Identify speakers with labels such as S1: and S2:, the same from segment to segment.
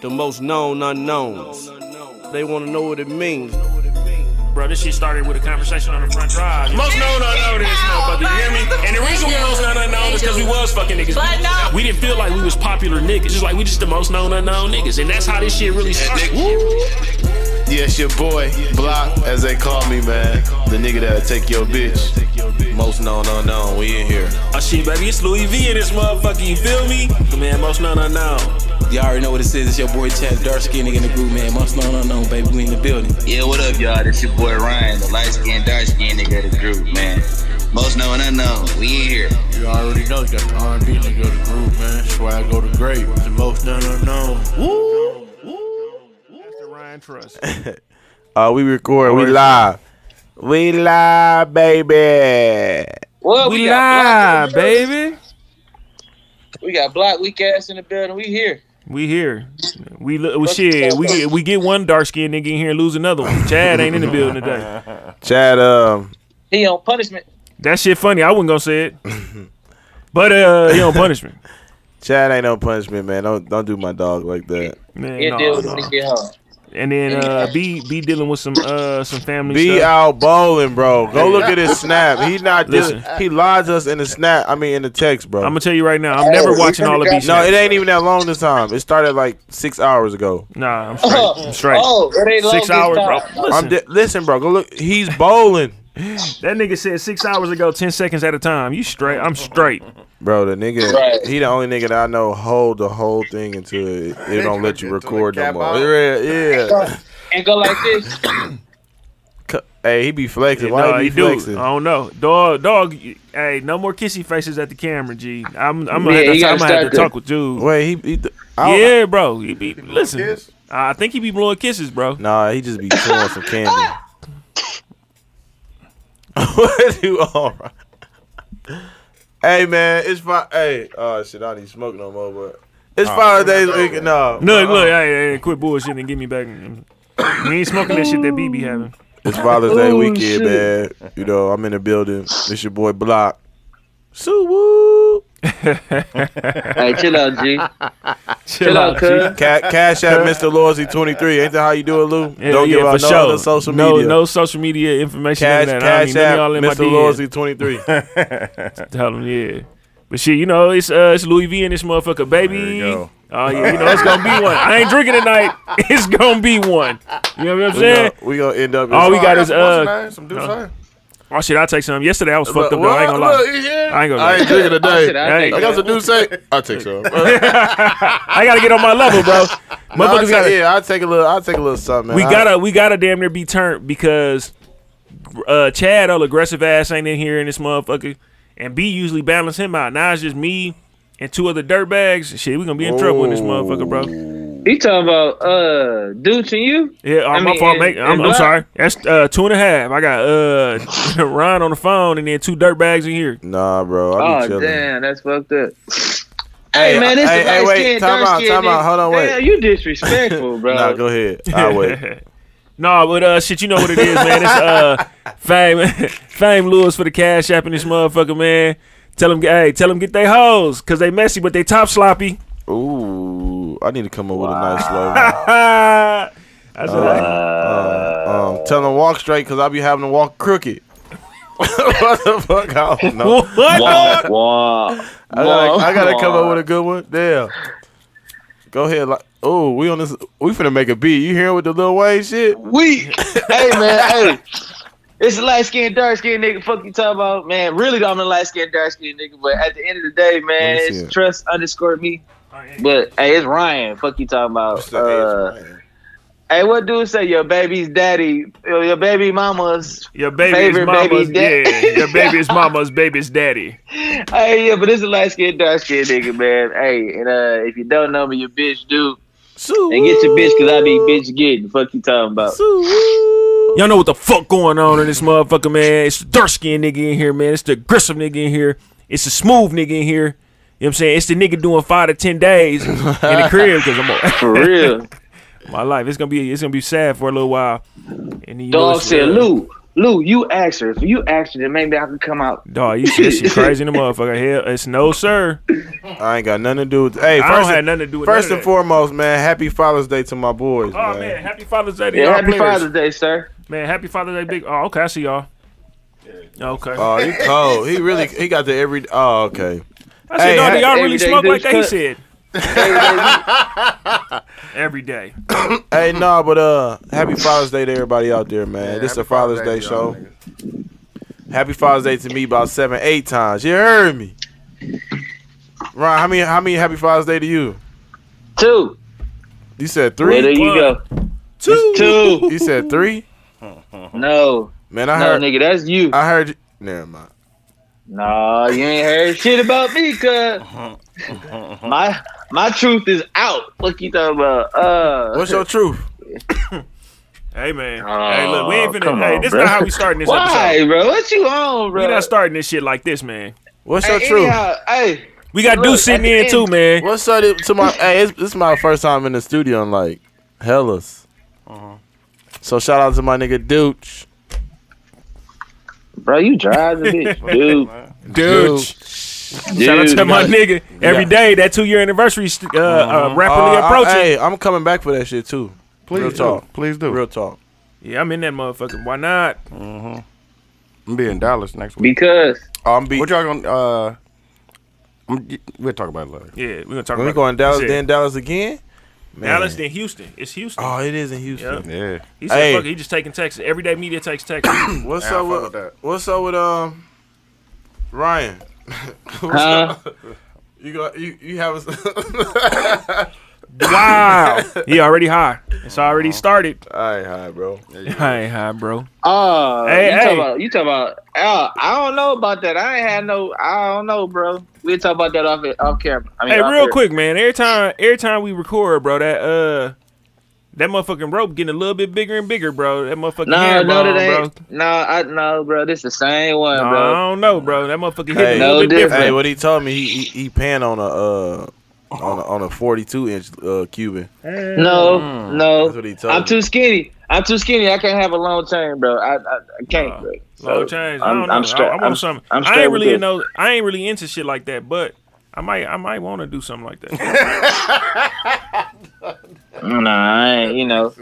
S1: the most known unknowns. They wanna know what it means.
S2: Bro, this shit started with a conversation on the front drive. Most known unknown is this motherfucker, you hear me? And the reason we most known unknown is because we was fucking niggas.
S3: But no.
S2: We didn't feel like we was popular niggas, just like we just the most known unknown niggas. And that's how this shit really started. Woo.
S4: Yes, your boy, Block, as they call me, man. The nigga that'll take your bitch. Most known unknown, we in here.
S2: Oh shit, baby, it's Louis V in this motherfucker, you feel me? Man, most known unknown.
S5: Y'all already know what it is. It's your boy Chad, dark skin nigga in the group, man. Most known unknown, baby. We in the building.
S6: Yeah, what up, y'all? This your boy Ryan, the light skinned, dark skinned nigga of the group, man. Most known unknown, we in here.
S7: You already know, got the R&B nigga of the group, man. Swag go to great. The most known unknown.
S1: Woo!
S8: Ryan Trust.
S1: Uh, we record, we live. We live, baby.
S6: Well,
S9: We
S6: got Block in
S9: live,
S6: the building.
S9: baby.
S6: We got Block Weak Ass in the building. We here.
S2: We here. We look. Well, shit. We get, we get one dark skinned nigga in here and lose another one. Chad ain't in the building today.
S1: Chad, um,
S6: He on punishment.
S2: That shit funny. I wasn't gonna say it, but uh, he on punishment.
S1: Chad ain't no punishment, man. Don't don't do my dog like that.
S2: Man,
S6: He'll
S2: no,
S6: deal with it when
S2: Oh, no.
S6: he get home.
S2: And then uh, B B dealing with some uh some family
S1: Be
S2: stuff.
S1: out bowling, bro. Go look at his snap. He not just
S2: Listen.
S1: he lies us in the snap. I mean in the text, bro.
S2: I'm gonna tell you right now. I'm never
S6: Hey,
S2: watching all of B.
S1: uh, no,
S2: No,
S1: it ain't even that long this time. It started like six hours ago.
S2: nah, I'm straight. I'm straight.
S6: Oh, it ain't long
S2: Six
S6: this
S2: hours, bro.
S6: time.
S2: Listen,
S1: I'm di- listen, bro. Go look. He's bowling,
S2: that nigga said six hours ago, ten seconds at a time. You straight? I'm straight.
S1: bro. The nigga,
S6: Right.
S1: he the only nigga that I know hold the whole thing until it, it don't let you record no more. Yeah, yeah.
S6: And go like this.
S1: C- Hey, he be flexing. Why
S2: no,
S1: he
S2: uh, he
S1: be
S2: do. Um,
S1: flexing?
S2: I don't know. Dog, dog. y- Hey, no more kissy faces at the camera, G. I'm, I'm gonna
S6: Yeah,
S2: have
S6: you
S2: to,
S6: gotta
S2: I'm gonna have
S6: stop
S2: to
S6: that.
S2: talk with dude.
S1: Wait, he. he I don't-
S2: Yeah, bro. He be listen. I think he be blowing kisses, bro.
S1: Nah, he just be chewing some candy. what you all right? Hey man, it's five. Hey, oh shit, I need smoke no more, but it's five days a week. No,
S2: Look, look. Hey, hey, quit bullshitting and get me back. We ain't smoking that shit that BB having.
S1: it's Father's Day weekend, man. You know, I'm in the building. It's your boy Block. Sue woo.
S6: hey, chill out, G.
S2: Chill
S6: out, cuz.
S1: Ca- Cash at Mr. Loyalty 23. Ain't that how you do it, Lou?
S2: Yeah,
S1: Don't
S2: yeah,
S1: give out
S2: for
S1: no
S2: sure.
S1: other social
S2: no,
S1: media.
S2: No social media information.
S1: Cash,
S2: in that. I
S1: cash
S2: mean, none of
S1: app,
S2: y'all in my
S1: Mr.
S2: DMs.
S1: Loyalty 23.
S2: Tell them, yeah. But shit, you know, it's uh, it's Louis V and this motherfucker, baby.
S9: There you go.
S2: Oh yeah, you know it's gonna be one. I ain't drinking tonight. It's gonna be one. You know what I'm
S1: we, gonna,
S2: saying?
S1: we gonna end up. in-
S2: All we got is
S9: What's his
S2: uh.
S9: name? Some dude's
S2: no.
S9: name?
S2: Oh shit, I take some. Yesterday I was fucked up. Though. I ain't gonna lie. I ain't gonna
S4: I
S2: lie.
S4: ain't drinking
S6: Shit,
S4: today.
S6: I
S2: Hey.
S6: think
S4: I got some dude say. I take some.
S2: I gotta get on my level, bro.
S1: I'll
S2: Motherfuckers
S1: take-
S2: gotta.
S1: yeah, I'll take a little. I'll take a little something. man.
S2: We
S1: I-
S2: gotta. We gotta damn near be turned because uh, Chad, old aggressive ass, ain't in here in this motherfucker, and B usually balance him out. Now it's just me and two other dirtbags. Shit, we gonna be in trouble in this motherfucker, bro.
S6: He talking about uh, Dooch and you?
S2: Yeah, uh,
S6: I
S2: my
S6: mean,
S2: fault.
S6: and-
S2: Make, I'm,
S6: and
S2: I'm
S6: Block.
S2: sorry. That's uh, two and a half. I got uh, Ron on the phone and then two dirtbags in here.
S1: Nah, bro. I be
S6: Oh,
S1: chilling.
S6: damn, that's fucked up.
S1: Hey,
S6: Hey, man, this
S1: hey,
S6: is
S1: hey,
S6: light
S1: wait,
S6: skin,
S1: time
S6: dark
S1: out,
S6: skin.
S1: time out,
S6: nigga.
S1: hold on, wait.
S6: Damn, you disrespectful, bro.
S1: Nah, go ahead. I wait.
S2: No, but uh, shit, you know what it is, man. It's uh, fame, fame Lewis for the cash app in this motherfucker, man. Tell them, hey, tell them get they hoes, cause they messy, but they top sloppy.
S1: Ooh, I need to come up with a nice slogan.
S2: Ah, That's all right.
S1: Um, tell them walk straight because I be having to walk crooked. what the fuck? I don't know.
S2: What? dog?
S6: Wow.
S1: I gotta, I gotta come up with a good one. Damn. Go ahead. Like, oh, we on this. We finna make a beat. You hearing with the Lil Wayne shit?
S6: We, hey man, hey. It's a light skinned, dark skinned nigga. Fuck you talking about, man. Really, I'm a light skinned, dark skinned nigga. But at the end of the day, man,
S1: Let me see
S6: it's
S1: it.
S6: trust underscore me. But hey, it's Ryan. Fuck you talking about. Uh, hey, what dude say your baby's daddy, your your baby mama's?
S2: Your baby's
S6: Favorite
S2: mama's,
S6: baby's dad-
S2: yeah. Your baby's mama's baby's daddy.
S6: Hey, yeah, but it's a light skinned, dark skinned nigga, man. Hey, and uh, if you don't know me, your bitch do. And get your bitch, cause I be bitch getting. Fuck you talking about.
S2: Y'all know what the fuck going on in this motherfucker, man. It's the dark skinned nigga in here, man. It's the aggressive nigga in here. It's the smooth nigga in here. You know what I'm saying? It's the nigga doing five to ten days in the crib because I'm on
S6: For real.
S2: my life. It's gonna be it's gonna be sad for a little while. And then, you know,
S6: Dog
S2: it's,
S6: said
S2: uh,
S6: Lou. Lou, you asked her. If you asked her, then maybe I could come out.
S2: Dog, you said she crazy in the motherfucker. Hell, it's no sir.
S3: I ain't got nothing to do with. Hey,
S2: I
S3: first
S2: don't
S3: and-
S2: have nothing to do with
S3: First
S2: none of
S3: and
S2: that.
S3: foremost, man, happy Father's Day to my boys.
S2: Oh
S3: man.
S2: man, happy Father's Day to
S6: Yeah,
S2: y'all
S6: happy
S2: players.
S6: Father's Day, sir.
S2: Man, happy Father's Day, big. Oh, okay, I see y'all. Okay.
S3: Oh, he cold. He really he got the every. Oh, okay.
S2: I said,
S3: hey,
S2: no, do
S3: hey,
S2: y'all really
S6: every day
S2: smoke
S6: dudes
S2: like that? He
S6: cut.
S2: said. Every day.
S3: Hey, nah, but uh, happy Father's Day to everybody out there, man. this is a Father's Day, show. Happy Father's Day to me about seven, eight times. You heard me, Ron. How many? How many Happy Father's Day to you?
S6: Two.
S3: You said
S6: Where there
S3: three.
S6: you go.
S2: Two.
S6: Two.
S3: You said three.
S6: No,
S3: Man, I
S6: no,
S3: heard.
S6: nigga, that's you.
S3: I heard. You. Never mind.
S6: Nah, you ain't heard shit about me, cuz.
S2: Uh-huh,
S6: my my truth is out. What you talking about? Uh,
S3: What's your truth?
S2: Hey man.
S6: Oh,
S2: hey, look, we ain't finna.
S6: come
S2: hey,
S6: on,
S2: this
S6: bro.
S2: not how we starting this
S6: why,
S2: episode.
S6: bro? What you on, bro?
S2: We not starting this shit like this, man.
S3: What's
S6: hey,
S3: your truth?
S6: anyhow, hey,
S2: We got
S6: Look,
S2: Deuce sitting
S6: at the
S2: in too,
S6: end-
S2: man.
S3: What's up to- to my? hey, it's, this is my first time in the studio. in like, hellas.
S1: Uh-huh.
S3: So shout out to my nigga Dooch.
S6: bro, you dry as a bitch, dude.
S3: Dooch.
S2: Shout out to
S6: Dude.
S2: my nigga. Every day that two year anniversary st- uh,
S6: Mm-hmm.
S2: uh,
S6: Oh,
S2: rapidly
S3: Uh, I-
S2: approaching.
S3: hey, I'm coming back for that shit too.
S1: Uh-huh. Please
S3: Real
S1: do.
S3: talk.
S1: Please do.
S3: Real talk.
S2: yeah, I'm in that motherfucker. Why not?
S1: I'm be in Dallas next week.
S6: Because
S3: Oh, I'm be.
S1: What y'all gonna? Uh, I'm, we'll talk about it later.
S2: Yeah, we're gonna talk
S3: When
S2: about
S3: we going
S2: it.
S3: Dallas,
S2: Shit.
S3: then Dallas again. Man.
S2: Dallas, then Houston. It's Houston.
S3: Oh, it is in Houston.
S1: Yeah.
S2: he said,
S3: hey.
S2: "Fuck, it, he just taking Texas. Everyday media takes Texas."
S3: What's
S1: Yeah,
S3: up
S1: I fuck
S3: with,
S1: with that.
S3: What's up with um Ryan? What's
S6: Huh?
S3: up? You got you you have
S2: wow, he already high. It's already started.
S3: all right, hi, bro.
S2: I ain't high, bro.
S6: uh,
S2: Hey,
S6: you
S2: hey.
S6: talking about you talking about? Uh, I don't know about that. I ain't had no. I don't know, bro. We'll talk about that off off camera. I mean,
S2: Hey,
S6: off
S2: real
S6: air.
S2: quick, man. Every time, every time we record, bro, that uh, that motherfucking rope getting a little bit bigger and bigger, bro. That motherfucking
S6: No,
S2: hair
S6: no,
S2: bone,
S6: that
S2: bro.
S6: ain't. No, I no, bro. This the same one,
S2: No,
S6: bro.
S2: I don't know, bro. That motherfucker hit
S3: Hey,
S2: a little
S6: No
S2: bit different.
S6: different.
S3: Hey, what he told me, he he, he panned on a uh on a, on a 42 inch uh Cuban.
S6: No, no.
S3: Hmm. That's what he told
S6: I'm
S3: me.
S6: too skinny. I'm too skinny. I can't have a long chain, bro. I I, I can't. bro.
S2: Low
S6: So,
S2: change. I
S6: I'm-
S2: don't know.
S6: I'm
S2: I,
S6: stra-
S2: I want
S6: I'm-
S2: something.
S6: I'm
S2: I
S6: straight
S2: ain't
S6: with
S2: really
S6: this.
S2: know. I ain't really into shit like that, but I might. I might want to do something like that.
S6: Nah, I ain't. You know.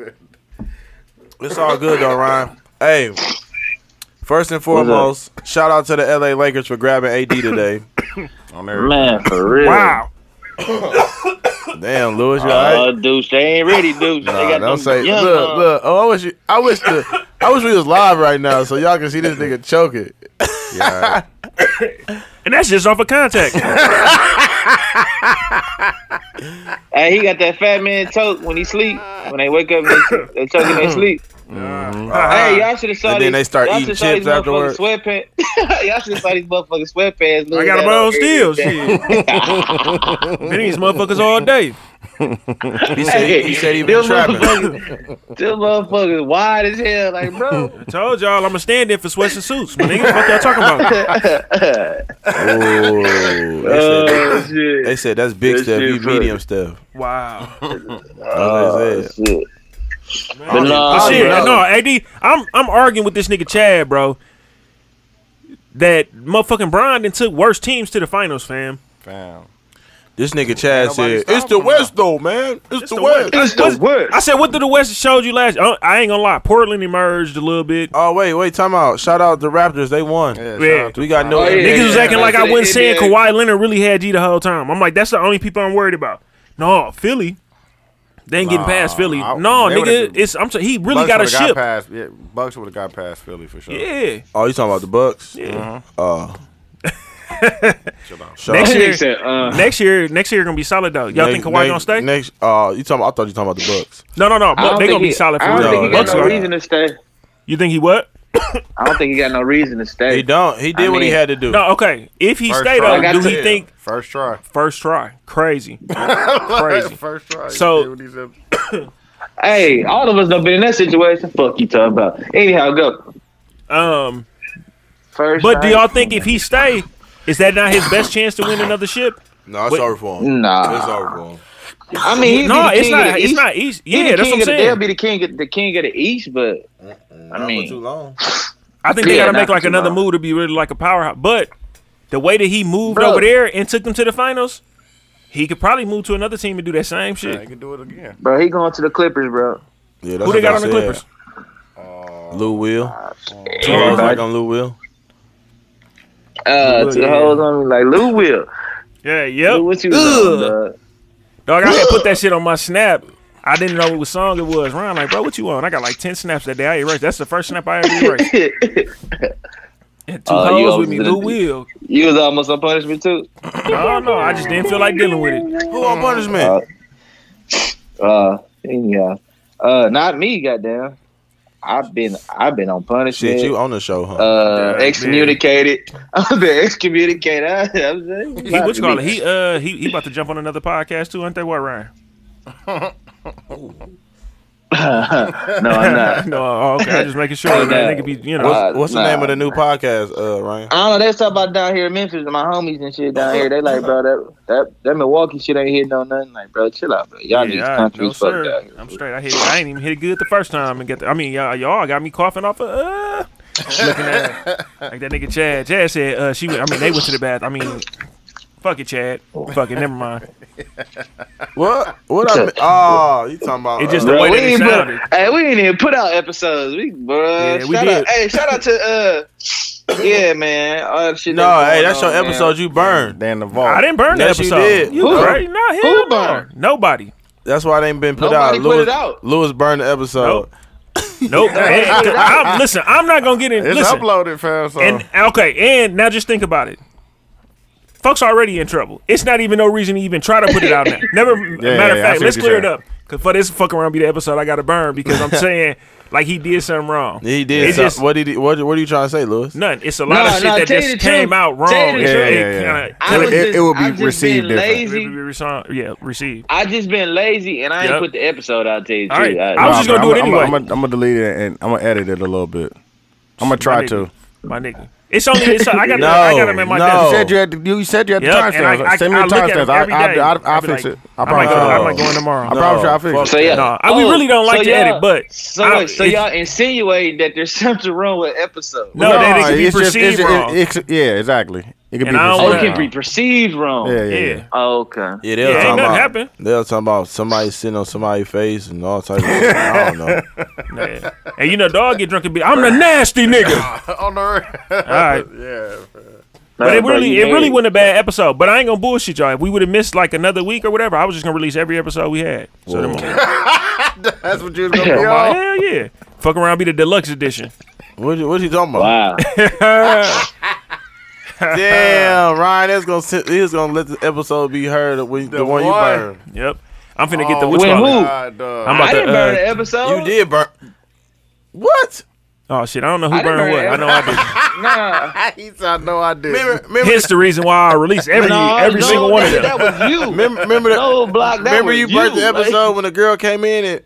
S3: It's all good though, Ryan. Hey, first and foremost, shout out to the LA Lakers for grabbing AD today.
S1: On there.
S6: Man, for real.
S2: wow.
S3: Damn, Lewis, you
S6: Oh,
S3: all right?
S6: douche. They ain't ready, douche. they
S3: Nah,
S6: got
S3: don't
S6: them
S3: say.
S6: young uh,
S3: Look,
S6: ones.
S3: look. Oh, I wish you, I wish the, I wish we was live right now so y'all can see this nigga choke it.
S1: Yeah.
S2: And that's just off of contact.
S6: Hey, he got that fat man choke when he sleep. When they wake up, they, they choke in their sleep. Hey, y'all should have saw
S3: Hmm. Mm-hmm. And then
S6: these.
S3: they start
S6: y'all
S3: eating
S6: shoulda saw
S3: chips
S6: these motherfucking
S3: afterwards.
S6: Sweatpants. y'all should have saw these motherfucking sweatpants.
S2: I got a bone still. Shit. Been these motherfuckers all day.
S3: He said he, he said he been trapping.
S6: Them motherfuckers wide as hell. Like, bro.
S2: I told y'all I'ma stand in for sweats and suits. My nigga, what y'all talking about?
S3: Ooh, they, said,
S6: Oh, shit.
S3: they said that's big
S6: That
S3: stuff.
S6: shit
S3: You
S6: funny. Uh,
S3: medium stuff.
S2: Wow.
S3: That's what they said.
S6: Shit. But
S2: But
S6: no,
S2: shit,
S6: bro.
S2: no, AD, I'm I'm arguing with this nigga Chad, bro. That motherfucking Brian then took worse teams to the finals, fam.
S1: Fam.
S3: This nigga Chad
S1: nobody
S3: said,
S1: stop
S3: "It's the
S1: him,
S3: West, though, man. It's, the,
S2: the
S3: West."
S6: It's the worst.
S2: I said, what did the West showed you last? I I ain't gonna lie, Portland emerged a little bit.
S3: Oh wait, wait, time out. Shout out the Raptors. They won.
S1: Yeah.
S2: Yeah.
S1: shout out to
S3: We got
S1: Fam.
S3: no
S6: Oh, yeah.
S2: Niggas was acting like I
S6: That's
S2: wasn't
S6: the
S2: saying
S6: NBA.
S2: Kawhi Leonard really had G the whole time. I'm like, that's the only people I'm worried about. No, Philly. They ain't getting past Philly.
S1: I-
S2: No,
S1: they
S2: nigga,
S1: would've-
S2: it's I'm saying he really
S1: Bucks
S2: got a
S1: would've
S2: ship.
S1: past, yeah, Bucks would have got past Philly for sure.
S2: yeah.
S3: Oh, you talking about the Bucks?
S2: Yeah.
S3: Uh, shout
S2: Next
S3: out-
S2: year,
S6: Nigga said, uh,
S2: next year, next year gonna be solid though. Y'all think
S3: next-
S2: Kawhi
S3: next-
S2: gonna stay?
S3: Next, uh, you talking? I thought you talking about the Bucks.
S2: no, no, no.
S6: I don't
S2: They
S6: think
S2: gonna be
S6: he-
S2: solid
S6: I
S2: for
S6: don't
S3: No,
S6: think he
S2: real.
S6: got
S2: Bucks
S6: no
S3: are-
S2: are.
S6: reason to stay.
S2: You think he what?
S6: I don't think he got no reason to stay.
S3: He don't. He did
S6: I
S3: what he
S6: mean-
S3: had to do.
S2: No, okay. If he
S1: First
S2: stay
S1: try.
S2: though,
S6: Like I
S2: do he
S6: said.
S2: think
S1: First try.
S2: first try? Crazy. Crazy.
S1: First try.
S2: So-
S1: Did what he said.
S6: Hey, all of us done been in that situation. Fuck you talking about. Anyhow, go.
S2: Um,
S6: First
S2: but do
S6: round.
S2: y'all think if he stay, is that not his best chance to win another ship?
S3: No, it's
S2: Wait.
S3: over for him.
S6: Nah.
S3: It's over for him.
S6: I mean, he'd
S2: No,
S6: be the
S2: it's
S6: king of
S2: not.
S6: the
S2: It's
S6: East.
S2: not easy.
S6: He
S2: Yeah,
S6: the
S2: that's
S6: king
S2: what I'm
S6: of the, They'll
S2: saying.
S6: be the king, of- the king of the East, but I
S3: Not for too
S6: mean,
S3: long.
S2: I think they
S6: Yeah,
S2: gotta
S6: not
S2: make like
S6: too
S2: another
S6: long.
S2: move to be really like a powerhouse. But the way that he moved
S6: Bro.
S2: over there and took them to the finals, he could probably move to another team and do that same shit.
S3: They can do it again.
S6: bro. He going to the Clippers, bro.
S1: Yeah, that's
S2: Who they
S1: what I
S2: got on the
S1: said.
S2: Clippers?
S1: Lou Will.
S6: Yeah, bro.
S1: Everybody back on Lou Will.
S6: Uh, to the hoes on me like Lou will.
S2: Yeah,
S6: Lou,
S2: yep.
S6: what you doing, dog?
S2: Dog, I had put that shit on my snap. I didn't know what song it was. Ron, like, bro, what you on? I got like ten snaps that day. I erased. That's the first snap I ever erased. And Two
S6: Oh, you
S2: hoes
S6: always
S2: with me,
S6: did it.
S2: Lou Will.
S6: you was almost on punishment too.
S2: No, no, I just didn't feel like dealing with it.
S1: Who on punishment?
S6: Uh, Uh, anyhow, uh, not me. Goddamn, I've been I've been on punishment.
S1: Shit, you on the show, huh?
S6: uh,
S2: Yeah,
S6: excommunicated. I've been excommunicated. I'm saying,
S2: He, what you call it? He uh, he he about to jump on another podcast too, aren't they? What, Ryan?
S6: no, I'm not.
S2: no, oh, okay. I'm just making sure
S6: Oh,
S2: that
S6: no.
S2: they could be, you know.
S1: what's
S6: uh,
S1: what's
S6: nah.
S1: the name of the new podcast, uh,
S6: I
S1: Ryan?
S6: don't know. They talk about down here in Memphis, my homies and shit down here. They like, bro, that that, that Milwaukee shit ain't hitting on nothing. Like, bro, chill out, bro. Y'all need
S2: I-
S6: country
S2: no,
S6: as fuck
S2: sir.
S6: down here.
S2: I'm straight. I hit. I ain't even hit it good the first time and get. The, I mean, y'all, y'all got me coughing off. Of, uh, looking at like that nigga Chad. Chad said uh, she. went- I mean, they went to the bath. I mean, fuck it, Chad. Fuck it. Never mind.
S1: What? What? I, oh, you talking about?
S2: It just
S1: uh,
S2: the
S6: Bro,
S2: way
S6: we
S2: that it
S6: ain't
S2: sounded.
S6: put, hey, we ain't even put out episodes. We, bro,
S2: Yeah, we
S6: shout
S2: did.
S6: out, hey, shout out to uh, yeah, man, all the shit.
S1: no,
S6: that's
S1: hey,
S6: going
S1: that's your
S6: on, man.
S1: episode. You burned.
S3: Then the vault.
S2: I didn't burn
S1: Yes,
S2: that
S1: you
S2: episode.
S1: did.
S2: You
S6: Who?
S2: right? No, hell
S6: Who
S2: no.
S6: burned?
S2: Nobody.
S1: That's why they ain't been put
S6: Nobody
S1: out.
S6: put
S1: Lewis,
S6: it out.
S1: Lewis burned the episode.
S2: Nope. Nope. Hey, I'm, listen, I'm not gonna get in.
S3: It's
S2: listen,
S3: uploaded, fam. So
S2: And okay, and now just think about it. Folks already in trouble. It's not even no reason to even try to put it out now. Never
S3: yeah,
S2: matter of
S3: yeah, I
S2: fact,
S3: see
S2: let's
S3: what
S2: clear
S3: you're
S2: it
S3: saying.
S2: up. Cause for this fuck around be the episode I gotta burn because I'm saying like he did something wrong.
S1: He did.
S2: It
S1: some-
S2: just-
S1: what did? He, what? What are you trying to say, Lewis?
S2: None. It's a lot
S6: No,
S2: of shit
S6: no,
S2: that
S6: tell you
S2: just
S6: the truth.
S2: came out wrong.
S6: Tell you the
S2: It-
S6: truth.
S2: it
S3: Yeah, yeah, yeah.
S2: kinda-
S6: I
S3: It-
S6: was
S3: it-
S6: just,
S3: it would be
S6: I just been
S3: received different.
S2: re-
S6: lazy.
S2: re- resign- yeah, received.
S6: I just been lazy, and I ain't
S2: Yep.
S6: put the episode out till you.
S2: All right.
S6: too.
S2: I was
S3: Nah,
S2: just
S3: bro,
S2: gonna do it
S3: I'm
S2: anyway.
S3: I'm gonna delete it and I'm gonna edit it a little bit. I'm gonna try
S2: nigga.
S3: to. You
S2: My nigga. It's only it's, I got
S1: No,
S2: I got him in my
S1: no.
S2: desk.
S1: said
S3: said
S1: you
S3: you had. You said you had
S2: Yep,
S3: the
S2: and I- I-
S3: timestamps. Send me
S2: I
S3: the
S2: look at 'em
S3: timestamps. I,
S2: every day.
S3: I, I,
S2: I
S3: I'll
S2: be
S3: fix
S2: like,
S3: it. I
S2: I might
S3: promise.
S2: go- I
S3: you.
S2: might go in tomorrow.
S3: I promise you, I'll fix it.
S6: So yeah,
S2: No, I- we really don't like to
S6: y'all-
S2: edit, but
S6: so
S2: I-
S6: so
S2: it's-
S6: y'all insinuating that there's something wrong with episode.
S2: No, that it could be
S3: it's just-
S2: perceived
S3: it's- it-
S2: wrong.
S3: it's- yeah, exactly. It could
S2: And
S3: be
S2: I don't
S6: Oh, it
S2: Yeah.
S6: can be perceived wrong.
S3: Yeah, yeah,
S2: yeah.
S3: yeah.
S6: Oh, okay.
S1: Yeah, they were
S2: Yeah, ain't
S1: talking
S2: nothing
S1: about.
S2: happened.
S1: They were talking about somebody sitting on somebody's face and all types of. I don't know.
S2: Yeah. And you know, dog get drunk and be I'm the nasty nigga.
S3: On the
S2: All right.
S6: No,
S2: But it
S6: bro,
S2: really,
S6: you
S2: it really
S6: made
S2: wasn't a bad episode. But I ain't gonna bullshit y'all. If we would have missed like another week or whatever, I was just gonna release every episode we had. So them,
S3: That's what you was gonna be on.
S2: hell yeah, fuck around be the deluxe edition.
S1: What? you- What you talking about?
S6: Wow.
S1: Damn, Ryan, that's gonna sit, he's gonna let the episode be heard when the, one you
S3: one.
S1: burned.
S2: Yep, I'm finna get the
S3: Oh,
S2: which
S6: When
S2: one?
S6: who?
S3: God, dog.
S2: I'm
S6: I
S2: about
S6: didn't burn
S2: to. Uh,
S6: the episode.
S1: You did burn. What?
S2: oh shit, I don't know
S6: I
S2: who
S6: didn't
S2: burned
S6: burn
S2: what. I know I
S6: Nah.
S3: He said, "No, I did."
S1: Remember,
S2: did.
S1: remember,
S2: Hence the reason why I released every
S6: No,
S2: every
S6: no,
S2: single one of
S6: nigga,
S2: them.
S6: That was you.
S1: remember, remember, the-
S6: no, block. That
S1: remember
S6: was
S1: you burnt the
S6: like-
S1: episode when the girl came in and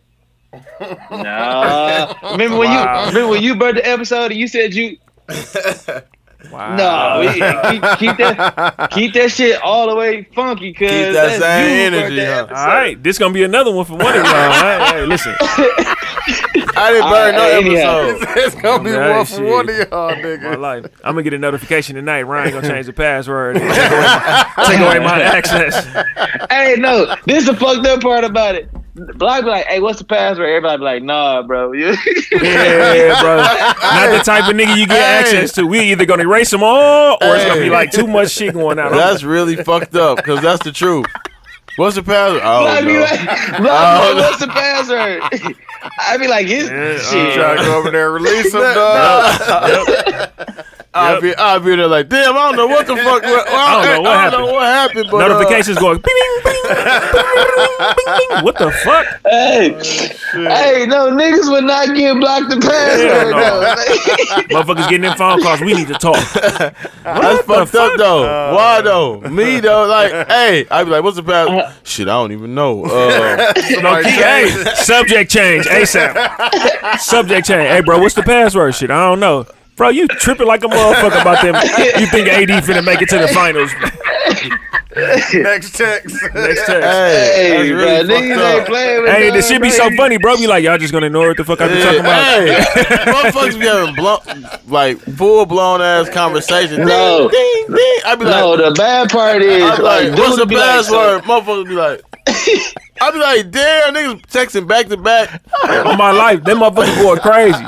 S6: Nah. Remember when you remember when you burnt the episode and you said you.
S2: Wow.
S6: No, we- keep, keep that keep that shit all the way funky, cause
S1: that
S6: that's
S1: same
S6: you who burnt
S1: energy,
S6: that
S1: huh?
S6: episode.
S2: All right, this gonna be another one for one of y'all. Hey, hey, listen,
S1: I didn't burn
S6: Uh,
S1: no
S6: anyhow.
S1: episode.
S3: It's gonna be
S2: Nah,
S3: one for
S2: shit.
S3: one of y'all,
S2: my
S3: nigga.
S2: life. I'm gonna get a notification tonight. Ryan gonna change the password. Take away my, take away my access.
S6: Hey, no, this is the fucked up part about it. Block be like, hey, what's the password? Everybody be like, nah, bro.
S2: Yeah, bro. Not the type of nigga you get
S1: Hey.
S2: access to. We either gonna erase them all, or it's gonna be like too much shit going out.
S1: That's really fucked up because that's the truth. What's the password? Oh,
S6: Block be
S1: no.
S6: like, Block be like, what's the password? I be like, it's
S2: uh, oh,
S6: shit.
S3: Try to go over there, and release him, dog.
S1: Nah. I'll be, I'll be there like, damn, I don't know what the fuck. What, I don't, know, what happened. but uh,
S2: Notifications going. Bing, bing, bing, bing, bing, bing. What the fuck?
S6: hey,
S1: Oh,
S6: hey, no, niggas would not get blocked the
S2: Hell
S6: password.
S2: no.
S6: though.
S2: Motherfuckers getting them phone calls. We need to talk.
S1: That's fucked up though. Why though? Me though, like, hey, I'd be like, what's the password?
S2: Uh,
S1: Shit, I don't even know. Uh,
S2: No, key, hey, subject change ASAP. Subject change. Hey, bro, what's the password? Shit, I don't know. Bro, you tripping like a motherfucker about them. You think AD finna make it to the finals?
S10: Next text.
S2: Next text.
S3: Hey,
S6: Hey, bro,
S3: that's really
S6: niggas ain't
S3: fucked up.
S6: playing with
S2: Hey,
S6: none,
S2: this shit be
S6: bro.
S2: so funny, bro. Be like, y'all just gonna ignore what the fuck I been talking about.
S3: Hey, motherfuckers be having blow, like full blown ass conversations.
S6: No.
S3: Ding, ding, ding. I be like,
S6: No, the bad part is
S3: I'm like,
S6: like,
S3: what's
S6: dudes
S3: the
S6: be like,
S3: password? Motherfuckers be like, I be like, damn, niggas texting back to back.
S2: On my life, them motherfuckers going crazy.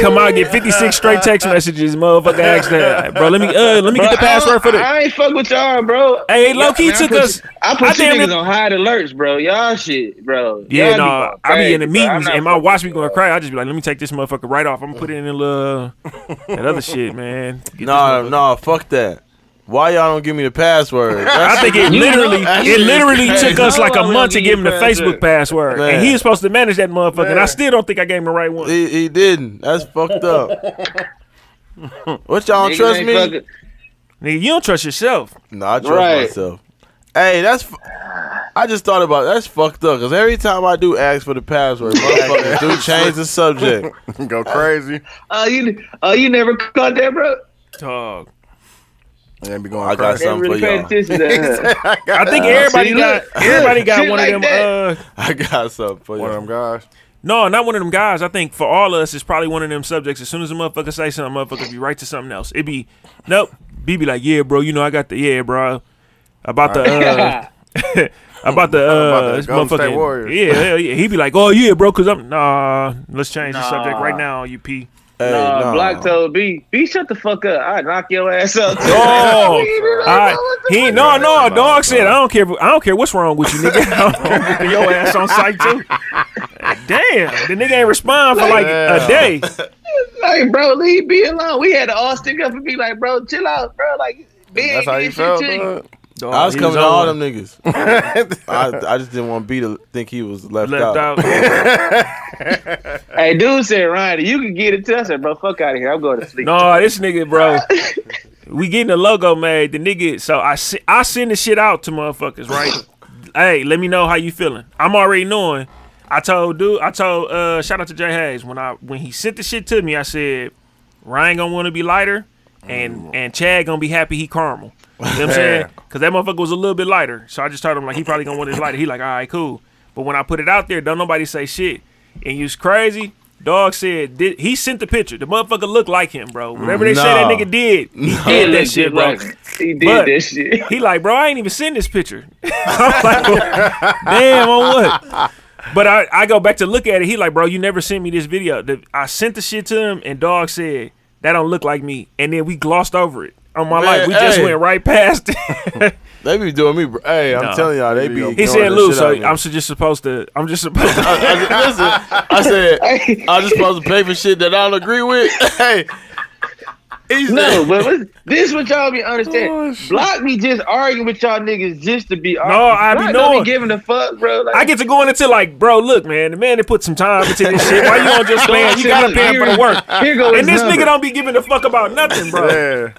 S2: Come out, get fifty six straight text messages, motherfucker. Ask that, Like, bro. Let me, uh, let me get the
S6: Bro, I don't-
S2: password for the.
S6: I ain't fuck with y'all, bro.
S2: Hey, low key
S6: Man, I
S2: took
S6: put
S2: us.
S6: you- I put
S2: I
S6: you
S2: damn
S6: niggas
S2: near-
S6: on high alerts, bro. Y'all shit, bro.
S2: Yeah,
S6: Y'all
S2: no,
S6: going
S2: I be in the
S6: crazy, bro. I'm
S2: meetings
S6: not
S2: and my
S6: fucking
S2: watch be
S6: with
S2: going
S6: y'all.
S2: cry. I just be like, let me take this motherfucker right off. I'm gonna put it in the little that other shit, man. Get this
S3: No, no, fuck that. Why y'all don't give me the password?
S2: I think it
S6: You know-
S2: literally,
S3: That
S2: it
S3: shit is
S2: literally
S3: crazy.
S2: took us
S6: No,
S2: like
S6: I
S2: a
S6: don't
S2: month to
S6: need
S2: give him the
S6: password.
S2: Facebook password,
S3: Man.
S2: and he was supposed to manage that motherfucker. And I
S10: Man.
S2: still don't think I gave him the right one.
S3: he, he didn't. That's fucked up. What y'all don't
S6: Niggas
S3: trust
S6: ain't
S3: me?
S6: fucking-
S2: Nigga, you don't trust yourself.
S3: No, I trust
S6: Right.
S3: myself. Hey, that's. F- I just thought about that's fucked up because every time I do ask for the password, motherfuckers do change the subject.
S10: Go crazy.
S6: Oh, you, oh, you never caught that, bro?
S2: Dog.
S10: And then be going
S3: I got
S10: crazy.
S6: They
S3: Something
S6: really
S3: for
S6: pay
S3: y'all.
S6: attention to that. huh?
S2: I think everybody
S6: uh, see,
S2: got
S6: look,
S2: everybody
S6: look,
S2: got
S6: shit
S2: one
S6: like
S2: of them.
S6: that.
S2: Uh,
S3: I got something for you.
S10: One of them guys.
S2: no, not one of them guys. I think for all of us, it's probably one of them subjects. As soon as a motherfucker say something, motherfucker be right to something else. It be nope. B be like, yeah, bro. You know I got the yeah, bro. About the uh, about the uh,
S10: the
S2: this
S10: Golden State
S2: motherfucking-
S10: Warriors.
S2: Yeah, hell yeah. He be like, oh yeah, bro. Cause I'm nah. Let's change the subject right
S6: Nah.
S2: now. You p.
S3: Hey,
S6: Nah,
S3: no.
S6: uh, Block told B, B, shut the fuck up. I knock your ass up.
S2: Oh,
S6: Like,
S2: I,
S6: what the
S2: he
S6: fuck?
S2: no no dog said I don't care I don't care what's wrong with you nigga I'm whooping your ass on site too. Damn, the nigga ain't respond for like a day.
S6: Like, bro, leave B alone. We had to all stick up and be like, bro, chill out, bro. Like, B
S10: That's
S6: ain't
S10: how
S6: did
S10: you
S6: shit
S10: felt,
S6: to you.
S10: dog.
S3: I was
S2: He
S3: coming to
S2: on
S3: all
S2: one.
S3: them niggas. I, I just didn't want B to think he was left,
S2: left
S3: out.
S2: out.
S6: Hey, dude said, Ryan, you can get it to us. I said, bro, fuck out of here. I'm going to sleep.
S2: No, this nigga bro. We getting the logo made. The nigga so I se- I send the shit out to motherfuckers right. hey, let me know how you feeling. I'm already knowing. I told dude. I told uh shout out to Jay Hayes when I when he sent the shit to me. I said Ryan gonna want to be lighter, and
S3: Mm.
S2: and Chad gonna be happy he caramel. You know what I'm saying? Because that motherfucker was a little bit lighter. So I just told him like he probably gonna want his lighter. He like all right cool. But when I put it out there, don't nobody say shit. And you's crazy. Dog said did, he sent the picture. The motherfucker looked like him, bro. Whatever they say that
S3: No.
S2: nigga did, he
S6: He
S2: did that
S6: looked
S2: shit,
S6: just
S2: bro.
S6: like him. He did
S2: But-
S6: that shit.
S2: He like, bro, I ain't even seen this picture. I'm like, well, damn, on what? But I, I go back to look at it. He like, bro, you never sent me this video. The- I sent the shit to him, and dog said that don't look like me. And then we glossed over it. On my
S3: Man,
S2: life, we just
S3: hey.
S2: went right past it.
S3: They be doing me. Br- hey, I'm
S2: Nah.
S3: telling y'all, they be.
S2: he
S3: ignoring
S2: said,
S3: the
S2: "Lou,
S3: shit
S2: so
S3: out of me.
S2: I'm su- just supposed to. I'm just supposed to."
S3: I, I- listen, I said I just supposed to pay for shit that I don't agree with. hey, he's
S6: No, but listen, this what y'all be
S2: Oh,
S6: understanding. Block me just arguing with y'all niggas just to be arguing.
S2: I be
S6: Block don't
S2: knowing.
S6: be giving a fuck, bro. Like,
S2: I get to going into like, bro, look, man, the man that put some time into this shit. Why you don't just man? You gotta pay him for the work.
S6: Here go
S2: And
S6: his
S2: this
S6: number.
S2: nigga don't be giving a fuck about nothing, bro.
S10: Yeah.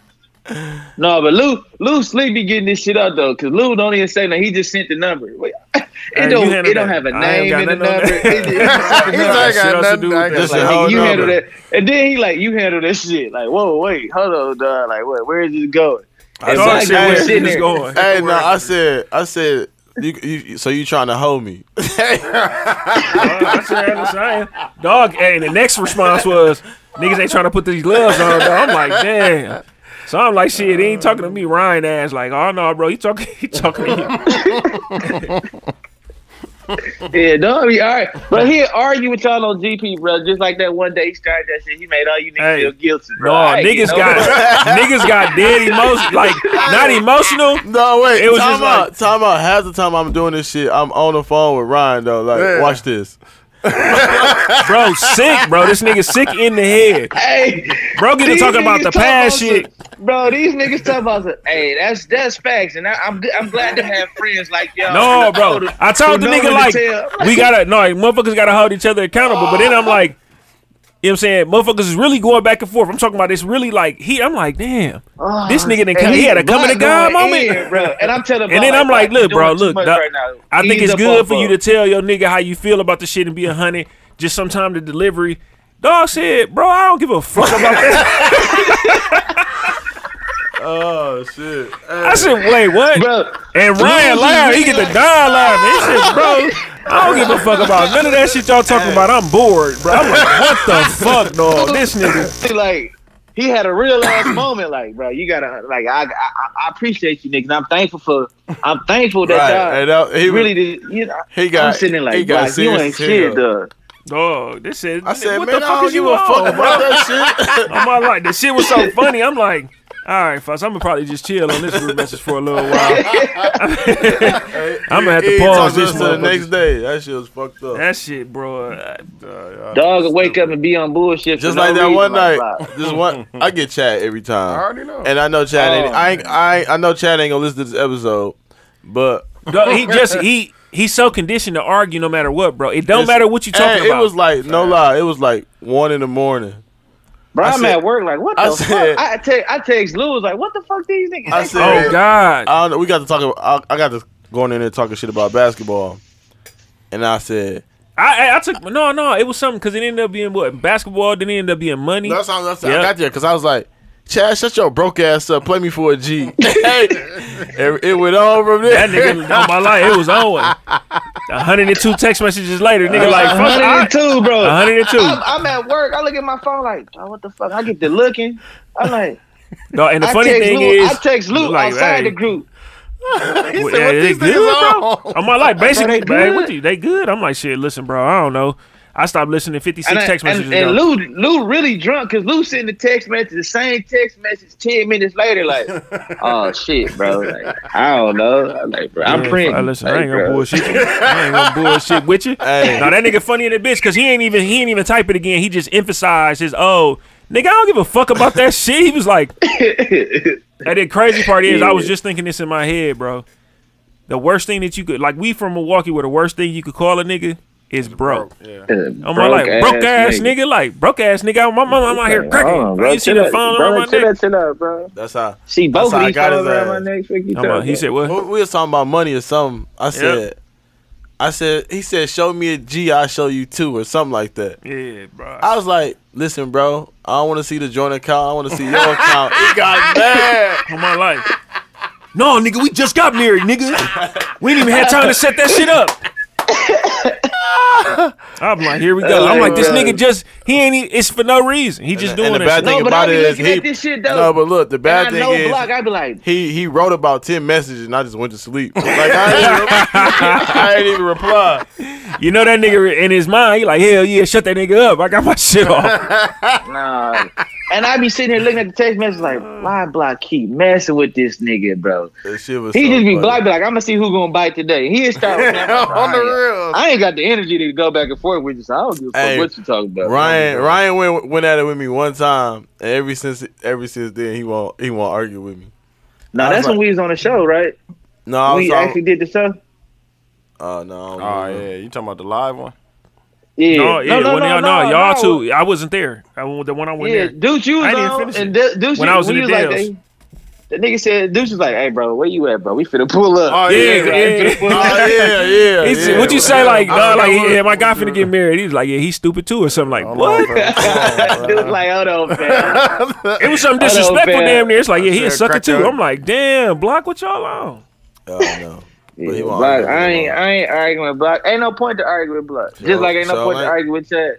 S6: No, but Lou, Lou Sleep be getting this shit up though, cause Lou don't even say nothing. He just sent the number. Wait, It
S2: Hey, you
S6: don't,
S2: handle
S6: it don't
S2: that.
S6: have a
S2: I ain't
S6: name
S2: got
S6: in the
S2: nothing on
S6: number.
S2: that.
S6: It just-
S10: He's
S6: it's just a number.
S10: like,
S2: shit else
S10: got
S2: to
S10: nothing
S2: do
S10: to
S2: with
S10: do
S2: that.
S10: with
S3: Just
S10: that.
S3: a
S6: Like,
S3: whole
S6: nigga, you
S3: number.
S6: handle that, and then he like, you handle that shit. Like, whoa, wait, hold on, dog. Like, what? Where is this going? And
S2: Dog
S6: Black
S2: shit,
S6: man
S2: where
S6: sitting
S2: this
S6: there.
S2: going?
S3: Hey, no, I said, I said, you, you, so you trying to hold me?
S2: That's what I'm saying. Dog, and the next response was, niggas ain't trying to put these gloves on, dog. I'm like, damn. So I'm like, shit, he ain't talking to me, Ryan ass. Like, oh no, bro, he talking, he talking to you.
S6: Yeah, dog be all right. But he'll argue with y'all on GP, bro. Just like that one day he started that shit, he made all you niggas
S2: Hey.
S6: feel guilty,
S2: No,
S6: bro. I ain't
S2: niggas
S6: getting over
S2: got,
S6: that.
S2: niggas got dead emotion, like not emotional.
S3: No, wait.
S2: It was
S3: time
S2: just
S3: out.
S2: like-
S3: time out. Half the time I'm doing this shit, I'm on the phone with Ryan though. Like,
S10: Yeah.
S3: watch this.
S2: Bro, sick, bro. This nigga sick in the head.
S6: Hey,
S2: Bro, get to
S6: these
S2: talking about
S6: niggas
S2: the past
S6: talk about
S2: shit.
S6: some- Bro, these niggas talk about some, hey, that's that's facts, and I, I'm g- I'm glad to have friends like y'all.
S2: No,
S6: who
S2: bro.
S6: know to-
S2: I
S6: who
S2: told the
S6: know
S2: nigga
S6: when to
S2: like
S6: tell.
S2: we gotta no like, motherfuckers gotta hold each other accountable. But then I'm like, you know what I'm saying? Motherfuckers is really going back and forth. I'm talking about this really like he I'm like, damn, this nigga done
S6: "Oh, And
S2: come, he had a coming to God
S6: going
S2: moment.
S6: in, bro. And I'm telling,
S2: And
S6: Bob,
S2: then I'm like,
S6: you
S2: look,
S6: doing
S2: bro,
S6: too
S2: look,
S6: much
S2: dog,
S6: right now.
S2: I think
S6: Ease
S2: it's
S6: up
S2: good
S6: on
S2: for you to
S6: folks.
S2: tell your nigga how you feel about the shit and be a hundred. Just sometime the delivery. Dog said, bro, I don't give a fuck about that.
S3: Oh shit!
S2: I said, wait, what?
S6: Bro,
S2: And Ryan live, he get the die live. And shit, bro. I don't give a fuck about none of that shit y'all talking about. I'm bored, bro. I'm like, what the fuck, dog? This nigga.
S6: he, like he had a real ass moment. Like, bro, you gotta like I I, I appreciate you, niggas. I'm thankful for I'm thankful that
S3: Right, and
S6: y'all
S3: that- he was-
S6: really did. You know,
S3: he got-
S6: I'm sitting there like,
S3: he got
S6: "Bro, you
S3: serious
S6: ain't
S3: as
S6: shit,
S3: hell.
S6: dog.
S2: Dog, this shit.
S3: I said,
S2: what
S3: man,
S2: the
S3: I
S2: fuck
S3: don't
S2: is
S3: give
S2: you
S3: a fuck
S2: on,
S3: about
S2: bro?
S3: that shit.
S2: I'm all like, the shit was so funny. I'm like, all right, Foss, I'm gonna probably just chill on this group message for a little while. I'm gonna have to
S3: He
S2: pause
S3: talked
S2: this
S3: us to the
S2: motherfucker.
S3: next day. That shit was fucked up.
S2: That shit, bro. uh,
S6: Dog will wake up and be on bullshit.
S3: Just
S6: for
S3: like
S6: no
S3: that
S6: reason,
S3: one
S6: like,
S3: night.
S6: bro.
S3: Just one. I get Chad every time.
S11: I already know.
S3: And I know Chad.
S6: Oh,
S3: ain't, I ain't, I ain't- I know Chad ain't gonna listen to this episode, but
S2: Dog, he just he he's so conditioned to argue no matter what, bro. It don't
S3: It's-
S2: matter what you talking
S3: Hey,
S2: about.
S3: it was like no lie, it was like one in the morning.
S6: Bro,
S3: I
S6: I'm
S3: said-
S6: at work like, what the
S3: I
S6: fuck?
S3: said-
S6: I text I text Lou was like, what the fuck these niggas?
S3: I
S6: They
S3: said,
S2: oh God.
S3: I don't know. We got to talk. About, I, I got to going in there talking shit about basketball, and I said,
S2: I, I I took no no. It was something because it ended up being what basketball. Then it ended up being money.
S3: "That's how that's how
S2: Yeah.
S3: I got there." Because I was like, "Chad, shut your broke ass up. Play me for a G." it, it went on from there.
S2: That nigga on my life. It was on. 102 text messages later,
S6: Uh,
S2: nigga. Like fuck, I,
S6: 102, bro.
S2: 102.
S6: I'm, I'm at work. I look at my phone like, oh, what the fuck? I get to looking. I'm like,
S2: No, and the
S6: I
S2: funny
S6: text
S2: thing
S6: Lou,
S2: is,
S6: I text Lou
S2: like,
S6: outside
S2: hey,
S6: the group.
S2: well, yeah, they good, bro. I'm like, like, basically,
S6: they
S2: man, what
S6: good.
S2: you, they good. I'm like, shit. Listen, bro, I don't know. I stopped listening 56
S6: And, I-
S2: text messages.
S6: and, and
S2: ago.
S6: Lou, Lou really drunk because Lou sent the text message, the same text message, ten minutes later. Like, oh shit, bro. Like, I don't know. I'm like, bro, I'm
S2: Yeah,
S6: praying.
S2: I listen,
S6: Like,
S2: I ain't gonna
S6: bro.
S2: bullshit you. I ain't gonna bullshit with you.
S3: Hey.
S2: Now that nigga funny in the bitch because he ain't even he ain't even type it again. He just emphasized his oh nigga. I don't give a fuck about that shit. He was like, and the crazy part is I was just thinking this in my head, bro. The worst thing that you could like we from Milwaukee, where the worst thing you could call a nigga is broke. I'm
S6: Broke
S2: like broke ass,
S6: nigga.
S2: nigga. like broke ass nigga. I'm, I'm, I'm out here cracking.
S6: Hold on,
S2: Bro,
S6: bro.
S2: you see
S6: Chill
S2: the
S6: out,
S2: phone around
S6: bro.
S2: my
S6: Chill
S2: neck?
S6: out, chill out, bro.
S3: That's how.
S6: See
S3: that's
S6: both
S3: how
S6: of
S3: I
S6: these
S3: got
S6: phones
S3: his
S6: around my
S3: ass.
S6: neck. What you
S2: I'm like,
S6: talking
S2: he said what?
S3: We, we was talking about money or something. I said, I said, he said, show me a G, I'll show you two or something like that.
S2: Yeah, bro.
S3: I was like, listen, bro, I don't want to see the joint account. I want to see your account. He got mad.
S2: on my life. No, nigga, we just got married, nigga. We ain't even had time to set that shit up. I'm like, here we go. I'm like, this nigga just he ain't. e- It's for no reason. He just
S3: And the-
S2: doing
S3: and the bad
S2: that.
S3: thing
S6: No, but
S3: about
S6: I be
S3: it is
S6: looking at
S3: he-
S6: this shit, though.
S3: No, but look, the bad
S6: And I
S3: thing
S6: know
S3: is
S6: block. I'd be like,
S3: he he wrote about ten messages and I just went to sleep. Like I didn't even, I didn't even reply.
S2: You know that nigga in his mind. He like, hell yeah, shut that nigga up. I got my shit off.
S6: Nah. And I be sitting here looking at the text message like, why block keep messing with this nigga, bro?
S3: That shit was
S6: He
S3: so
S6: just be
S3: funny.
S6: blocked, be like, I'm gonna see who gonna bite today. He is start with that.
S11: on the
S6: I ain't-
S11: real.
S6: I ain't got the energy to go back and forth with you, so I don't give a fuck
S3: Hey,
S6: what you talking about.
S3: Ryan Ryan went went at it with me one time and ever since ever since then he won't he won't argue with me.
S6: Now that's when we was on the show, right?
S3: No, I was
S6: we
S3: on,
S6: actually did the show.
S3: uh, no,
S11: Oh yeah, you talking about the live one?
S6: Yeah.
S2: No, yeah, when y'all, no, y'all
S6: no.
S2: two. I wasn't there. I went- the one I went
S6: Yeah,
S2: there.
S6: Deuce, you
S2: I
S6: was
S2: didn't
S6: on,
S2: finish
S6: and
S2: it.
S6: De- Deuce,
S2: When
S6: you,
S2: I was
S6: we
S2: in the
S6: like,
S2: Dells.
S6: hey, the nigga said, Deuce was like, hey, bro, where you at, bro? We finna pull up.
S11: Oh,
S2: Yeah,
S11: yeah,
S2: yeah.
S11: right.
S3: Oh, yeah, yeah.
S2: He said-
S3: yeah.
S2: what you say? Like,
S3: I
S2: nah,
S3: don't
S2: like,
S3: know what-
S2: yeah, my guy finna get married. He's like, yeah, he's stupid too, or something like. What?
S6: Deuce like, hold on, fam.
S2: It was something
S6: Hello,
S2: disrespectful
S6: fam.
S2: damn near. It's like, yeah, he a
S11: Sure,
S2: sucker
S11: crack
S2: too.
S11: up.
S2: I'm like, damn, block what y'all on.
S3: Oh, no. But he
S6: Yeah,
S3: won't
S6: block.
S3: argue with
S6: I
S3: you,
S6: ain't,
S3: bro.
S6: I ain't arguing with block. Ain't no point to argue with block.
S3: So-
S6: Just like ain't no
S3: so
S6: point
S3: like-
S6: to argue with Chad.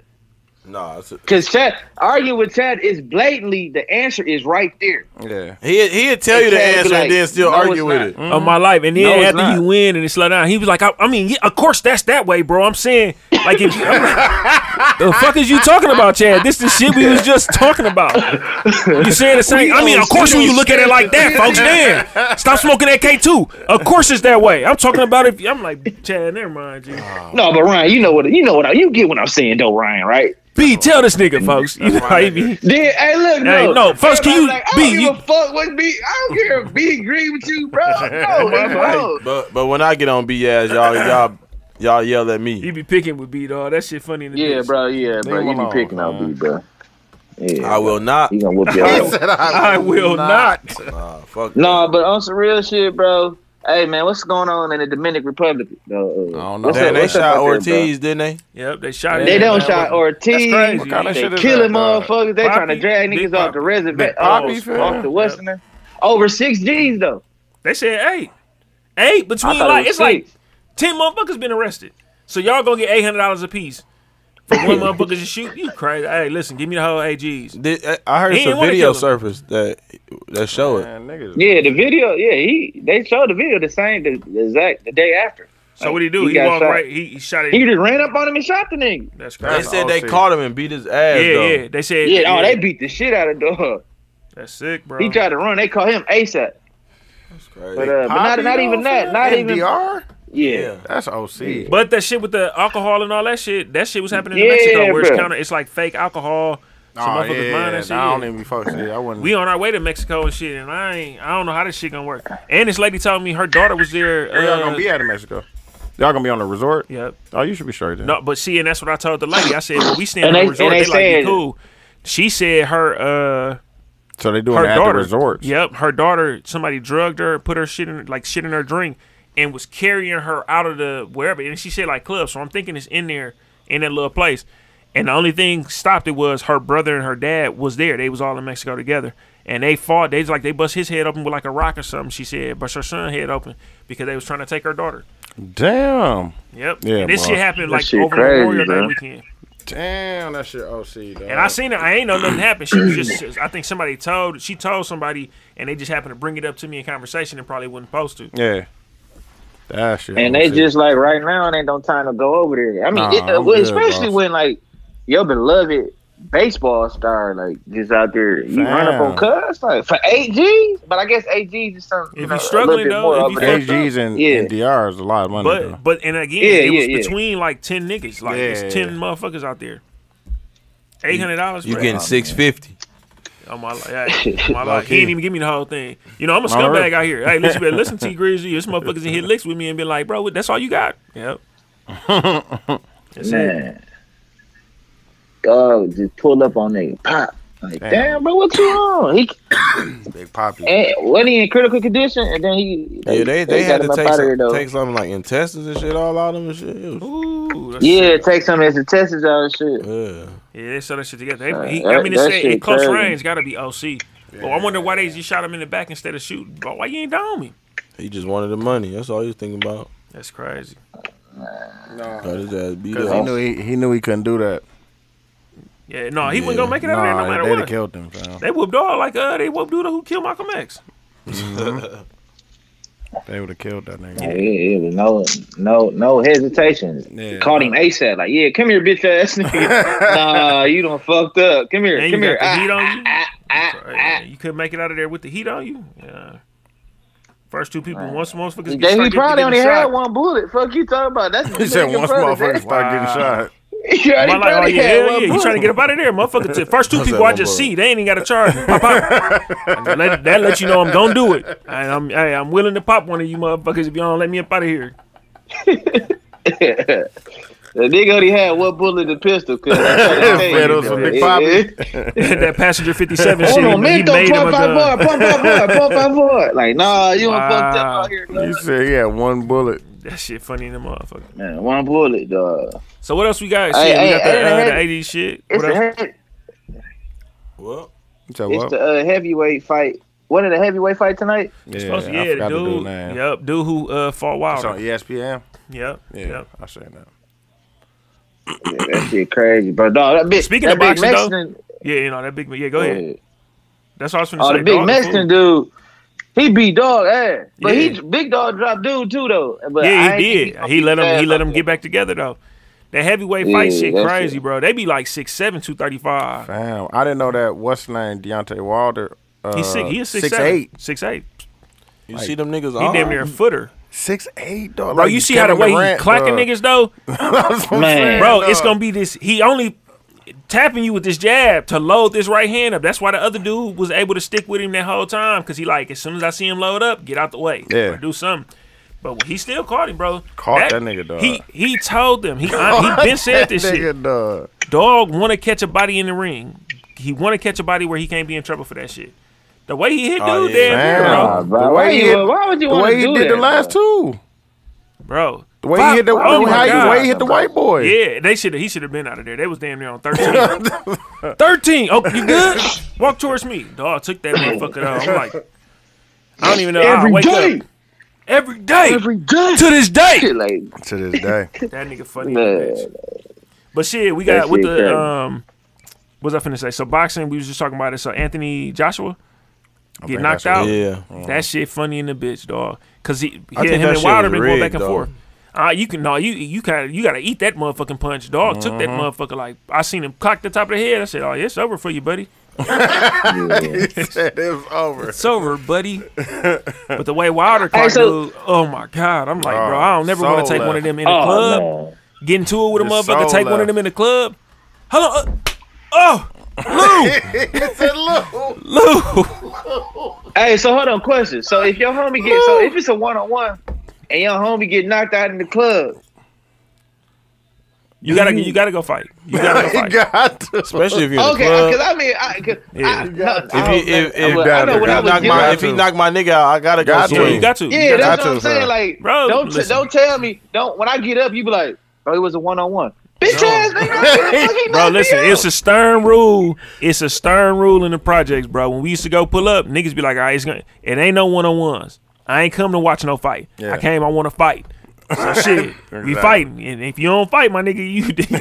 S3: Nah, it's-
S6: Cause Chad arguing with Chad is blatantly the answer is right there.
S11: yeah.
S3: he he'd tell
S6: It
S3: you the
S6: can't be
S3: answer
S6: like,
S3: and then still
S6: no, it's
S3: argue with
S6: not.
S3: it.
S2: Of my life, and then
S6: No, it's
S2: after
S6: not.
S2: he win and it slow down, he was like, I, I mean, yeah, of course that's that way, bro. I'm saying, like, if you, I'm like, the fuck is you talking about, Chad? This the shit we was just talking about. You saying the same? I mean, of course when you look at it like that, folks, damn, stop smoking that K two. Of course it's that way. I'm talking about if I'm like, Chad, never mind, G.
S6: No, but Ryan, you know what? You know what? I, you get what I'm saying, though, Ryan, right?
S2: B, tell this nigga, folks. You know how he be.
S6: Then, hey, look,
S2: Hey,
S6: no,
S2: no, first, can you-
S6: Everybody like, I
S2: B,
S6: don't give
S2: you-
S6: a fuck what B. I don't care if B agree with you, bro. No, bro.
S3: But but when I get on B ass, y'all y'all y'all yell at
S2: He
S3: me.
S2: be picking with B dog. That shit funny. In the
S6: Yeah,
S2: bitch.
S6: bro. Yeah, bro.
S11: him
S6: You be
S11: alone,
S6: picking on B, bro.
S3: I
S6: Yeah,
S3: will not.
S6: you gonna whoop your ass.
S2: I will not.
S3: Nah, fuck.
S6: No, but on some real shit, bro. Hey man, what's going on in the Dominican Republic? Uh, I
S11: know.
S6: don't
S3: that. Damn, they shot
S6: Ortiz.
S3: Ortiz, didn't they?
S2: Yep, they shot it.
S6: They
S2: Yeah,
S6: don't
S2: man,
S6: shot
S2: what-
S6: Ortiz.
S2: crazy.
S11: What kind of
S6: They
S11: shit is that,
S6: killing
S11: dog?
S6: motherfuckers. They trying to
S2: uh, Poppy?
S6: drag
S2: Big
S6: niggas off
S2: Poppy.
S6: the reservation.
S11: Big Poppy,
S6: Off,
S11: fam.
S6: off the what's in there? over six G's though.
S2: They said eight, eight
S6: I
S2: between
S6: thought
S2: like
S6: it was
S2: it's like
S6: six.
S2: ten motherfuckers been arrested. So y'all gonna get eight hundred dollars a piece for one motherfucker to shoot you crazy. Hey, listen, give me the whole AGs.
S1: Did, I- I heard
S2: He didn't
S1: some
S2: wanna
S1: video
S2: kill
S1: surfaced that that show it.
S3: Man, niggas.
S6: Yeah, the video. Yeah, he they showed the video the same the, the exact the day after.
S2: So what he do?
S6: He
S2: He,
S6: got
S2: walked
S6: shot.
S2: right. He, he shot it.
S6: He just ran up on him and shot the nigga.
S2: That's
S1: They
S2: crazy.
S1: said
S3: all
S1: they
S3: shit.
S1: caught him and beat his ass.
S2: Yeah,
S1: though.
S2: yeah. They said
S6: Yeah, oh, they beat the shit out of dog.
S2: That's sick, bro.
S6: He tried to run. They caught him ASAP.
S1: Crazy.
S6: But uh, but not not even that. Not even yeah.
S3: NDR?
S6: yeah.
S3: That's OC.
S2: But that shit with the alcohol and all that shit, that shit was happening in
S6: Yeah,
S2: Mexico where it's
S6: bro.
S2: counter, it's like fake alcohol. Some
S3: Aw,
S2: motherfuckers buying that shit.
S3: nah, I don't even be fucking shit. I wouldn't.
S2: we on our way to Mexico and shit, and I ain't, I don't know how this shit gonna work. And this lady told me her daughter was there.
S3: Where
S2: uh,
S3: y'all gonna be at in Mexico? Y'all gonna be on a resort?
S2: Yep.
S3: Oh, you should be straight then.
S2: No, but see, and that's what I told the lady. I said, well, we staying
S6: And
S2: at a
S6: they-
S2: resort.
S6: and
S2: They,
S6: they
S2: like, you
S6: said-
S2: cool. She said her uh
S3: So they doing
S2: her
S3: it at
S2: daughter
S3: the resorts.
S2: Yep, her daughter. Somebody drugged her, put her shit in like shit in her drink, and was carrying her out of the wherever. And she said like club. So I'm thinking it's in there in that little place. And the only thing stopped it was her brother and her dad was there. They was all in Mexico together, and they fought. They was like they bust his head open with like a rock or something. She said, bust her son head open because they was trying to take her daughter.
S3: Damn.
S2: Yep.
S3: Yeah,
S2: and this
S3: bro.
S2: shit happened like
S6: shit
S2: over
S6: crazy,
S2: Memorial Day
S6: bro.
S2: weekend.
S3: Damn, that shit OC, dog.
S2: And I seen it. I ain't know nothing happened. She was just. I think somebody told. She told somebody, and they just happened to bring it up to me in conversation, and probably wasn't supposed to.
S3: Yeah. That shit.
S6: And they
S3: OC.
S6: just like right now, it ain't no time to go over there. I mean,
S3: Nah,
S6: it, uh,
S3: I'm good,
S6: especially
S3: boss.
S6: when like your beloved baseball star like just out there, you run up on cuss like for eight G's. But I guess eight G's is something.
S2: If you
S6: know, a little
S2: struggling,
S6: bit
S2: though,
S6: more
S2: if
S6: over
S2: you
S6: there.
S2: fucked
S3: AGs and,
S6: Yeah.
S3: and DR is a lot of money. though.
S2: But but and again,
S6: Yeah,
S2: it
S6: yeah,
S2: was
S6: yeah.
S2: between like ten niggas. Like
S3: Yeah.
S2: it's ten motherfuckers out there. Eight hundred dollars.
S1: You
S2: for
S1: getting
S2: that.
S1: six fifty?
S2: Oh my, li- yeah, my life. He didn't even give me the whole thing. You know, I'm a scumbag out here. Hey, listen, better listen, T Grizzly. This motherfuckers in here licks with me and be like, bro, that's all you got. Yep. That's it.
S6: Man. Oh, just pull up on nigga. Pop. Like, damn. bro, what you on? He
S3: Big Poppy.
S6: and, wasn't he in critical condition? And then he
S1: Yeah, they they, had to
S6: got him
S1: take
S6: up out of
S1: some,
S6: there though.
S1: take something like intestines and shit all out of them and shit. It was-
S2: Ooh, that's
S6: yeah, take some as a test out and shit.
S1: yeah.
S2: Yeah, they sell that shit together. They,
S6: Uh,
S2: he, I
S6: that-
S2: mean,
S6: that
S2: it's
S6: shit
S2: in close
S6: crazy.
S2: range, got to be OC. Well, I wonder why they just shot him in the back instead of shooting. Bro, why you ain't down me?
S1: He just wanted the money. That's all he was thinking about.
S2: That's crazy.
S1: Got his ass beat
S3: Because he
S1: up.
S3: knew he, he knew he couldn't do that.
S2: Yeah, no, he
S3: Yeah.
S2: wasn't gonna make it out of
S3: nah,
S2: there no
S3: they'd
S2: matter
S3: have
S2: what.
S3: killed him, fam.
S2: They whooped all like uh, they whooped dude who killed Malcolm X.
S3: They would have killed that
S6: Yeah,
S3: nigga.
S6: it was no, no, no hesitation.
S3: Yeah.
S6: Called him ASAP. Like, yeah, come here, bitch ass nigga. nah, you done fucked up. Come here,
S2: And you
S6: come here.
S2: got the
S6: Ah,
S2: heat on you.
S6: ah, ah,
S2: Sorry,
S6: ah.
S2: man, you couldn't make it out of there with the heat on you. Yeah. First two people, once motherfuckers get
S6: Then he
S2: started
S6: probably
S2: getting
S6: only
S2: shot.
S6: had one bullet. Fuck you talking about? That's
S3: He said once motherfuckers
S6: motherfucker.
S3: start getting shot.
S6: You already
S2: I'm like, oh
S6: probably
S2: yeah, hell
S6: had one
S2: yeah, you
S6: bullet.
S2: trying to get up out of there, motherfucker? The first two
S1: How's that
S2: people I
S1: one
S2: just
S1: bullet?
S2: see, they ain't even got a charge. Pop out. And let, that let you know I'm gonna do it. And I'm, hey, I'm willing to pop one of you motherfuckers if you don't let me up out of here.
S6: the nigga only had one bullet in the pistol. Cause I'm trying to tell you,
S3: Fed us some
S6: though,
S3: Big
S6: it-
S3: Poppy.
S6: it-
S2: that passenger 57 shit.
S6: Hold on,
S2: he- he
S6: man, don't
S2: made him
S6: pump
S2: a gun.
S6: out boy, pump out boy, pump out boy. Like, nah, you don't fucked up
S2: Wow.
S6: out here.
S3: You
S6: Dog.
S3: said he had one bullet.
S2: That shit funny in the motherfucker.
S6: Man, one bullet, dog.
S2: So what else we got?
S6: Hey,
S2: Shit, we
S6: hey,
S2: got
S6: hey,
S2: the, uh,
S6: hey.
S2: the 80s shit.
S6: It's
S2: What
S6: the,
S2: else?
S6: he-
S1: Well,
S3: You said
S6: it's
S3: what?
S6: the uh, heavyweight fight. One of the heavyweight fight tonight.
S3: Yeah,
S2: Supposed to- Yeah,
S3: I forgot
S2: the
S3: the dude's
S2: dude.
S3: name.
S2: Yep, dude who uh, fought
S3: It's on E
S2: Wilder.
S3: ESPN.
S2: Yep,
S3: Yeah,
S2: yep.
S3: I seen that.
S6: Yeah, that shit crazy, bro. Dog, that big.
S2: Speaking
S6: that
S2: of
S6: big
S2: boxing, though,
S6: Mexican,
S2: Yeah, you know, that big, yeah, go ahead.
S6: oh,
S2: That's what I was finna say.
S6: the big
S2: dog,
S6: Mexican
S2: fool.
S6: dude. He beat dog ass, but
S2: Yeah.
S6: he big dog dropped dude too though. But
S2: Yeah,
S6: I ain't
S2: he
S6: think
S2: did.
S6: gonna
S2: He let
S6: beat
S2: him.
S6: his
S2: He
S6: ass
S2: let
S6: out
S2: him
S6: there.
S2: get back together though. That heavyweight
S6: Yeah,
S2: fight shit
S6: that's
S2: crazy,
S6: it.
S2: bro. They be like six seven, two thirty five.
S3: Damn, I didn't know that. What's his name? Deontay Wilder. Uh,
S2: He's sick. He is six, eight. Six eight.
S1: you see them niggas.
S2: He damn near a footer.
S3: Six eight, dog.
S2: Bro, you see how the way he clacking niggas though,
S6: Man.
S2: bro. It's gonna be this. He only tapping you with this jab to load this right hand up. That's why the other dude was able to stick with him that whole time because he like as soon as I see him load up, get out the way.
S3: Yeah.
S2: or do something. But he still caught him, bro.
S3: Caught that nigga, dog.
S2: He he told them. He uh, he been said this shit.
S3: nigga, dog.
S2: Dog want to catch a body in the ring. He want to catch a body where he can't be in trouble for that shit. The way he hit dude,
S1: Oh, yeah.
S2: damn near,
S3: Damn,
S2: bro.
S6: bro.
S3: the
S6: Why
S3: way he
S6: you-
S3: hit,
S6: why would you
S3: the
S6: wanna
S3: way he
S6: do
S3: did the
S6: that,
S3: last two.
S2: bro.
S3: The way he hit the,
S2: Oh
S3: the,
S2: my
S3: how he- the
S2: God.
S3: way he hit the white boy.
S2: Yeah, they should have. He should have been out of there. They was damn near on thirteen. thirteen. Oh, you good? Walk towards me. Dog took that motherfucker. Out. I'm like, I don't even know. I
S6: Every
S2: wake
S6: day.
S2: up every day
S6: Every day.
S2: to this day.
S6: Shit, like,
S3: to this day.
S2: That nigga funny.
S6: nah.
S2: bitch. But shit, we
S6: That
S2: got with
S6: shit
S2: the
S6: crazy.
S2: um. What's I finna say? So boxing, we was just talking about it. So Anthony Joshua get
S3: think
S2: knocked
S3: that's
S2: out.
S3: what
S1: Yeah.
S2: That shit funny in the bitch, dog. Cause he,
S1: I
S2: he
S1: think
S2: him
S1: that
S2: and
S1: shit
S2: Wilder
S1: was
S2: been going back
S1: rigged,
S2: and
S1: though.
S2: forth. Uh, you can no, you you kind you gotta eat that motherfucking punch, dog. Took that motherfucker like I seen him cock the top of the head. I said, oh, yeah, it's over for you, buddy.
S3: he said it was over.
S2: It's over, buddy. but the way Wilder caught
S6: so-
S2: dude, oh my god, I'm like,
S3: Oh,
S2: bro, I don't never
S3: so
S2: want to take one
S3: left.
S2: of them in the
S6: Oh,
S2: club.
S6: man.
S2: Get into it with a
S3: Just
S2: motherfucker,
S3: so
S2: take one of
S3: left.
S2: them in the club. Hello, uh, oh,
S3: It said, look.
S2: Lou.
S6: Hey, so hold on, question. So if your homie get so if it's a one on one and your homie get knocked out in the club,
S2: You gotta, you gotta go fight. You gotta go
S3: He
S2: fight.
S3: got to.
S1: Especially if you're in the
S6: okay,
S1: club.
S6: because I mean, I, 'cause
S2: Yeah.
S6: I, no,
S1: If
S6: I
S1: he
S6: don't know.
S1: if, if,
S6: I, I know
S3: if
S6: what I
S3: he
S6: was
S1: knock
S6: doing.
S1: my, if
S3: doing.
S1: he knock my nigga out, I gotta go
S3: Got
S1: swing.
S2: yeah, you got to.
S6: yeah,
S2: you got
S6: that's
S1: got
S6: what
S1: to,
S6: I'm saying.
S1: bro.
S6: Like,
S2: Bro,
S6: don't t-
S2: listen.
S6: don't tell me don't when I get up, you be like, oh, it was a one on one, bitch
S2: No.
S6: ass nigga.
S2: to. Bro, listen, it's a stern rule. It's a stern rule in the projects, bro. When we used to go pull up, niggas be like, all right, it's gonna, it ain't no one on ones. I ain't come to watch no fight.
S3: Yeah.
S2: I came, I want to fight. So shit, we fighting. And if you don't fight, my nigga, you, you get your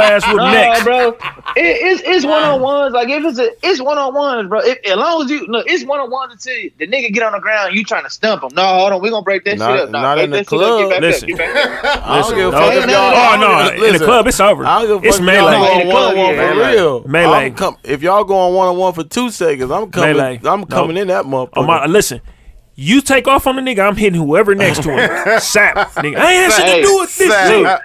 S2: ass whooped
S6: Nah,
S2: next.
S6: bro, it, it's it's one on ones. Like if it's a it's one on ones, bro. If, as long as you look, it's one on ones until you, the nigga get on the ground. You trying to stump him? No, hold on, we gonna break that
S1: Not-
S6: shit up. No,
S1: not
S6: break
S1: in the
S6: that shit up,
S1: club.
S6: Get back
S2: Listen.
S6: up, get back up.
S1: I don't give
S2: No,
S1: a fuck if y'all.
S2: oh no, in the
S1: listen,
S2: club, it's over.
S1: I don't give a
S2: It's
S1: fuck if y'all
S2: melee.
S1: going one on one
S6: Melee.
S1: for real.
S2: Melee.
S1: I'm come, if y'all going one on one for two seconds, I'm coming.
S2: Melee.
S1: I'm coming
S2: Nope.
S1: in that motherfucker.
S2: Oh my, listen. You take off on the nigga, I'm hitting whoever next to him. Sap, nigga. I ain't had shit to
S6: Hey,
S2: do with this.
S3: Said,
S2: Dude.
S3: I-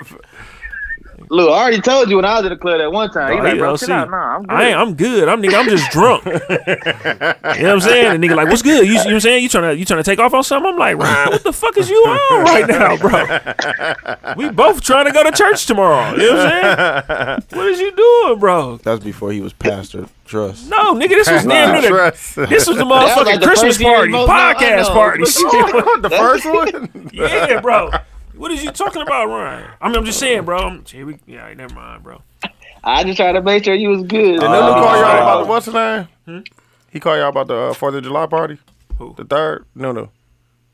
S6: Look, I already told you when I was in the club that one time. You
S2: Oh,
S6: like,
S2: he
S6: bro,
S2: OC.
S6: chill out. Nah, I'm good.
S2: I ain't, I'm good. I'm nigga. I'm just drunk. you know what I'm saying? The nigga like, what's good? You, you know what I'm saying? You trying to you trying to take off on something? I'm like, Ryan, what the fuck is you on right now, bro? We both trying to go to church tomorrow. You know what I'm saying? What is you doing, bro?
S1: That's before he was pastor. Trust.
S2: No, nigga, this was damn near. the-
S3: Trust.
S2: This was the
S6: was
S2: motherfucking
S6: like the
S2: Christmas
S6: first year
S2: party,
S6: most not
S2: podcast
S6: unknown.
S2: party.
S3: the first one?
S2: yeah, bro. What is you talking about, Ryan? I mean, I'm just saying, bro. I'm, here we, yeah, never mind, bro.
S6: I just tried to make sure you was good. Uh,
S3: And then he called y'all about the what's his name? He called y'all about the uh, Fourth of July party.
S2: Who?
S3: The third? No, no.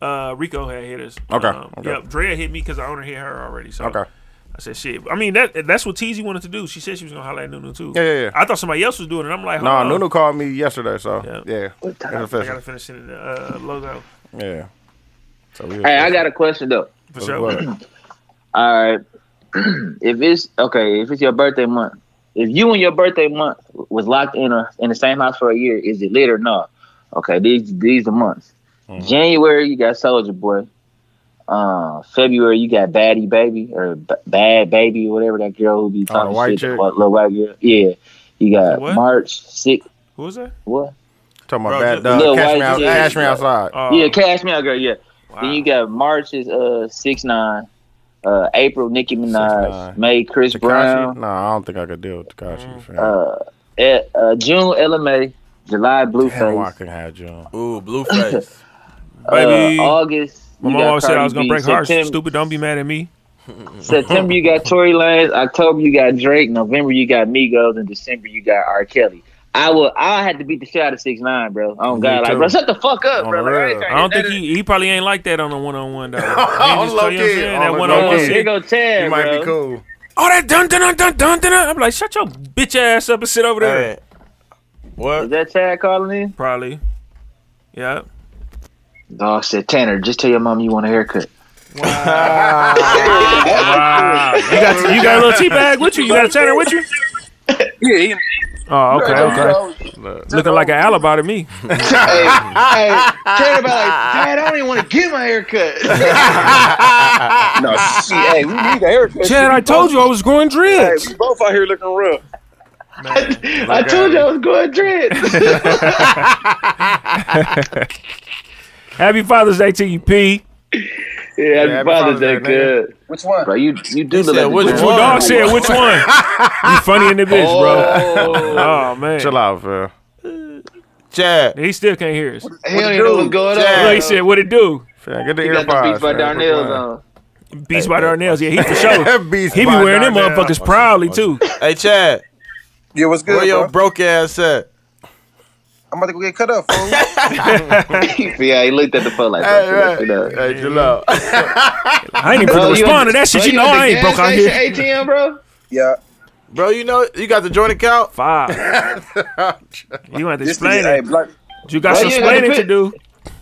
S2: Uh, Rico had hit us.
S3: Okay,
S2: Um,
S3: okay.
S2: Yep. Drea hit me because I already hit her already. So
S3: Okay.
S2: I said, shit. I mean, that that's what TZ wanted to do. She said she was gonna holler at Nunu too.
S3: Yeah, yeah, yeah.
S2: I thought somebody else was doing it. I'm like,
S3: No,
S2: hold on.
S3: Nuno called me yesterday, so
S2: Uh-huh. Yeah.
S3: yeah,
S6: time?
S3: it's
S2: I
S3: official.
S2: gotta finish sending the uh, logo
S3: Yeah. So we
S6: Hey, I got a question though.
S2: for sure.
S3: What?
S6: All right, if it's okay, if it's your birthday month, if you and your birthday month was locked in a, in the same house for a year, is it lit or not? Okay, these these the months.
S3: Mm.
S6: January you got Soldier Boy. Uh, February you got Baddie Baby or B- Bad Baby, whatever that girl who be
S3: Oh, the
S6: talking
S3: white
S6: shit,
S3: chick.
S6: the white- little white girl. Yeah, you got
S2: What?
S6: March six.
S2: Who was that?
S6: What?
S3: talking
S1: Bro,
S3: about
S1: just-
S3: bad dog.
S6: Lil
S3: Cash
S6: Wayne
S3: me, out,
S6: did it,
S3: cash me
S6: bro.
S3: outside.
S2: Uh,
S6: yeah, Cash Me Out Girl. Yeah.
S2: wow.
S6: Then you got March is uh six nine, uh April Nicki Minaj,
S3: 6ix9ine.
S6: May Chris
S3: Takashi? Mm.
S6: Brown,
S3: No, I don't think I could deal with Takashi. fam.
S6: uh, eh, uh June LMA, July
S3: Damn, why I
S6: Blueface,
S3: couldn't have June.
S1: Ooh, blueface.
S2: Baby.
S6: uh, August.
S2: My
S6: you
S2: mom
S6: got
S2: always said I
S6: Cardi
S2: was gonna
S6: B,
S2: break hearts.
S6: September,
S2: Stupid, don't be mad at me.
S6: September you got Tory Lanez, October you got Drake, November you got Migos, and December you got R. Kelly. I will. I had to beat the shit out of six nine, bro. Oh
S3: Me
S6: God, like
S3: too.
S6: bro, shut the fuck up,
S3: On
S6: bro.
S3: the
S6: Like, I
S3: real.
S6: ain't trying
S2: I don't
S6: to-
S2: think he he probably ain't like that on a one on one though.
S3: On low key, on
S2: That
S3: the
S2: one on
S3: low
S2: one
S3: key.
S6: They
S2: shit.
S6: go tear,
S3: You might
S6: bro.
S3: be cool.
S2: Oh, that dun dun dun dun dun dun. dun. I'm like, shut your bitch ass up and sit over there.
S1: Hey,
S6: Is
S1: what?
S6: that Chad calling in?
S2: Probably. Yeah.
S6: Dog said Tanner, just tell your mom you want a haircut.
S2: Wow. You got you got a little tea bag with you. You got a tanner with you.
S6: Yeah, he
S2: Oh, okay, okay. Looking like an alibi to me.
S6: hey, hey, Chad about like, Chad, I don't even want to get my haircut. no, shit, hey, we need a haircut.
S2: Chad, I told you I was growing dreads.
S6: both out here looking real.
S2: uh,
S6: I told you I was going dread.
S2: Happy Father's Day to you, P.
S6: yeah,
S3: happy
S6: happy Father's
S3: Father's
S6: Day,
S3: Day, nigga.
S6: good. Which one? Bro, you, you do look
S1: said,
S6: like
S1: which
S2: That's what dog said. Which one? You funny in the bitch, bro. Oh man.
S3: Chill out, fam.
S1: Chad.
S2: He still can't hear us. Look,
S6: He don't even know what's going on.
S1: Chad.
S2: he said, "What it do?"
S3: Fam, Get the
S6: He got the
S3: earpods.
S6: beats by
S3: fam.
S6: Darnell's on.
S2: Beats by Darnell's. Yeah, he for sure.
S3: Beats
S2: He be
S3: by
S2: wearing them
S3: Darnell.
S2: motherfuckers proudly too.
S1: Hey, Chad.
S9: Yeah, what's
S1: Where
S9: good,
S1: your
S9: bro?
S1: broke ass at?
S9: I'm about to go get cut up, fool.
S6: yeah, he looked at the phone like that.
S1: Hey, hey, hey, chill out.
S2: I ain't even gonna
S6: Bro, you
S2: respond
S6: at
S2: to
S6: the-
S2: that shit.
S6: bro,
S2: You know
S6: at
S2: I
S6: the
S2: ain't
S6: gas
S2: broke out
S6: station
S2: here.
S6: ATM, bro.
S9: yeah.
S1: Bro, you know you got the joint account.
S2: Five. You want to
S9: This
S2: explain
S9: nigga, hey,
S2: it?
S9: Black,
S2: You got
S6: Bro,
S2: some
S6: you ain't got
S2: explaining
S6: the
S2: to do.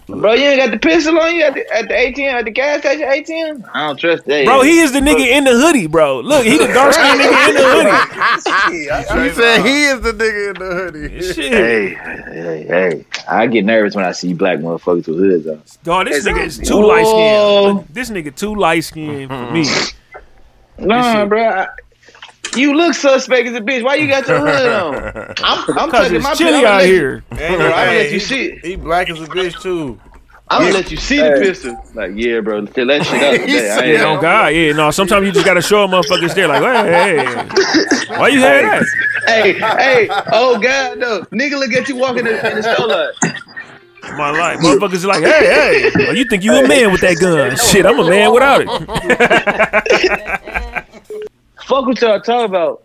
S6: Bro, you ain't got the pistol on you at the, at the ATM, at the gas station ATM? I don't trust that.
S2: Bro, he is the nigga in the hoodie, bro. Look, he the dark skinned nigga in the hoodie.
S9: shit, I- I-
S3: He said he is the nigga in the hoodie.
S2: Shit.
S6: Hey, hey, hey. I get nervous when I see black motherfuckers with hoods on.
S2: Dog, this nigga is too
S6: Whoa.
S2: light skinned. This nigga too light skinned for me.
S6: Nah, bro. I, you look suspect as a bitch. Why you got your hood on? I'm, I'm
S2: Cause
S6: tucking my
S2: it's chilly
S6: pistol. I'ma
S2: out
S6: let you-
S2: here.
S1: Hey,
S6: Bro, I'ma
S1: hey,
S6: let you see it.
S1: he, he black as a bitch too.
S6: I'm gonna let you see the
S9: Hey.
S6: pistol. Like, yeah, bro. Let that shit out today. I ain't
S2: Yeah, on God, yeah. No, sometimes you just gotta show a motherfuckers there, like, hey, hey. why you had that?
S6: hey, hey, oh God, no. Nigga look at you walking in, in the store like,
S2: My life, motherfuckers is like, hey, hey. Oh, you think you a man with that gun? Shit, I'm a man without it. Hold
S6: fuck what y'all talking about.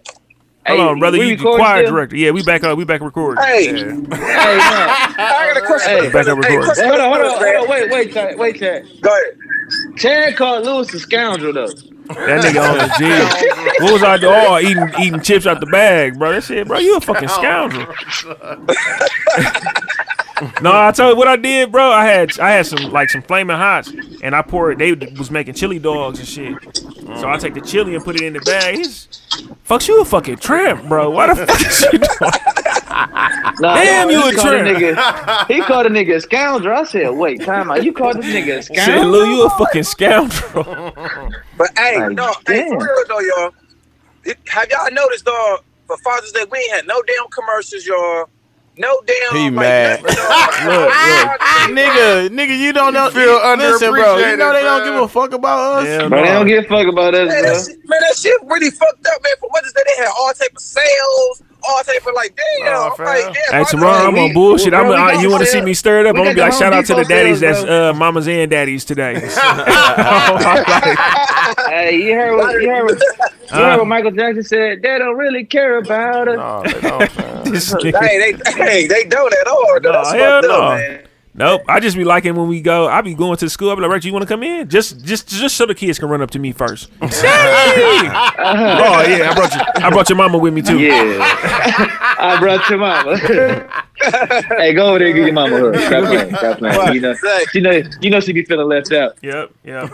S6: Hey,
S2: on, brother,
S6: we
S2: you
S6: recording
S2: choir
S6: still?
S2: director. Yeah, we back up, we back recording.
S9: Hey,
S6: Hey, nah.
S9: I got a question.
S6: Hey,
S9: Hey,
S2: back up recording.
S9: question
S6: Hold on, hold
S9: for
S6: on,
S9: us,
S6: hold on,
S9: man.
S6: wait, wait, Chad, wait, Chad.
S9: Go ahead.
S6: Chad called Lewis a scoundrel though.
S2: That nigga on the gym. What was I doing? Oh, eating eating chips out the bag, bro. That shit, bro. You a
S9: Oh,
S2: fucking scoundrel. no, I told you what I did, bro. I had I had some like some flaming hots, and I poured. They was making chili dogs and shit. So I take the chili and put it in the bag. He's, fuck you, a fucking tramp, bro. Why the fuck is you doing?
S6: Nah,
S2: Damn,
S6: he
S2: you a
S6: called
S2: tramp.
S6: nigga, he called a nigga a scoundrel. I said, wait, time out. You called this nigga a
S2: Shit,
S6: scoundrel?
S2: Lou, you a fucking scoundrel.
S9: But hey,
S6: Like,
S9: no, hey,
S6: damn.
S9: for real though, y'all. It- Have y'all noticed, dog? For Father's Day, we ain't had no damn commercials, y'all. No damn.
S1: He
S9: like,
S1: mad.
S9: nothing, dog.
S1: nigga, nigga, you don't know.
S3: feel
S1: listen, bro. You
S3: underappreciated,
S1: know they don't
S3: bro.
S1: give a fuck about us.
S2: Hell
S6: Bro, they
S2: no.
S6: don't give a fuck about
S9: Man, that
S6: us,
S9: shit, man, that shit really fucked up, man. For Mother's Day, they had all type of sales, all type of like, damn.
S3: Oh,
S9: I'm like,
S3: fam.
S9: damn,
S2: Hey,
S9: Father's
S2: tomorrow I'm
S9: Day,
S2: on bullshit.
S6: Bro,
S2: I'm
S6: we
S2: uh,
S6: got
S2: you want to
S6: the
S2: see
S6: sale-
S2: me stirred up?
S6: we
S2: I'm gonna
S6: got
S2: be
S6: the
S2: like,
S6: Home
S2: shout out to the
S6: Depot
S2: daddies
S6: sales,
S2: that's uh, mamas and daddies today.
S6: bro. hey, you heard what you heard what, you heard
S2: Uh-huh.
S6: what Michael Jackson said? They don't really care about us.
S2: Oh.
S3: No, they don't, man.
S2: This nigga-
S9: Hey, they, hey, they don't at all.
S2: No,
S9: Though. That's
S2: hell
S9: fucked up,
S2: no.
S9: man.
S2: Nope. I just be liking when we go. I be going to school. I be like, Rex, you want to come in? Just, just, just so the kids can run up to me first.
S6: Uh-huh.
S2: Hey! oh yeah, I brought you. I brought your mama with me too.
S6: Yeah. I brought your mama. hey, go over there and get your mama a hug. Stop playing. Stop playing. You know, she know, you know she be feeling left out.
S2: Yep. Yep.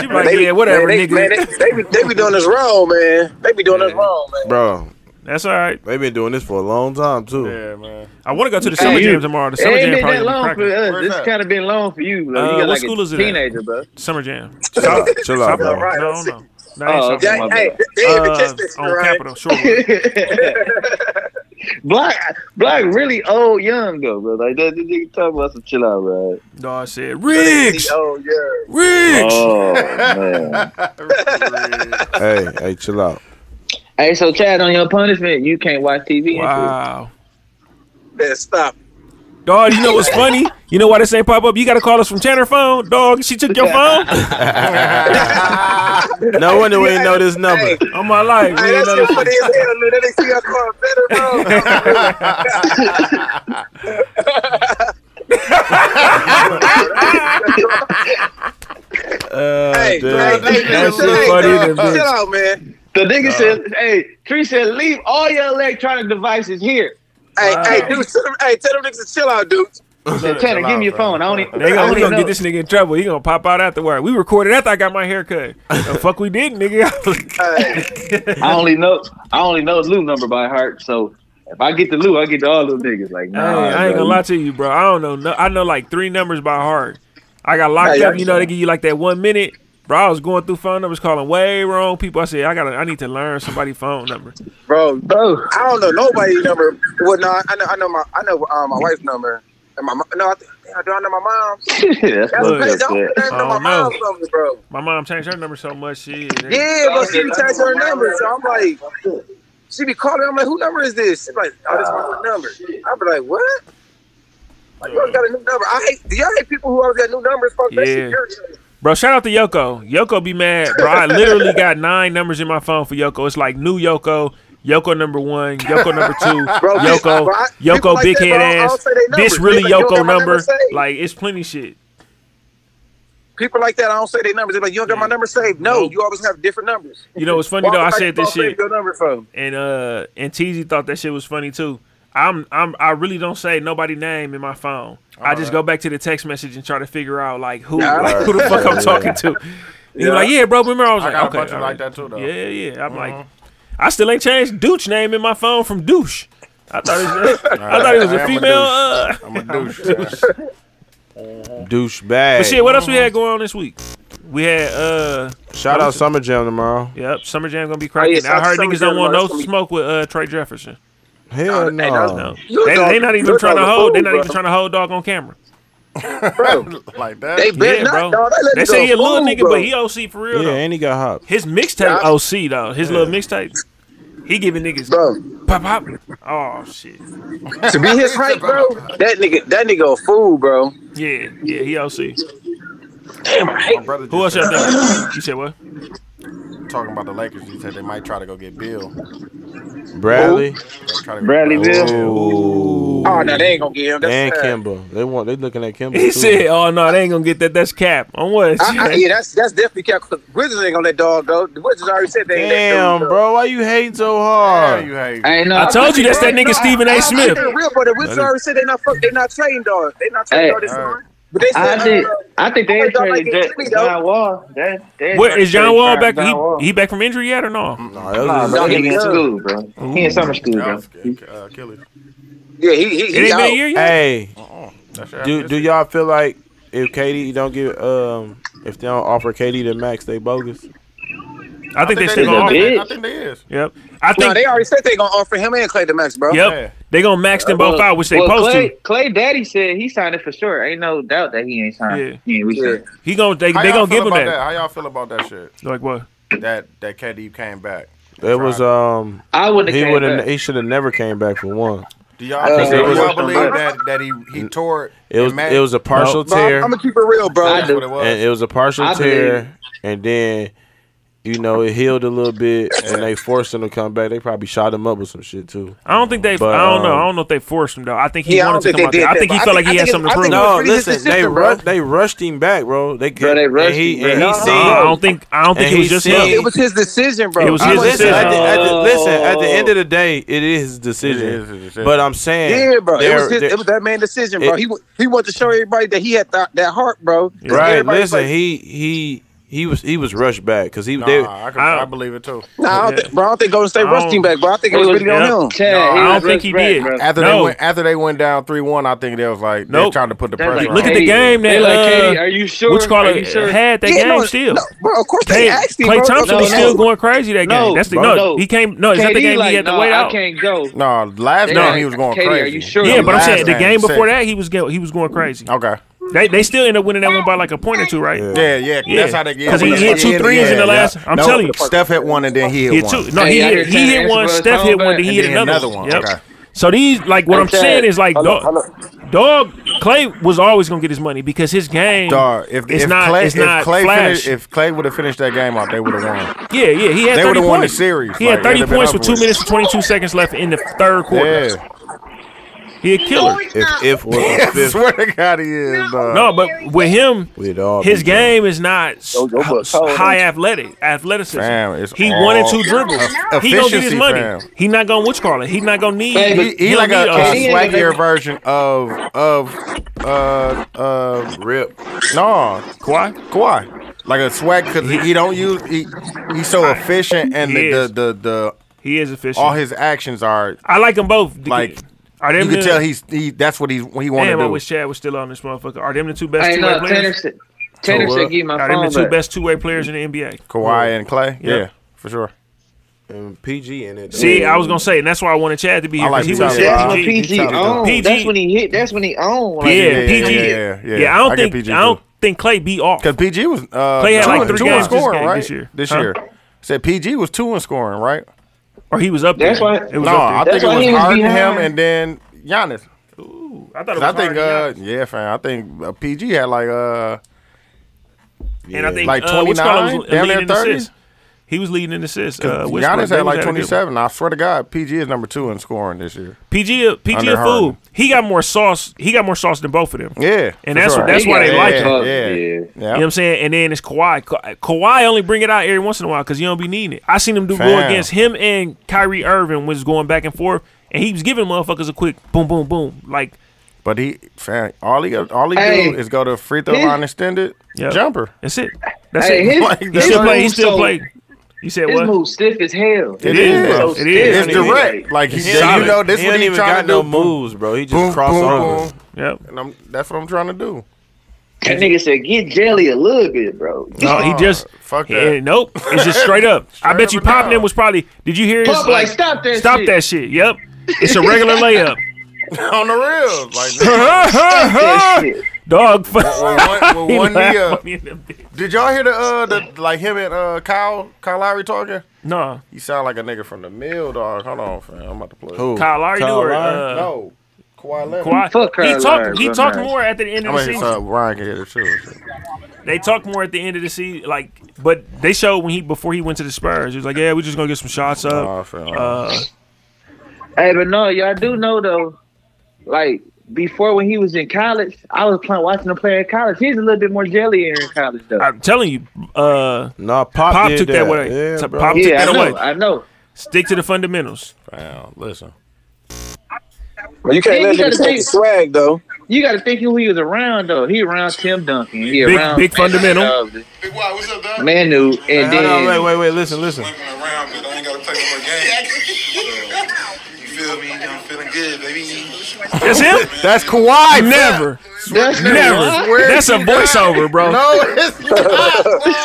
S2: She be like, yeah, whatever,
S9: man, they,
S2: nigga.
S9: Man, they, they, be, they be doing this wrong, man. They be doing this wrong, man.
S1: Bro,
S2: That's all right.
S1: they've been doing this for a long time too.
S3: Yeah, man.
S2: I want to go to the summer
S6: Hey,
S2: jam
S6: you-
S2: tomorrow. The
S6: It
S2: summer
S6: ain't
S2: jam
S6: been that long
S2: probably. be
S6: for
S2: cracking.
S6: us.
S3: Where's
S6: it's
S3: that?
S6: kind of been long for you.
S2: Uh,
S6: Like, you got
S2: what
S6: like
S2: school
S6: a
S2: is it at?
S6: teenager, bro.
S2: Summer jam.
S1: Chill, chill out,
S2: No,
S1: bro.
S2: no, no. That
S6: Oh,
S2: ain't
S6: okay.
S2: summer jam.
S9: They, hey, they ain't even catch this,
S2: Uh, on
S9: right?
S2: Capitol Shorewood.
S6: Black, black, really old, young though, bro. Like that, this nigga talking about some chill out, bro.
S2: Dog said, Riggs,
S9: Oh yeah.
S2: Riggs.
S6: Oh man.
S1: hey, hey, chill out.
S6: hey, so Chad, on your punishment, you can't watch TV. and
S2: Wow.
S9: Man, stop.
S2: Dog, you know what's funny? You know why this ain't pop up? You gotta call us from Tanner phone. Dog, she took your phone?
S1: No wonder we ain't know this number.
S9: Hey,
S2: On my life. we
S9: hey,
S2: ain't
S9: that
S2: know
S9: shit
S2: this-
S9: funny as hell, man. That nigga see us going better, bro.
S1: Uh,
S9: Hey,
S1: dude.
S9: hey, hey,
S2: Oh, That
S9: nigga,
S2: shit
S9: hey,
S2: funny
S9: dog,
S2: than bitch.
S9: Chill out, man.
S6: shit. The nigga said, "Hey, Tree said, leave all your electronic devices here."
S9: Hey, hey, dude, tell them, hey, tell them niggas to chill out, dude.
S6: He said, Tanner, give me your phone. I don't even.
S2: They
S6: I
S2: gonna,
S6: don't
S2: we
S6: even
S2: gonna get
S6: know.
S2: this nigga in trouble. He gonna pop out afterward. We recorded after I got my hair cut. The fuck we did, nigga.
S6: I only know. I only know Lou number by heart. So if I get to Lou, I get to all those niggas. Like,
S2: Hey,
S6: nah,
S2: I ain't
S6: bro.
S2: gonna lie to you, bro. I don't know. No, I know like three numbers by heart. I got locked
S9: Hey,
S2: up. You know,
S9: yeah.
S2: they give you like that one minute. Bro, I was going through phone numbers, calling way wrong people. I said, I gotta, I need to learn somebody's phone number.
S9: Bro,
S6: bro.
S9: I don't know nobody's number. Well, no, I know, I know my, I know uh, my wife's number and my, mo- no, I, think- damn, do I know my mom's?
S6: That's
S9: That's
S2: Look,
S9: crazy. I
S6: fucked up,
S9: don't,
S6: yeah.
S9: I don't know
S2: I
S9: my
S2: don't know.
S9: mom's number, bro.
S2: My mom changed her number so much. Shit.
S9: Yeah, but she be texting her number, so I'm like, she be calling. I'm like, who number is this? She's like, oh, this is my new number. I be like, what? Like, you got a new number. I hate. Do y'all hate people who always got new numbers? Fuck that
S2: Yeah.
S9: shit. irritating.
S2: Bro, shout out to Yoko. Yoko be mad, bro. I literally got nine numbers in my phone for Yoko. It's like new Yoko, Yoko number one, Yoko number two,
S9: Bro, this-
S2: Yoko,
S9: bro, I- people
S2: Yoko
S9: like
S2: big
S9: that,
S2: head
S9: bro, I don't
S2: ass.
S9: say they numbers.
S2: This really
S9: People like, you
S2: Yoko
S9: don't got my
S2: number.
S9: number saved.
S2: Like it's plenty shit.
S9: People like that, I don't say their numbers. They're like, you don't got my number saved. No,
S2: Nope.
S9: you always have different numbers.
S2: You know, it's funny though. I said this shit,
S9: Your number phone.
S2: and uh, and TZ thought that shit was funny too. I'm, I'm, I really don't say nobody name in my phone. I just go back to the text message and try to figure out like who,
S9: Yeah.
S2: like, who the fuck I'm talking to. You're like, yeah, bro. Remember, I was
S3: I
S2: like,
S3: got
S2: okay,
S3: a bunch of
S2: all
S3: like
S2: right.
S3: that too, though.
S2: Yeah, yeah. I'm
S9: mm-hmm.
S2: like, I still ain't changed douche name in my phone from douche. I thought it was, I thought it was
S3: I am
S2: a
S3: a
S2: female. uh,
S3: I'm a douche. yeah. Uh-huh.
S1: Douchebag.
S2: but shit, what else we
S9: Mm-hmm.
S2: had going on this week? We had uh,
S1: Shout out Summer Jam tomorrow.
S2: yep, Summer Jam gonna be cracking.
S9: yes,
S2: I heard
S9: Oh, Summer
S2: niggas
S9: Jam
S2: don't want no
S9: tomorrow.
S2: smoke with uh Trey Jefferson.
S1: Hell
S9: hey, that was-
S1: no.
S2: No,
S9: Oh. You
S2: they,
S9: dog-
S2: they not even
S9: you
S2: trying to
S9: dog a
S2: hold. They
S9: fool,
S2: not
S9: bro.
S2: even trying to hold dog on camera.
S9: Bro,
S3: like that.
S9: they bet
S2: Yeah,
S9: not,
S2: bro.
S9: dog. They, let
S2: They
S9: you
S2: say
S9: go
S2: he a little
S9: fool,
S2: nigga,
S9: bro.
S2: but he OC for real
S1: Yeah,
S2: though.
S1: and he got hot.
S2: His mixtape OC though. His little mixtape. He giving niggas
S9: Bro,
S2: pop pop. Oh shit.
S9: to be his height, bro, that nigga, that nigga a fool, bro.
S2: Yeah, yeah, he OC.
S9: Damn, I hate
S3: Brother
S2: Who else
S3: just
S2: y'all think? You said what?
S3: talking about the Lakers. He said they might try to go get Bill.
S1: Bradley
S3: They try to go
S6: Bradley
S3: get
S6: Bill.
S9: Oh, no, they ain't gonna get him. That's
S1: and
S9: sad.
S1: Kimba. They want. They looking at Kimba.
S2: He
S1: too.
S2: said, "Oh no, they ain't gonna get that. That's cap on what?
S9: I, I, yeah, that's that's definitely cap. 'cause Wizards ain't gonna let dog go. The Wizards already said they ain't
S1: Damn,
S9: let
S1: bro, why you hating so
S3: Damn,
S1: hard?
S3: you hate.
S6: Hey, no,
S2: I told you that's that nigga Stephen A. Smith.
S9: They're real, but the Wizards already said they not fuck, they not trading dog. They not trading
S6: Hey.
S9: dog this summer. But they said,
S6: I think
S9: uh,
S6: I think
S9: I
S6: they
S9: like y'all like
S6: traded
S9: it
S6: J-
S9: too, though.
S6: John Wall. That, that
S2: Where is John Wall back?
S6: John Wall.
S2: He, he back from injury yet or no?
S1: Nah, that was
S6: Nah,
S1: Oh, just-
S6: bro, he
S9: He
S6: in
S9: good.
S6: school, bro. He in summer school, bro.
S3: That was uh, Achilles.
S9: yeah, he he,
S2: It
S9: he
S2: ain't
S9: out.
S2: been a year yet.
S1: hey,
S3: Uh-uh. That's your
S1: do do
S3: ethnicity.
S1: y'all feel like if Katie don't give um if they don't offer Katie the max, they bogus?
S2: I think they
S3: I
S2: still
S3: think
S2: gonna.
S6: did.
S2: Offer.
S6: offer.
S3: they I think they is.
S2: Yep. I
S9: No,
S2: think.
S9: they already said they gonna offer him and Clay the max, bro.
S2: yep. They gonna max them both out, which they
S6: well,
S2: supposed
S6: Clay,
S2: to.
S6: Clay Daddy said he signed it for sure. Ain't no doubt that he ain't signed. Yeah, we
S9: Yeah.
S6: said.
S2: He gonna they,
S3: How
S2: they
S3: y'all
S2: gonna
S3: feel
S2: give him
S3: about
S2: that.
S3: How y'all feel about that shit?
S2: Like what?
S3: That that KD came back.
S1: It was um
S6: I wouldn't
S1: he
S6: have
S1: would have
S6: came back.
S1: he should have never came back for one.
S3: Do y'all,
S6: think
S3: do
S1: it was-
S3: y'all believe that that he he tore
S1: It was
S3: Matt-
S1: it was a partial
S9: Bro,
S1: tear,
S9: I'm gonna keep it real, bro.
S6: I
S3: That's what
S6: do.
S3: it was.
S1: and it was a partial
S6: I believe it.
S1: tear, and then you know it healed a little bit, and they forced him to come back. They probably shot him up with some shit too.
S2: I don't think they.
S1: But,
S2: I don't know.
S1: um,
S2: I don't know if they forced him though. I think he
S9: Yeah, I don't
S2: wanted to
S9: think
S2: come
S9: they
S2: out there.
S9: did
S2: I
S9: that,
S2: think he
S9: but I
S2: felt
S9: think-
S2: like he
S9: I
S2: had
S9: think
S2: something to
S9: it- I
S2: prove.
S9: think it
S2: No,
S9: was
S1: No,
S9: pretty
S1: listen,
S9: consistent,
S1: they
S9: bro.
S1: ru- they rushed him back, bro. They
S6: Bro, they
S1: and
S6: rushed
S1: he,
S6: him, bro.
S1: and
S6: No,
S1: he
S6: I
S1: seen
S2: Uh, I don't think. I don't think
S1: And
S2: it was
S1: he
S2: just
S1: said-
S9: It
S2: him.
S9: was his decision, bro.
S2: It was
S1: I
S2: his
S1: listen,
S2: decision.
S1: At the, at the, listen, at the end of the day, it is his decision.
S3: It is his decision.
S1: But I'm saying,
S9: Yeah, bro. It
S1: they're-
S9: was, his,
S1: they're-
S9: it was that man's decision, bro.
S1: it-
S9: he wa- he wanted to show everybody that he had that that heart, bro. 'Cause
S1: right.
S9: everybody's
S1: Listen,
S9: like,
S1: he he he was he was rushed back because he
S3: Nah,
S1: they,
S3: I, could,
S2: I-
S3: I, believe it too.
S9: nah, I don't think, bro. I don't think Golden State
S2: I
S9: rushed him
S2: don't-
S9: back, bro. I think it was really
S2: yeah.
S9: on him.
S6: Chad,
S3: No,
S6: he
S3: I
S6: was
S2: don't think he
S6: Rex
S2: did.
S6: Brad, bro.
S3: After
S2: No.
S3: they went after they went down three one, I think they was like they
S2: Nope.
S3: was trying to put the
S6: That's
S3: pressure.
S6: like,
S3: on
S2: Look at
S3: him.
S2: the
S6: Katie.
S2: game
S6: They
S2: that
S6: like, Katie,
S2: uh,
S6: are you sure?
S2: what you call
S6: Are you
S2: it
S6: sure?
S2: had that
S9: Yeah,
S2: game
S9: no,
S2: still.
S9: no, bro. Of course
S2: Clay,
S9: they asked him,
S2: Clay
S9: bro.
S2: Thompson
S6: No,
S2: was
S6: no.
S2: still going crazy that
S6: No,
S2: game. That's the,
S6: bro,
S2: no,
S6: no.
S2: he came. No, is that the
S6: KD
S2: game
S6: like,
S2: he had
S6: no,
S2: to wait
S6: I
S2: out?
S6: can't go.
S3: No, last
S6: They
S3: game
S6: like,
S3: he was going
S6: Katie,
S3: crazy.
S6: are you sure?
S2: Yeah, but I'm
S3: Last
S2: saying the
S3: game,
S2: game before
S3: six.
S2: that he was go- he was going crazy.
S3: Okay.
S2: They they still end up winning that one by like a point or two, right?
S3: Yeah, yeah.
S2: Yeah.
S3: That's how they get.
S2: Because he hit two threes in the last- I'm telling you.
S3: Steph hit one and then he hit,
S2: He hit
S3: one.
S2: two. No,
S6: Hey,
S2: he
S6: y'all hear
S2: hit, he
S6: Tanner
S2: hit one.
S6: Ashbrook's
S2: Steph hit
S6: comeback?
S2: one. Then he
S3: And
S2: hit
S3: then
S2: another,
S3: another
S2: one.
S3: one.
S2: Yep.
S3: Okay.
S2: So these like what
S6: Hey,
S2: I'm
S6: Tanner.
S2: saying is like
S9: Hello,
S2: dog,
S9: hello.
S2: dog Clay was always gonna get his money because his game.
S3: Dog, if,
S2: It's
S3: if
S2: not-
S3: Clay,
S2: it's
S3: if
S2: not
S3: Clay
S2: flash.
S3: finished, if Clay would have finished that game out, they would have won.
S2: Yeah, yeah, he had
S3: They
S2: 30
S3: would've won the
S2: points.
S3: series.
S2: He
S3: Like,
S2: had 30
S3: it'd've been
S2: points
S3: over
S2: with two
S3: with.
S2: minutes and 22 seconds left in the third quarter.
S3: Yeah,
S2: He a killer.
S1: if if was a
S3: I
S1: fifth,
S3: swear to God, he is. Dog.
S2: No, but with him,
S1: we'd all
S2: his
S1: be dead.
S2: game is not s-
S9: Those- those look cold,
S2: high
S9: ain't
S2: athletic athleticism.
S3: Fam, it's
S2: he
S3: all
S2: wanted two dribbles.
S3: eff-
S2: he gonna get his
S3: efficiency,
S2: money.
S3: fam.
S2: He not gonna which call it. He not gonna need.
S6: Hey,
S3: he, he
S2: he'll uh,
S3: like
S2: need
S3: a, a
S2: us.
S6: KD ain't gonna
S3: swaggier
S6: be-
S3: version of of uh uh
S1: rip.
S3: no
S2: Kawhi?
S3: Kawhi. Like a swag because he, he don't use he he's so efficient and
S2: He
S3: the, the
S2: is.
S3: the the
S2: He is efficient.
S3: all his actions are
S2: I like them both.
S3: Like,
S2: are
S3: you
S2: them
S3: can
S2: the-
S3: tell he's he that's what he's he want to
S2: Damn, I
S3: do.
S2: wish Chad was still on this motherfucker. Are them the two best
S6: Hey,
S2: two way
S6: no, Tanner
S2: players?
S6: said, Tanner
S1: what?
S6: said, give my
S2: Are them the
S6: phone
S2: two
S6: back.
S2: best two way players in the NBA?
S3: Kawhi and Clay, yeah, for sure.
S1: And PG in it.
S2: See, I was gonna say, and that's why I wanted Chad to be here.
S3: I like
S2: 'cause he
S3: Tyler
S2: was
S6: That's when
S3: He-
S6: PG
S3: he-
S6: on.
S2: PG.
S6: That's when he hit. That's when he on. Like,
S2: Yeah,
S3: yeah, yeah,
S2: PG.
S3: yeah,
S2: Yeah,
S3: yeah, yeah.
S2: I don't
S3: I get
S2: think
S3: PG
S2: I don't think Clay beat off.
S3: Because PG was uh,
S2: Clay had
S3: two,
S2: like
S3: and-
S2: three
S3: two
S2: games
S3: and
S2: this
S3: scoring
S2: game
S3: right
S2: this year.
S3: This
S2: Huh?
S3: year, said PG was two and scoring right.
S2: or he was up there.
S6: That's why-
S2: It was
S3: No, I
S2: up there.
S3: think it
S6: why
S3: was
S6: he was
S3: Harden, him,
S6: behind.
S3: and then Giannis.
S2: Ooh, I thought it
S3: 'Cause
S2: was
S3: I think, uh,
S2: Harden,
S3: yeah, fam. I think uh, PG had like uh,
S2: yeah. and I think
S3: like
S2: uh, what's called
S3: 29,
S2: was
S3: down there
S2: leading
S3: 30?
S2: assists. He was leading in assists. Uh,
S3: Giannis
S2: Westbrook, they
S3: had
S2: was
S3: like
S2: having a good
S3: 27. I swear to God, PG is number two in scoring this year.
S2: one. PG, uh, a- PG,
S3: Under
S2: a fool.
S3: Harden.
S2: He got more sauce. He got more sauce than both of them.
S3: Yeah,
S2: And
S3: for
S2: that's
S3: sure.
S2: what- that's why they
S3: yeah,
S2: like
S3: yeah,
S6: him.
S3: Yeah, yeah.
S2: You know what I'm saying? And then it's Kawhi. Ka- Kawhi only bring it out every once in a while because you don't be needing it. I seen him do go
S3: Fam.
S2: against him and Kyrie Irving was going back and forth, and he was giving motherfuckers a quick boom, boom, boom. Like,
S3: But he, fam, all he all he
S12: Hey.
S3: do is go to free throw
S12: His-
S3: line extended
S2: Yeah.
S3: jumper.
S2: that's it. That's
S12: Hey,
S2: it.
S12: his-
S3: Like,
S2: he
S3: that's
S2: still
S3: what-
S2: play. He
S12: move's
S2: still
S12: so-
S2: play. You said
S12: His
S2: what?
S12: move stiff as hell.
S3: It
S2: is,
S3: is.
S2: bro.
S12: So
S2: It is.
S3: It's
S12: stiff.
S3: direct. Like he,
S1: Solid.
S3: you know, this
S1: he
S3: what
S1: ain't
S3: he
S1: even
S3: trying
S1: got
S3: to do.
S1: no moves, bro. He just
S3: Boom,
S1: crossed
S3: boom,
S1: over.
S3: boom.
S2: Yep.
S3: And I'm, that's what I'm trying to do.
S12: That nigga said, "Get jelly a little bit, bro."
S2: No, he just
S3: fuck
S2: yeah,
S3: that.
S2: nope. It's just straight up. I
S3: Straight
S2: bet you
S3: up and
S2: popping
S3: down.
S2: in was probably. Did you hear? his,
S12: Pop like, stop that.
S2: Stop
S12: shit.
S2: that shit. Yep. It's a regular layup.
S3: on the real. Like,
S12: Stop
S2: Ah!
S12: that shit.
S2: Dog.
S3: with one, with one knee up.
S2: knee
S3: Did y'all hear the uh the like him and uh Kyle Kyle Lowry talking?
S2: No,
S3: He sound like a nigga from the mill, dog. Hold on, fam. I'm about to play.
S1: Who?
S2: Kyle Lowry do or
S1: Lowry?
S2: uh,
S3: No, Kawhi Leonard.
S2: Kawhi.
S12: Fuck
S2: he
S12: Kyle
S2: talked.
S12: Lowry,
S2: He
S12: bro,
S2: talked
S12: man.
S2: more at the end
S3: I
S2: of the
S3: mean,
S2: season.
S3: so Ryan can hear it too.
S2: They talked more at the end of the season. Like, but they showed when he before he went to the Spurs. He was like, "Yeah, we're just gonna get some shots
S3: Nah,
S2: up."
S3: fam.
S2: Uh,
S6: Hey, but no, y'all do know though. Like before, when he was in college, I was playing, watching him play in college. He's a little bit more jelly in college though.
S2: I'm telling you, uh,
S1: Nah, Pop,
S2: Pop
S1: did
S2: took that
S1: that
S2: away.
S1: Yeah,
S2: Took
S1: bro.
S2: Pop-
S6: yeah, I
S2: Take that
S6: know.
S2: away.
S6: I know.
S2: stick to the fundamentals.
S3: fam, listen.
S9: Well, you can't
S6: Yeah,
S9: let
S6: you
S9: him
S6: gotta
S9: take
S6: think-
S9: the swag though.
S6: You got to think who he was around though. He around Tim Duncan. He
S2: Big-
S6: around
S2: big fundamental.
S4: Big Y, what's up, dog?
S6: Manu, and
S1: Hey, hold on, wait,
S6: then
S1: wait, wait. Listen, listen.
S4: around, but I ain't gotta play no more games. you feel me? I'm feeling good, baby.
S2: That's him.
S3: That's Kawhi. fam.
S2: Never,
S6: that's
S2: never. That's a voiceover, bro.
S3: No, it's not.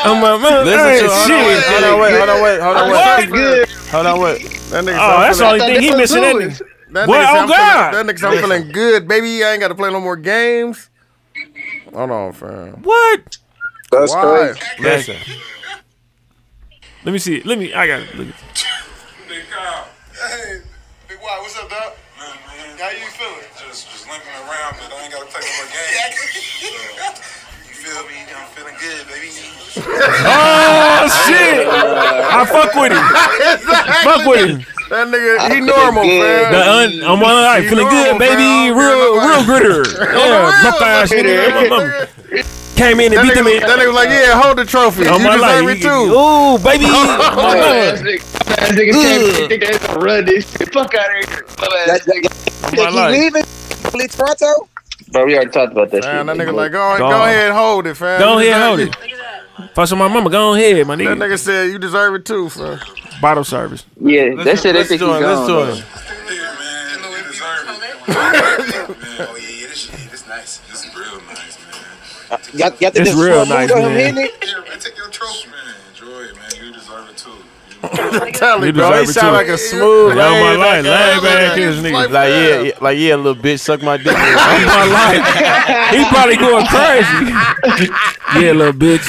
S2: I'm like, man,
S1: Listen to
S2: hey,
S1: hold on, wait,
S2: shit.
S1: hold on, wait, hold on, wait, hold on,
S2: What?
S1: wait,
S6: good.
S1: hold on, wait.
S3: That nigga
S2: Oh, that's the only thing he missing. That nigga.
S3: That
S2: What?
S3: nigga
S2: Oh,
S3: say, I'm
S2: God.
S3: Feeling, that nigga say, I'm feeling good, baby. I ain't got to play no more games. Hold on, fam.
S2: What?
S9: That's
S3: Why?
S9: crazy.
S1: Listen,
S2: Let me see. it. Let me. I got it. Look at it.
S4: Big Kyle. Hey, Big Y, what's up, dog? How you feeling? Just, just limping around, but I ain't gotta play no more games. you feel me? I'm feeling good, baby.
S2: Oh shit! I fuck with him. Fuck with him.
S3: That nigga, he normal,
S2: The
S3: fam.
S2: un, I'm all right,
S3: You
S2: feeling
S3: normal,
S2: good, baby.
S3: fam.
S2: Real,
S3: Yeah,
S2: real gritter. Yeah,
S3: real
S2: broke ass nigga. My mama Came in and
S3: That
S2: beat
S3: nigga,
S2: them in.
S3: that nigga like, yeah, hold the trophy.
S2: On
S3: you
S2: my
S3: deserve
S2: life,
S3: it
S2: you-
S3: too.
S2: Ooh, baby.
S12: Oh,
S2: My
S12: ass
S2: mama.
S12: nigga, ass nigga can't think they gonna run this shit. Fuck out of here. Bum ass
S9: That, that,
S2: On my
S9: that,
S2: life.
S9: he leaving? Leave Toronto?
S6: Bro, we already talked about that.
S3: Man, that
S6: shit.
S3: nigga like, go, go
S2: Dog.
S3: ahead, hold it, fam.
S2: Go
S3: You
S2: ahead, hold it.
S3: deserve
S2: Fuss with my mama. Go ahead, my
S3: That
S2: nigga.
S3: nigga said, you deserve it too, fam.
S2: Bottle service.
S6: yeah, that
S1: listen,
S6: shit. They
S1: listen
S6: think
S1: to
S6: he's
S1: him. Listen to
S6: gone.
S1: him.
S4: Yeah, man. You deserve it. man, oh, yeah, yeah, this shit, this nice. This real nice, man.
S9: Y'all, y'all think
S2: It's
S9: this
S2: real
S9: smart move
S2: nice,
S9: though, him
S2: man.
S9: hitting it?
S4: Yeah, man, take your trophy. Man, enjoy it, man. You deserve it, too.
S3: Tell
S2: You
S3: it, bro.
S2: deserve
S3: He
S2: it
S3: sound
S2: too.
S3: like a smooth.
S2: Yeah, on my
S3: laid
S2: life,
S3: back
S2: laid back
S3: ass
S2: ass
S3: nigga.
S2: nigga.
S3: Like,
S1: Like yeah,
S3: fam.
S1: yeah, like yeah, little bitch, suck my dick.
S2: On my life. He probably going crazy. yeah, little bitch.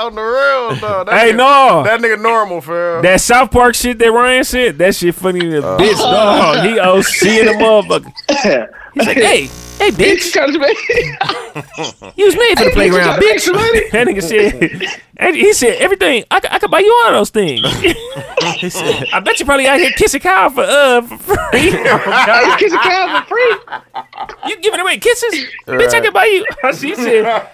S3: on the real, though. That
S2: Hey,
S3: nigga-
S2: no.
S3: That nigga normal, fam.
S2: That South Park shit that Ryan said, that shit funny than a bitch, dog. He OC in the motherfucker. He's like, hey, hey, bitch.
S12: comes back.
S2: You was made for
S12: Hey, bitch,
S2: the
S12: you
S2: playground,
S12: gotta make
S2: bitch.
S12: some money.
S2: That nigga said, and he said everything. I, could- I could buy you all those things. I bet you probably out here kissing cow for uh for free.
S12: I kiss a cow for free.
S2: you giving away kisses, bitch? I could buy you. she said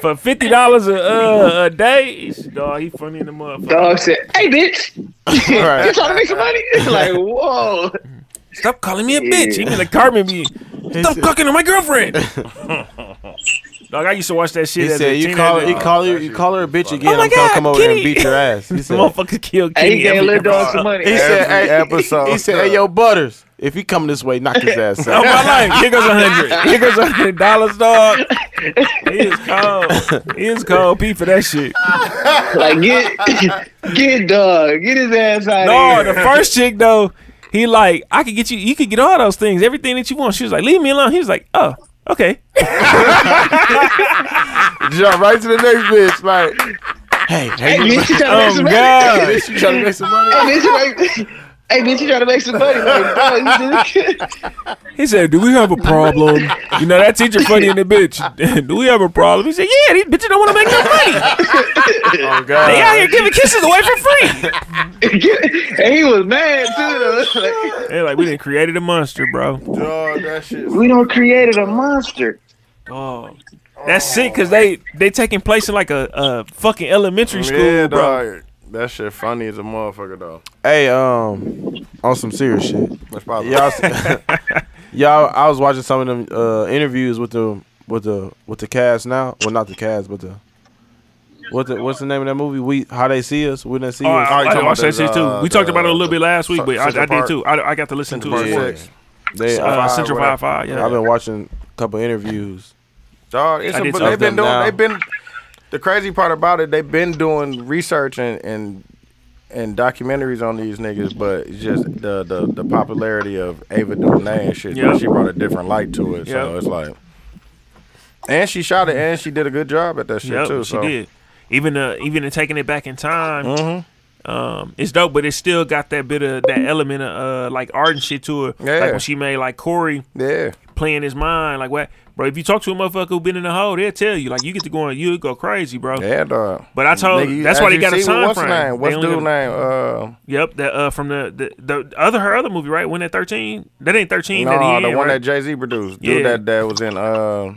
S2: for fifty dollars a uh, a day. Dog, he funny in the motherfucker.
S12: Dog said, "Hey, bitch, you trying to make some money?" It's like, whoa.
S2: Stop calling me a bitch. Even the Carmen be. Stop cucking on my girlfriend. Dog, I used to watch that shit.
S1: He
S2: as a
S1: said, "You
S2: teenager.
S1: call, you call her, you call her a bitch again.
S2: Oh my
S1: I'm gonna
S2: God,
S1: come over there and
S2: Kitty.
S1: beat your ass." He
S2: This
S1: said,
S2: mother killed
S12: Hey,
S2: Kenny.
S12: he gave
S2: every
S12: little dog
S2: episode.
S12: some money.
S1: He said, "Hey,
S3: episode,
S1: He said, "Hey, yo, Butters, if you come this way, knock his ass
S2: Oh
S1: out."
S2: my life. Here goes a hundred. Here goes a hundred dollars, dog. He is cold. He is cold. P for that shit.
S12: Like, get, get dog, get his ass out.
S2: No,
S12: of
S2: the
S12: here.
S2: first chick though, he like, I could get you. You could get all those things, everything that you want. She was like, leave me alone. He was like, oh, okay.
S1: Jump right to the next bitch. Like, hey, hey,
S12: Hey, bitch, you trying to make some
S2: Oh
S12: money?
S2: God.
S1: bitch, you trying to make some money?
S12: Hey, bitch, you make- Hey, bitch, you trying to make some money? Like, bro, you just...
S2: He said, "Do we have a problem?" You know that teacher funny in the bitch. Do we have a problem? He said, "Yeah, these bitches don't want to make no money.
S1: oh God,
S2: They out here giving kisses away for free."
S12: and he was mad too. Though.
S2: They like we didn't created a monster, bro.
S3: Dog, that shit.
S12: we don't created a monster.
S2: Oh, that's sick because they they taking place in like a, a fucking elementary school,
S3: yeah,
S2: bro.
S3: dog. That shit funny as a motherfucker though.
S1: Hey, um, on some serious shit.
S3: That's probably
S1: Y'all, y'all, I was watching some of them uh, interviews with the with the with the cast now. Well, not the cast, but the what the what's the name of that movie? We how they see us? When they see
S2: Oh,
S1: us?
S2: I,
S3: you
S2: I,
S3: talking
S2: I watched that
S3: about
S2: shit
S3: the,
S2: too.
S3: uh,
S2: we talked about it a little
S3: the-
S2: bit last week, but I,
S3: Central
S2: I did
S3: Park.
S2: too. I, I got to listen to
S3: Park
S2: it.
S1: Yeah.
S3: Six.
S1: They,
S2: Uh,
S1: I,
S2: Central
S3: whatever.
S2: Five Five. Yeah.
S1: have been watching a couple interviews.
S3: Dog, it's
S2: I
S3: a,
S2: did
S3: but
S2: talk
S1: to
S3: they've been
S1: them
S3: doing.
S1: now.
S3: They've been. The crazy part about it, they've been doing research and and and documentaries on these niggas, but it's just the the, the popularity of Ava DuVernay and shit.
S2: Yeah.
S3: She brought a different light to it,
S2: Yeah.
S3: so it's like. And she shot it, and she did a good job at that shit
S2: Yep,
S3: too.
S2: she
S3: so
S2: did. Even uh, even in taking it back in time,
S3: Mm-hmm.
S2: um, it's dope. But it still got that bit of that element of uh, like art and shit to her.
S3: Yeah.
S2: Like when she made like Corey
S3: yeah,
S2: playing his mind, like what, bro? If you talk to a motherfucker who been in the hole, they'll tell you like you get to go on, you go crazy, bro.
S3: yeah, dog.
S2: But I told
S3: Nigga,
S2: that's why
S3: as
S2: they
S3: you
S2: got a
S3: see,
S2: time
S3: What's
S2: frame.
S3: her name?
S2: They
S3: What's
S2: only
S3: dude
S2: got
S3: name? Uh,
S2: Yep, that uh from the, the the other her other movie, right? When at thirteen, that ain't thirteen. that
S3: no,
S2: he
S3: the
S2: in,
S3: one
S2: right?
S3: that Jay Z produced. Dude,
S2: Yeah.
S3: that that was in. Uh,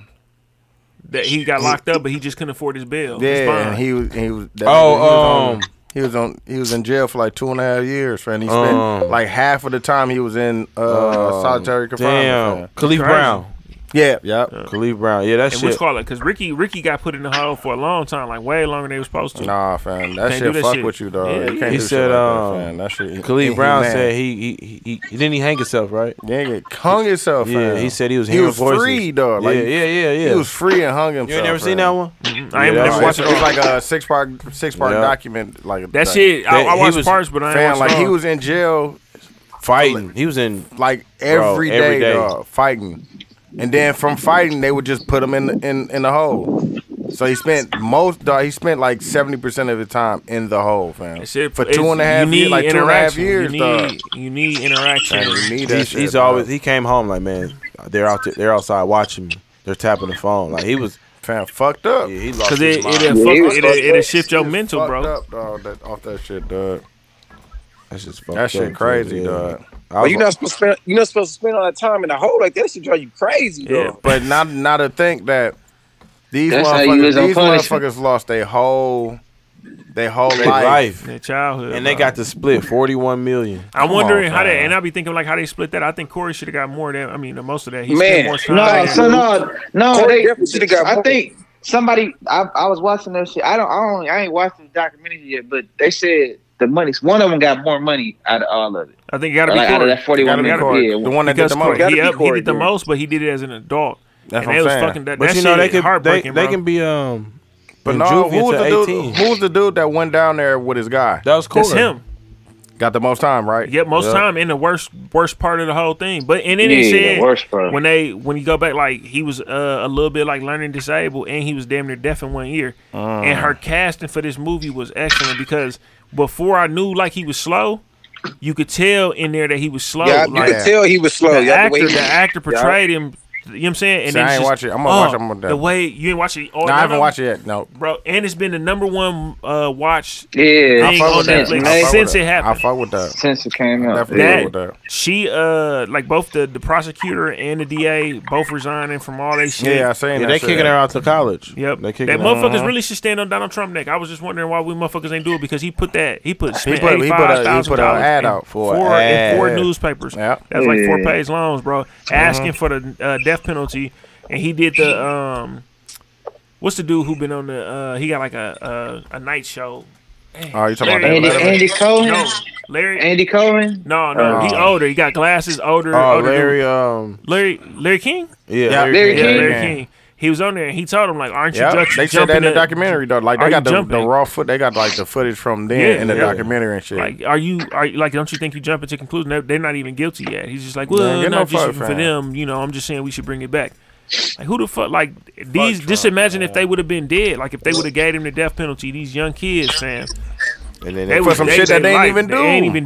S2: that he got locked up, but he just couldn't afford his bill. his
S3: Yeah,
S2: bond.
S3: and he was he was that,
S1: Oh, um,
S3: he was, on, he was on he was in jail for like two and a half years, friend. He spent
S1: Um,
S3: like half of the time he was in uh,
S1: Um,
S3: solitary confinement.
S1: Damn,
S3: fam.
S1: Khalif
S2: Crazy.
S1: Brown.
S3: Yeah, yep.
S1: Khalif Brown. Yeah, that
S2: and
S1: shit.
S2: what's called it? Because Ricky Ricky got put in the hole for a long time, like way longer than they was supposed to.
S3: Nah, fam, that
S2: Can't do
S3: shit
S2: that
S3: fuck
S2: shit.
S3: with you, dog.
S2: Yeah,
S3: you
S2: yeah.
S3: can't
S1: He
S3: do
S1: said,
S3: shit like
S1: um,
S3: that, fam. That shit.
S1: Khalif
S3: he
S1: Brown
S3: mad.
S1: said he he, he he didn't he hang himself right.
S3: nigga hung himself.
S1: Yeah,
S3: fam.
S1: he said he was
S3: he
S1: hearing
S3: was
S1: voices.
S3: free, dog. Like,
S1: yeah, yeah, yeah, yeah.
S3: He was free and hung himself.
S1: you ain't never
S3: fam.
S1: seen that one?
S2: I ain't
S1: Yeah,
S2: never
S1: that's-
S2: watched
S3: It's,
S2: it.
S3: it's like a six part six part
S1: Yeah.
S3: document. Like
S2: That
S3: like,
S2: shit, I,
S1: that-
S2: I
S1: he
S2: watched
S1: was-
S2: parts, but I ain't
S3: Fam,
S2: watched
S3: like he
S2: all.
S3: was in jail
S1: Fighting. He was in.
S3: like
S1: Bro,
S3: every day,
S1: every day.
S3: dog, fighting. And then from fighting, they would just put him in the, in in the hole. So he spent most dog. He spent like seventy percent of his time in the hole, fam.
S2: That's it.
S3: for
S2: It's-
S3: two and a half
S2: you
S3: years,
S2: need
S3: like two and a half
S2: interaction.
S3: years,
S2: You
S3: dog.
S2: need, you need interaction.
S3: Man, you need that
S1: He's,
S3: shit,
S1: he's
S3: dog.
S1: always. He came home like, man, they're out. There, they're outside watching me. They're tapping the phone. Like he was.
S3: fam fucked up.
S1: Yeah, he lost
S2: Because
S1: his
S2: it,
S1: mind.
S2: it'll,
S6: Yeah, he
S2: fuck,
S6: was
S2: it'll,
S6: fucked
S2: it'll
S6: up.
S2: shift
S3: He
S2: your
S3: was
S2: mental,
S3: fucked
S2: bro.
S3: Up, dog, that, off that shit, dog.
S1: That's just fucked
S3: That
S1: up,
S3: shit
S1: dude.
S3: crazy,
S1: Yeah.
S3: dog.
S1: I
S9: But
S1: was
S9: you're
S1: like,
S9: not supposed to spend you're not supposed to spend all that time in a hole like that. That should drive you crazy,
S2: Yeah.
S9: dog.
S3: But not not to think that these
S6: That's how you
S3: motherfuckers,
S6: is on
S3: these
S6: punishment.
S3: motherfuckers lost their whole their whole
S1: their
S3: life.
S1: life,
S2: Their childhood.
S1: and they
S2: bro.
S1: got the split forty-one million.
S2: I'm
S3: Come
S2: wondering
S3: on,
S2: how they
S3: fam.
S2: and I be thinking like how they split that. I think Corey should have got more than I mean the most of that. He
S9: Man,
S2: spent more time.
S9: no,
S2: in
S12: No,
S2: it.
S12: so no, no.
S9: Corey
S12: They,
S9: definitely should've got
S12: I
S9: more.
S12: think somebody. I, I was watching that shit. I don't. I don't. I ain't watched the documentary yet, but they said the money. One of them got more money out of all of it.
S2: I think it gotta be
S12: Like, out of
S2: Corey.
S12: that forty-one
S2: Gotta be
S12: million.
S2: Corey.
S12: Yeah,
S3: The one that did
S2: Because
S3: the most.
S2: Corey, he,
S9: be
S2: up, he
S9: Corey,
S2: did the
S9: dude.
S2: most, but he did it as an adult.
S3: That's
S2: and
S3: what
S2: they
S3: I'm
S2: was
S3: saying.
S2: fucking that,
S1: But
S2: that
S1: you know
S2: shit
S1: they can they,
S2: heartbreaking,
S1: they
S2: bro.
S1: can be um.
S3: But
S1: in
S3: no,
S1: juvie
S3: who was
S1: to
S3: the dude?
S1: 18.
S3: Who was the dude that went down there with his guy?
S1: That was Corey.
S2: That's him.
S3: Got the most time, right?
S2: Yeah, most
S1: Yeah.
S2: time in the worst worst part of the whole thing. But and then
S6: Yeah,
S2: they
S6: the
S2: said
S6: worst part.
S2: when they when you go back, like he was uh, a little bit like learning disabled, and he was damn near deaf in one ear.
S3: Uh.
S2: And her casting for this movie was excellent because before I knew like he was slow, you could tell in there that he was slow.
S9: yeah, you
S2: like,
S9: could tell he was slow.
S2: Oh, the
S9: yeah,
S2: actor,
S9: way
S2: the
S9: he-
S2: actor portrayed him. You know what I'm saying? And
S3: See, I
S2: it's
S3: ain't
S2: just, oh,
S3: watch it. I'm gonna watch it. I'm gonna-
S2: The way you ain't watch it. Oh,
S3: No, I haven't watched it yet. No.
S2: bro. And it's been the number one uh, watched
S6: Yeah,
S2: Thing
S3: I fuck
S2: on
S3: with that.
S2: Netflix.
S3: I fuck with
S2: Since
S3: that.
S2: it happened.
S3: I fuck with that.
S6: since it came out.
S3: Definitely
S6: yeah.
S3: fuck
S2: that
S3: with that.
S2: she uh like both the the prosecutor and the DA both resigning from all they shit.
S3: Yeah, I seen
S1: Yeah,
S3: that.
S1: they
S3: shit.
S1: kicking her out to college.
S2: Yep.
S1: They
S2: That
S1: kicking her out.
S2: motherfuckers
S3: Uh-huh.
S2: really should stand on Donald Trump neck. I was just wondering why we motherfuckers ain't do it because he put that he put
S3: He
S2: spent
S3: put, he
S2: eighty
S3: put,
S2: five
S3: a, he
S2: thousand
S3: put an
S2: dollars
S3: ad out for
S1: a
S2: four in four
S1: ad.
S2: newspapers.
S3: Yep. Uh-huh.
S2: That's like four
S6: Yeah.
S2: page longs, bro. Asking for the uh, death penalty, and he did the um, what's the dude who been on the uh, he got like a a, a night show.
S3: Oh, you talking about
S12: Andy,
S3: that? Letterman?
S12: Andy Cohen.
S2: No, Larry.
S12: Andy Cohen.
S2: no, no, he
S3: Oh.
S2: older. He got glasses. Older.
S1: Oh,
S2: older dude.
S1: Larry. Um.
S2: Larry Larry King?
S1: Yeah.
S3: Yeah,
S12: Larry
S2: Yeah,
S12: King.
S2: Larry
S3: Yeah.
S2: King. He was on there and he told him like aren't you
S3: Yeah,
S2: just
S3: they said that in
S2: jumping
S3: the
S2: at-
S3: documentary though. Like
S2: Are
S3: they
S2: you
S3: got the, the
S2: jumping?
S3: raw foot. They got like the footage from then
S2: Yeah,
S3: in the
S2: yeah.
S3: documentary and shit.
S2: Like, are you are you, like? Don't you think you jumping to conclusion? They're, they're not even guilty yet. He's just like, well,
S3: Man, get
S2: not
S3: no
S2: just
S3: fuck
S2: even for
S3: from.
S2: them. You know, I'm just saying we should bring it back. Like, who the fuck? Like these. just imagine if they would have been dead. Like if they would have gave him the death penalty. These young kids, fam,
S1: And then
S2: they
S1: they
S2: was
S3: some
S2: they,
S3: shit that they ain't
S2: life,
S3: even
S2: They ain't
S3: do.
S2: even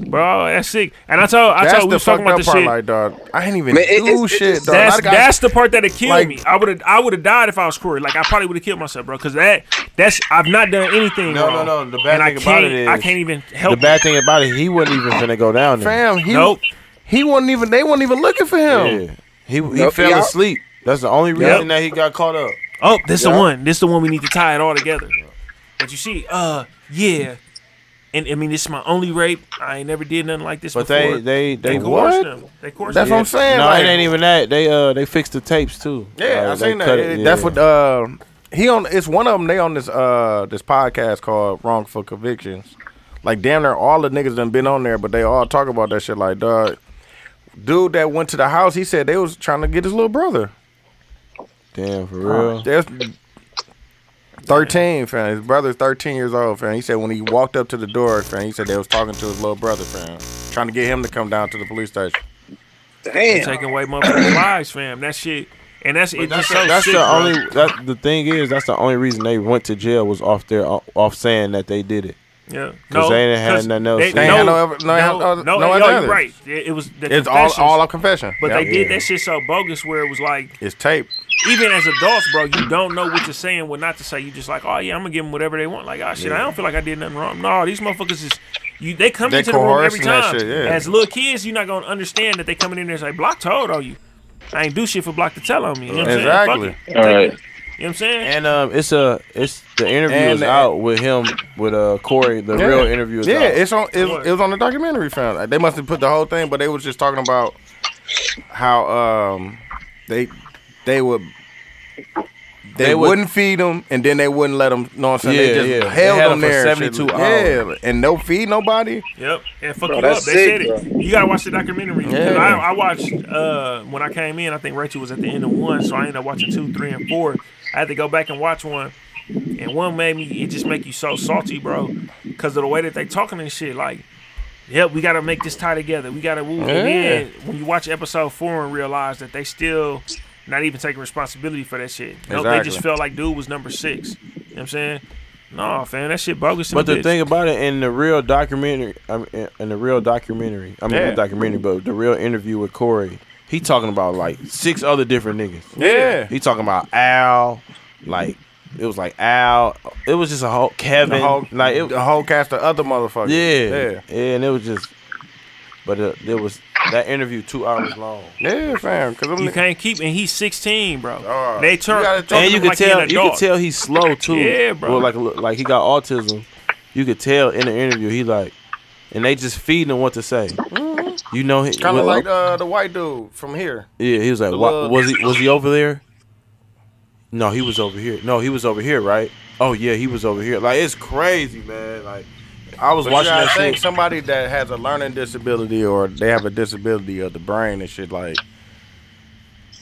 S2: do. bro. That's sick. And I told I
S3: That's
S2: told we
S3: the
S2: was talking
S3: fucked
S2: about
S3: up
S2: this
S3: part,
S2: shit.
S3: like, dog, I ain't even
S2: Man, it-
S3: do
S2: it's-
S3: shit, dog.
S2: That's
S3: I got-
S2: that's the part that killed
S3: like-
S2: me. I would have I would have died if I was Corey. Like I probably would have killed myself, bro. Because that that's I've not done anything.
S1: No,
S2: wrong.
S1: no, no. The
S2: and
S1: bad thing
S2: I can't,
S1: about it is
S2: I can't even help.
S1: The bad thing about it, he wasn't even finna go down there.
S3: fam. He,
S2: Nope.
S3: he wasn't even. They weren't even looking for him.
S1: Yeah. He he
S3: Nope,
S1: fell
S3: y'all-
S1: asleep. That's the only reason that he got caught up.
S2: Oh, this
S1: Yeah.
S2: the one. This the one we need to tie it all together. But you see, uh, yeah. And I mean, this is my only rape. I ain't never did nothing like this
S1: But
S2: before.
S1: they they they,
S2: coerced
S1: what?
S2: them. They coerced
S3: That's
S2: them.
S3: what I'm saying,
S1: No,
S3: like-
S1: it ain't even that. They uh they fixed the tapes too.
S3: Yeah, I
S1: Like, they
S3: seen that.
S1: cut it-
S3: It- That's
S1: yeah.
S3: what uh, he on. It's one of them. They on this uh this podcast called Wrongful Convictions. Like damn near all the niggas done been on there, but they all talk about that shit. Like dog, dude that went to the house. He said they was trying to get his little brother.
S1: Damn, for real.
S3: That's thirteen, fam. His brother's thirteen years old, fam. He said when he walked up to the door, fam, he said they was talking to his little brother, fam, trying to get him to come down to the police station.
S2: They taking away motherfuckers' lives, fam. That shit. And that's it. just
S1: That's,
S2: so
S1: that's
S2: sick,
S1: the
S2: bro.
S1: only. That, the thing is, that's the only reason they went to jail was off their off saying that they did it.
S2: Yeah, no,
S1: 'Cause they didn't have
S2: 'cause
S1: nothing else.
S2: They,
S1: They
S2: no,
S1: had
S3: no ever- no
S2: no,
S3: other-
S2: no,
S3: no
S2: yo,
S3: other
S2: you're
S3: evidence.
S2: right. It, it was the
S3: It's all
S2: confessions.
S3: all a confession,
S2: But
S3: Yeah.
S2: they did that shit so bogus where it was like,
S3: It's tape.
S2: even as adults, bro, you don't know what to say and what not to say. You just like, oh yeah, I'm gonna give them whatever they want. Like, oh shit, I don't feel like I did nothing wrong. No, these motherfuckers is you. They come
S3: They
S2: into the room every
S3: coercing that
S2: time.
S3: shit, yeah.
S2: As little kids, you're not gonna understand that they coming in there and say, block told on you. I ain't do shit for block to tell on me. You know what I'm
S1: Exactly.
S2: saying? Fuck it. Take
S1: All right.
S2: it. You know what I'm saying?
S1: And um, it's a it's the interview
S3: And-
S1: is out with him with uh Corey. The
S3: Yeah.
S1: real interview is
S3: Yeah,
S1: out.
S3: it's on. It, was- it was on the documentary film. Like, they must have put the whole thing, but they was just talking about how um they they would they,
S1: They would-
S3: would, not feed them, and then they wouldn't let them. Know what I'm saying?
S1: Yeah,
S3: they just
S1: yeah.
S3: held
S1: They had
S3: them
S1: 'em for
S3: there and shit.
S1: 72 hours.
S3: Yeah, and no feed nobody.
S2: Yep, and fuck
S3: Bro,
S2: you up.
S3: that's
S2: They said
S3: sick,
S2: it.
S3: bro.
S2: You gotta watch the documentary. 'Cause
S3: Yeah.
S2: I, I watched uh, when I came in. I think Rachel was at the end of one, so I ended up watching two, three, and four. I had to go back and watch one, and one made me. It just make you so salty, bro, because of the way that they talking and shit. Like, yep, we gotta make this tie together. We gotta. Woo.
S3: Yeah.
S2: And then when you watch episode four and realize that they still not even taking responsibility for that shit. Nope, they just
S1: Exactly.
S2: felt like dude was number six. You know what I'm saying? No, fam, that shit bogus. in
S1: But the
S2: bitch.
S1: thing about it, in the real documentary, I mean, in the real documentary, I mean,
S2: Yeah.
S1: not documentary, but the real interview with Corey, he talking about like six other different niggas.
S3: Yeah.
S1: he talking about Al, like it was like Al, it was just a whole Kevin,
S3: The whole,
S1: like it,
S3: the whole cast of other motherfuckers.
S1: yeah,
S3: yeah,
S1: yeah, and it was just, but uh, there was that interview two hours long.
S3: yeah, fam. Because
S2: You can't keep, and he's 16, bro.
S3: Oh.
S2: they turn,
S1: and you could
S2: like
S1: tell,
S2: an
S1: you could
S2: adult.
S1: tell he's slow too.
S2: Yeah, bro.
S1: Well, like like he got autism. You could tell in the interview he like, and they just feeding him what to say. You know, he,
S3: kind of
S1: well,
S3: like uh, the white dude from here.
S1: yeah, he was like,
S3: the
S1: "Why-
S3: little-
S1: was he was he over there? No, he was over here. No, he was over here, right? Oh yeah, he was over here. Like it's crazy, man. Like I was
S3: But
S1: watching
S3: you gotta
S1: that
S3: think
S1: shit.
S3: somebody that has a learning disability or they have a disability of the brain and shit like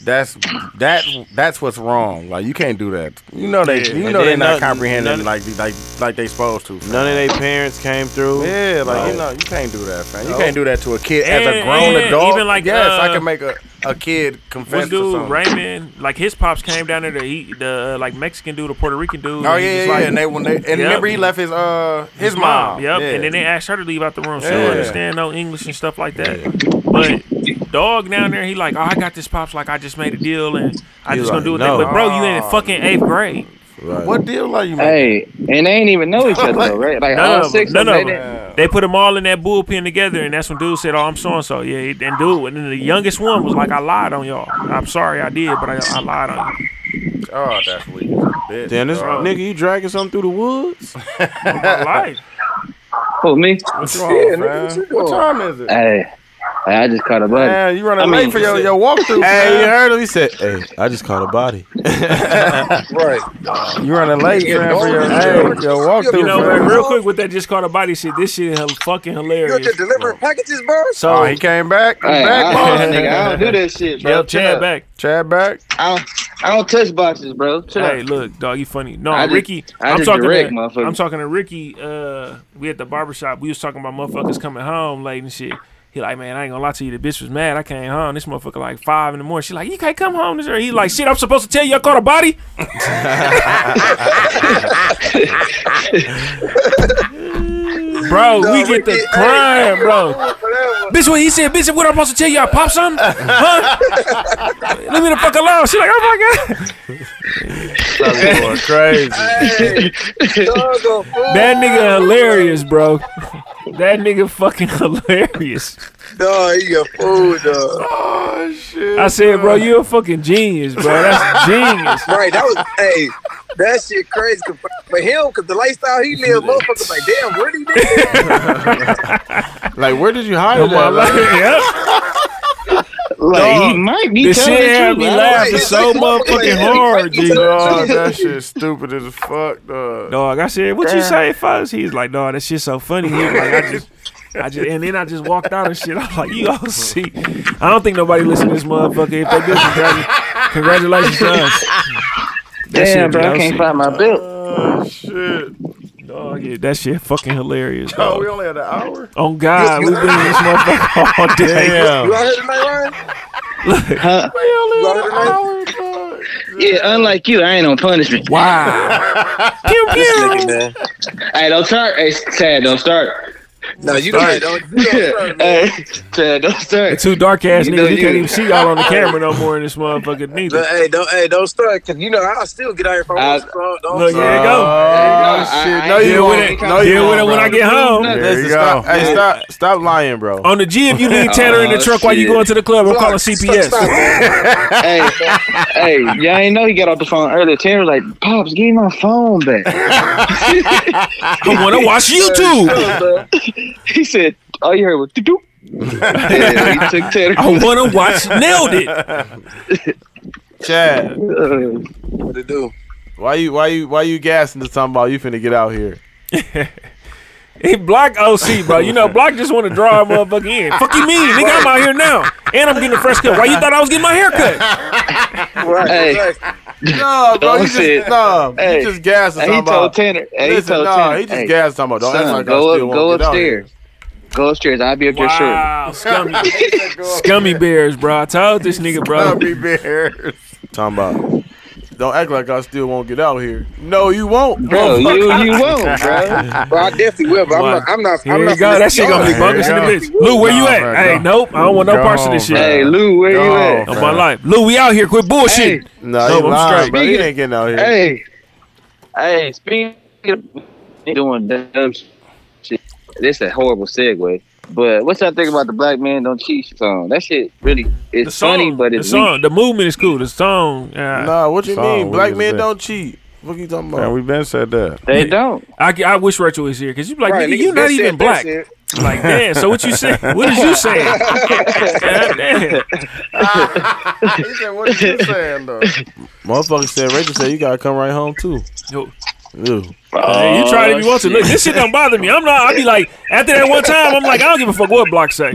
S3: that's that that's what's wrong. Like you can't do that. You know they
S1: Yeah.
S3: you know
S1: And
S3: they're
S1: then
S3: not
S1: none-
S3: comprehending
S1: none-
S3: like like like they supposed to. fam.
S1: None of their parents came through.
S3: Yeah, like you
S1: Like-
S3: know you can't do that, man. You
S1: No.
S3: can't do that to a kid as a
S2: And-
S3: grown
S2: and
S3: adult.
S2: even like,
S3: yes, I
S2: uh,
S3: can make a, a kid confess
S2: One
S3: to
S2: dude,
S3: something.
S2: Raymond, like his pops came down there to eat the uh, like Mexican dude, the Puerto Rican dude.
S3: Oh
S2: he
S3: yeah,
S2: was
S3: yeah,
S2: like-
S3: and they when they and
S2: Yep.
S3: remember he left his uh his, mom.
S2: Yep.
S3: Yeah.
S2: And then they asked her to leave out the room. She
S3: Yeah.
S2: don't understand no English and stuff like that. But dog down there, he like, oh, I got this pops. Like I just made a deal and I
S1: He
S2: just
S1: like,
S2: gonna do it.
S1: no.
S2: But bro, you in fucking eighth grade.
S1: Right.
S3: what deal are you?
S12: Hey, and they ain't even know each other, though, right? Like
S2: None
S12: all
S2: of them.
S12: six
S2: None
S12: of
S2: of
S12: them. They
S2: them.
S12: didn't-
S2: They put them all in that bullpen together, and that's when dude said, "Oh, I'm so and so." Yeah, he- and dude, and then the youngest one was like, "I lied on y'all. I'm sorry, I did, but I, I lied on you."
S3: Oh, that's weak. as a bitch,
S1: Damn, this
S3: dog.
S1: nigga, you dragging something through the woods?
S2: I lied.
S12: Who Oh, me?
S3: What's
S9: Yeah,
S3: wrong,
S9: nigga,
S3: fam?
S9: what you
S3: What
S9: doing?
S3: time is it?
S12: Hey, I just caught a buddy.
S3: Man, you running
S12: I mean,
S3: late for your, your walkthrough.
S1: hey, you heard him? He said, "Hey, I just caught a body."
S9: Right.
S3: man. you running late
S9: Yeah,
S3: fam, for your,
S9: don't-
S3: hey, your walkthrough.
S2: You know,
S3: fam.
S2: real quick with that just caught a body shit. This shit is fucking
S9: You're
S2: hilarious.
S9: just delivering packages, bro?
S2: So
S3: oh, he came back. He
S12: Hey,
S3: back,
S12: I,
S3: boss.
S12: nigga, I don't do that shit, bro.
S2: yep,
S12: Chill
S2: Chad
S12: out.
S2: back.
S3: Chad back.
S12: I don't, I don't touch boxes, bro. Chill
S2: Hey,
S12: out.
S2: look, dog, you funny. No,
S12: I just-
S2: Ricky.
S12: I
S2: I'm
S12: just
S2: talking.
S12: direct,
S2: to,
S12: motherfucker.
S2: I'm talking to Ricky. Uh, we at the barbershop. We was talking about motherfuckers coming home late and shit. He like, man, I ain't gonna lie to you. The bitch was mad. I came home. This motherfucker like five in the morning. She like, you can't come home this early. He like, shit, I'm supposed to tell you I caught a body. Bro, we get the crime, bro. Bitch, what he said, bitch, what I'm supposed to tell you, I pop something? Huh? Leave me the fuck alone. She like, oh my God.
S1: going crazy.
S2: That nigga hilarious, bro. That nigga fucking hilarious.
S9: Dog, he a fool, dog.
S3: Oh shit.
S2: I said, bro, you a fucking genius, bro. That's genius.
S9: Right, that was hey, that shit crazy 'cause for him, cause the lifestyle he lived, motherfuckers like, damn, where did he live?
S3: Like, where did you hire
S2: Come on,
S3: that?
S2: like,
S3: Like,
S2: yeah.
S12: Like
S2: Dog,
S12: he might be
S2: This
S12: telling
S2: shit
S12: the
S2: had
S12: truth.
S2: me
S12: I don't
S2: laughing
S9: Right.
S2: so motherfucking hard, G.
S3: dog, oh, that shit stupid as fuck, dog.
S2: Dog, I said, what you say, Fuzz? He's like, dog, that shit's so funny. He was like, I just, I just, and then I just walked out and shit. I'm like, you all see. I don't think nobody listen to this motherfucker. If they do, congratu- congratulations to us. That
S12: Damn,
S2: shit
S12: bro, I
S2: be
S12: can't
S2: OC.
S12: find my belt.
S3: Oh shit.
S2: Dog, yeah, that shit fucking hilarious,
S3: Oh, we
S2: dog.
S3: only had an hour.
S2: On Oh, God, we've been in this motherfucker all day.
S9: You out here tonight, Ryan?
S12: Huh?
S3: We only
S9: You out here tonight?
S3: dog.
S12: Yeah, unlike you, I ain't on punishment.
S2: Wow. pew pew.
S9: man.
S12: Hey, don't start. Hey, Tad, don't start.
S9: No, you don't. don't, you don't start, man.
S12: hey, Tad, don't
S2: The
S12: start.
S2: two dark ass
S12: You
S2: niggas,
S12: know
S2: you
S12: you-
S2: can't even see y'all on the camera no more in this motherfucker neither.
S9: But, hey, don't hey, don't start, cause you know I'll still get out here if I want.
S12: I-
S9: to, so Don't
S2: Look,
S9: start.
S2: yeah, go.
S3: Oh, shit. No, you
S2: Deal with
S3: won't.
S2: it.
S3: No, uh, you
S2: Deal with
S3: won't,
S2: it when
S3: bro.
S2: I get home.
S3: There you go.
S1: Listen, stop, hey, stop, stop lying, bro.
S2: On the G, if you leave Tanner in the
S12: Oh,
S2: truck while you
S12: shit.
S2: going to the club, I'm
S9: Look,
S2: calling
S9: stop,
S2: CPS.
S9: stop, man.
S12: hey, hey, y'all ain't know he got off the phone earlier. Tanner was like, "Pops, give me my phone back."
S2: I want to watch YouTube.
S12: he said, "All you heard was doop." yeah, he took Tanner.
S2: I want to watch Nailed It.
S1: Chad,
S12: Uh,
S9: What to do?
S1: why you, why you, why you gassing this talking about you finna get out here?
S2: He blocked OC, bro. You know, Block just want to draw a motherfucker in. Fuck you mean? Nigga, I'm out here now. And I'm getting a fresh cut. Why you thought I was getting my hair cut?
S9: Right,
S12: Hey.
S9: exactly.
S1: No, bro, you
S12: Don't say
S1: just,
S12: it.
S1: no,
S12: Oh, Hey,
S1: you just gassing
S12: hey, he
S1: talking
S12: told
S1: about.
S12: Tanner. Hey, he
S1: Listen,
S12: told
S1: no,
S12: Tanner.
S1: he just
S12: hey,
S1: gassed talking about. Don't act
S12: son,
S1: like I
S12: go
S1: still
S12: up, go
S1: won't get out here.
S12: upstairs. Go upstairs. I'll be up there shortly.
S2: Wow, scummy, scummy bears, bro. I told this nigga, bro.
S3: Happy Bears.
S1: Talking about. Don't act like I still won't get out here. No, you won't.
S12: Bro, you you won't, bro.
S9: Well, I definitely will, but I'm not. I'm not.
S2: Here
S9: I'm
S2: you
S9: not
S2: go.
S9: finna
S2: That shit
S9: start.
S2: gonna be
S3: Here
S2: bumpers
S3: you
S2: in the
S3: go.
S2: bitch. Lou, where you
S3: Nah,
S2: at?
S3: bro,
S2: hey,
S3: go.
S2: nope. I don't want no
S3: Go
S2: parts of this
S3: home,
S2: shit.
S3: bro.
S12: Hey, Lou, where
S3: Go
S12: you
S3: home,
S12: at?
S2: Of
S3: bro.
S2: my life. Lou, we out here. Quit bullshit. No,
S1: No, you
S2: I'm
S1: lying,
S2: straight.
S1: bro. He ain't getting out here.
S12: Hey, hey, speaking of doing dumb shit, this a horrible segue. But what y'all think about the Black Man Don't Cheat song? That shit really
S2: The
S12: it's
S2: song,
S12: funny, but
S2: the
S12: it's weak.
S2: song, the movement is cool. The song, uh,
S1: Nah, what you
S3: Son,
S1: mean?
S3: we
S1: Black
S3: just
S1: men
S3: been-
S1: don't cheat. What you talking
S3: Man,
S1: about?
S3: we been said that.
S12: They don't.
S2: I, I wish Rachel was here because you be like,
S9: Right,
S2: nigga,
S9: niggas
S2: you not
S9: been
S2: even
S9: said, been
S2: black.
S9: said.
S2: Like, damn. So what you say? What is you saying? God damn.
S3: he said, "What are you saying, though?"
S1: Motherfucker said, Rachel said, you gotta come right home too.
S2: Yo.
S1: Ew.
S2: Hey, you try to be want to. Look, this shit don't bother me. I'm not. I be like, after that one time, I'm like, I don't give a fuck what Block say.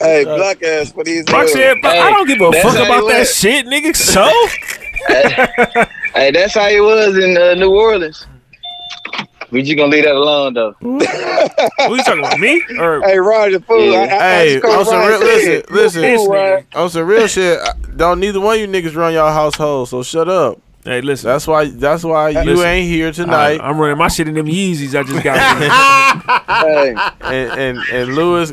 S9: Hey, black ass, uh, what is
S2: Block said, "Fuck, I don't give a
S12: that's
S2: fuck
S12: how
S2: about
S12: you
S2: that
S12: live.
S2: shit, nigga. So
S12: Hey, that's how it was in uh, New Orleans. We just gonna leave that alone though.
S2: what you talking about me or
S9: Hey, Roger, fool. I, I, I
S1: Hey,
S9: just called
S1: on some
S9: Ryan
S1: real,
S9: said,
S1: listen,
S2: this
S1: listen,
S2: nigga?
S1: on some real shit. I- Don't neither one of you niggas run your household, so shut up.
S2: Hey, listen.
S1: That's why. That's why you
S2: Listen,
S1: ain't here
S2: I,
S1: tonight.
S2: I'm running my shit in them Yeezys I just got.
S9: Hey,
S1: and and and Lewis,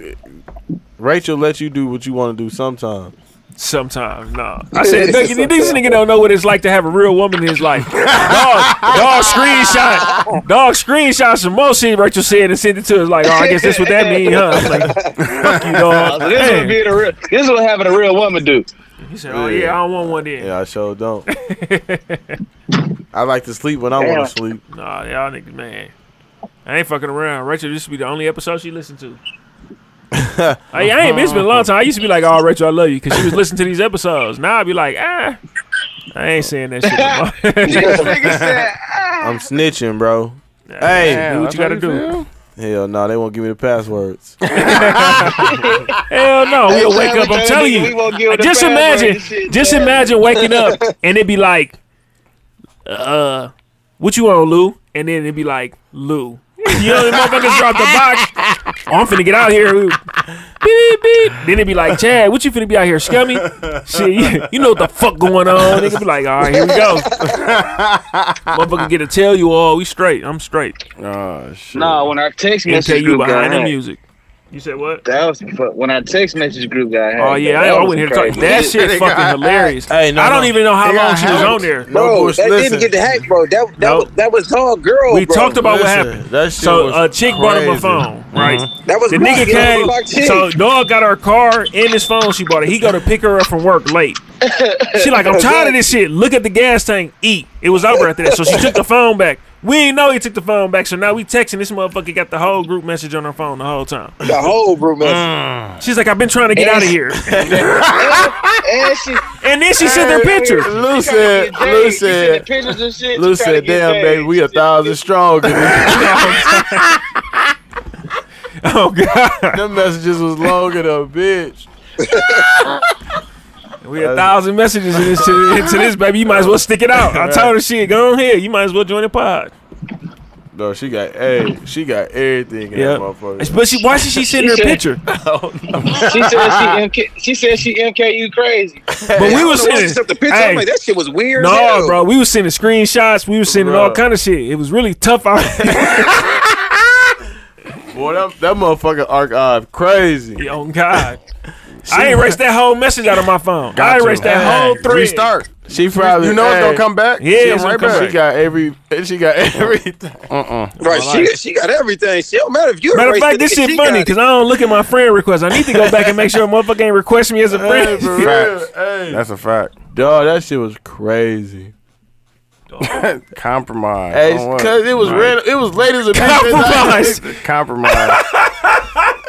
S1: Rachel, let you do what you want to do sometimes.
S2: Sometimes, nah. I said, "Look, this nigga don't know what it's like to have a real woman in his life. Dog, dog screenshot, dog screenshot some more shit Rachel said and sent it to us. Like, oh, I guess that's what that mean, huh? I'm like, fuck you, dog.
S12: So this would be the real. This is what having a real woman do.
S2: He said, oh yeah, I don't want one then.
S1: Yeah, I sure don't. I like to sleep when I want
S12: Damn.
S1: to sleep.
S2: Nah, y'all niggas, man. I ain't fucking around. Rachel, this would be the only episode she listened to. hey, I ain't. It's been a long time. I used to be like, "Oh, Rachel, I love you," because she was listening to these episodes. Now I'd be like, "Ah, I ain't saying that shit." No more.
S1: I'm snitching, bro. Hey,
S2: do what you gotta do.
S1: Hell no, they won't give me the passwords.
S2: Hell no, we'll
S12: Hey,
S2: wake
S12: Chad,
S2: up.
S12: we trying
S2: I'm telling
S12: to- we
S2: you.
S12: won't give the
S2: Just
S12: password
S2: imagine,
S12: and shit,
S2: just
S12: Chad.
S2: imagine waking up and it'd be like, uh, what you on, Lou? And then it'd be like, Lou. You know, the motherfuckers drop the box. oh, I'm finna get out here. Beep, beep. Then it be like, Chad, what you finna be out here, scummy? Shit, you, you know what the fuck going on. Nigga be like, all right, here we go. Motherfucker get to tell you all, we straight. I'm straight. Ah,
S3: Oh, shit.
S12: No, when our text
S2: And tell
S12: message
S2: you
S12: group got
S2: behind the
S12: hacked,
S2: music. You said what?
S12: That was fu- when our text message group got hacked.
S2: Oh yeah, I,
S12: that
S2: I
S12: was
S2: went here to talk.
S12: crazy.
S2: That shit
S12: They got
S2: fucking hilarious.
S1: Hey, no,
S2: I don't
S1: no.
S2: even know how
S1: They got
S2: long she was
S1: hacked.
S2: on there.
S1: No,
S9: bro,
S1: Bush,
S9: that
S1: listen.
S9: didn't get the hack, bro. That that,
S2: Nope.
S9: was, that was all girl.
S2: We
S9: bro.
S2: talked about
S1: Listen,
S2: what happened.
S1: that shit
S2: so
S1: was
S2: a chick brought him a
S1: crazy.
S2: phone, right?
S9: That was
S2: the
S9: Block,
S2: nigga
S9: yeah, Block
S2: came.
S9: chick.
S2: So dog got her car and his phone. She bought it. He go to pick her up from work late. She like, I'm tired of this shit. Look at the gas tank. Eat. It was over after that. So she took the phone back. We didn't know he took the phone back. So now we texting. This motherfucker got the whole group message on her phone the whole time.
S9: the whole
S2: Mm.
S9: group message.
S2: She's like, I've been trying to get out of here.
S12: And she,
S2: And then she sent her picture.
S1: Lou
S12: she trying to
S1: said,
S12: get dates.
S1: Lou
S12: She sent the
S1: said,
S12: pictures and shit. She
S1: Lou
S12: trying to
S1: said,
S12: get
S1: damn,
S12: dates.
S1: baby, we a thousand stronger.
S2: Oh god.
S1: Them messages was longer than a bitch.
S2: We had a thousand messages in this, to, into this, baby. You might as well stick it out. I told her shit, go on here. You might as well join the pod.
S1: No, she got, hey, she got everything in
S2: Yeah.
S1: that motherfucker.
S2: But she, why should she send her
S12: She said-
S2: picture?
S12: She said she, MK, she said she MKU crazy.
S2: But we was
S9: So once
S2: sending.
S9: you took the picture,
S2: Hey,
S9: I'm like, that shit was weird. as
S2: no,
S9: hell.
S2: bro, we was sending screenshots. We was sending all
S1: Bruh.
S2: kind of shit. It was really tough out.
S1: Boy, that, that motherfucking archive crazy.
S2: oh God, I erased that whole message out of my phone. I erased that whole thread.
S3: Restart.
S1: She probably
S3: You know it's
S1: hey,
S3: gonna come back.
S2: Yeah,
S3: She
S2: it's
S3: right
S2: gonna come
S1: She
S3: back.
S1: got every, she got everything.
S9: Right, she, she got everything. She don't matter if you.
S2: Matter of
S9: erased
S2: fact,
S9: it,
S2: this shit
S9: she got
S2: funny
S9: it.
S2: because I don't look at my friend requests. I need to go back and make sure a motherfucker ain't request me as a
S1: Hey, for
S2: friend.
S1: real,
S3: Facts.
S1: hey.
S3: That's a fact.
S1: Dog, that shit was crazy.
S3: Compromise.
S1: Hey,
S3: On what?
S1: cause it was
S3: Like,
S1: random. It was late as a
S2: Compromise.
S3: Compromise.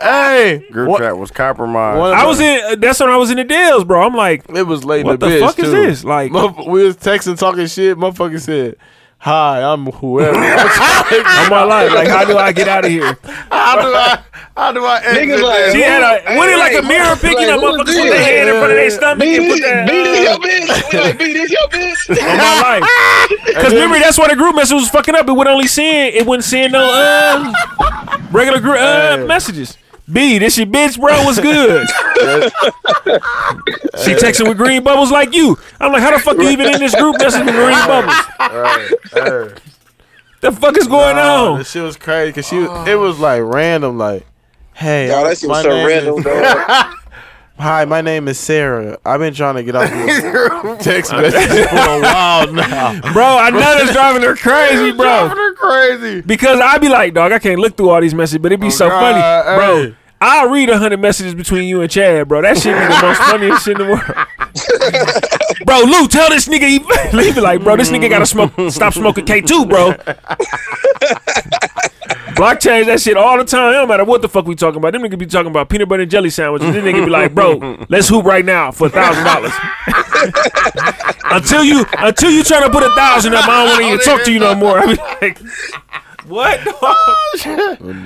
S1: Hey,
S3: Group
S1: What-
S3: chat was compromised.
S1: One of
S2: I was in. That's when I was in the deals, bro. I'm like,
S1: It was late.
S2: What
S1: in the,
S2: the
S1: bitch,
S2: fuck is
S1: too.
S2: this? Like-
S1: Motherf- we was texting, talking shit. Motherfucker said, "Hi, I'm whoever."
S2: on my life. Like, how do I get out of here?
S1: how do I? How do I? Exit
S12: Niggas like,
S2: She
S1: this?
S2: had a
S12: Hey,
S2: what it like a
S12: hey,
S2: mirror
S12: like,
S2: picking up
S12: who
S2: motherfuckers put
S12: did
S2: their
S12: it?
S2: hand in front of their stomach
S12: Be
S2: and
S12: this,
S2: put that
S12: be this
S2: uh,
S12: your bitch. We like, be this your bitch.
S2: on my life. Because remember, that's why the group message was fucking up. It would only send it wouldn't send no uh, regular group uh, messages. B, this your bitch, bro. What's good? she texting with green bubbles like you. I'm like, how the fuck you even in this group message with green bubbles?
S1: Hey,
S2: The fuck is going
S1: nah,
S2: on?
S1: This shit was crazy because she. was- It was like random. Like, hey,
S9: Y'all, that shit
S1: my
S9: was so
S1: name
S9: random.
S1: is-
S9: dog.
S1: Hi, my name is Sarah. I've been trying to get off this text messages for a while now.
S2: Bro, I know that's driving her crazy, bro.
S1: Driving her crazy.
S2: Because I be like, dog, I can't look through all these messages, but it be so
S1: Oh, God,
S2: funny, bro.
S1: hey.
S2: I'll read a hundred messages between you and Chad, bro. That shit be the most funniest shit in the world. bro, Lou, tell this nigga he, he be like, bro, this nigga gotta smoke stop smoking K2, bro. Block change that shit all the time. It don't matter what the fuck we talking about. Them nigga be talking about peanut butter and jelly sandwiches. This nigga be like, bro, let's hoop right now for a thousand dollars. Until you until you try to put a thousand up, I don't want to even talk to you no more. I be like, what?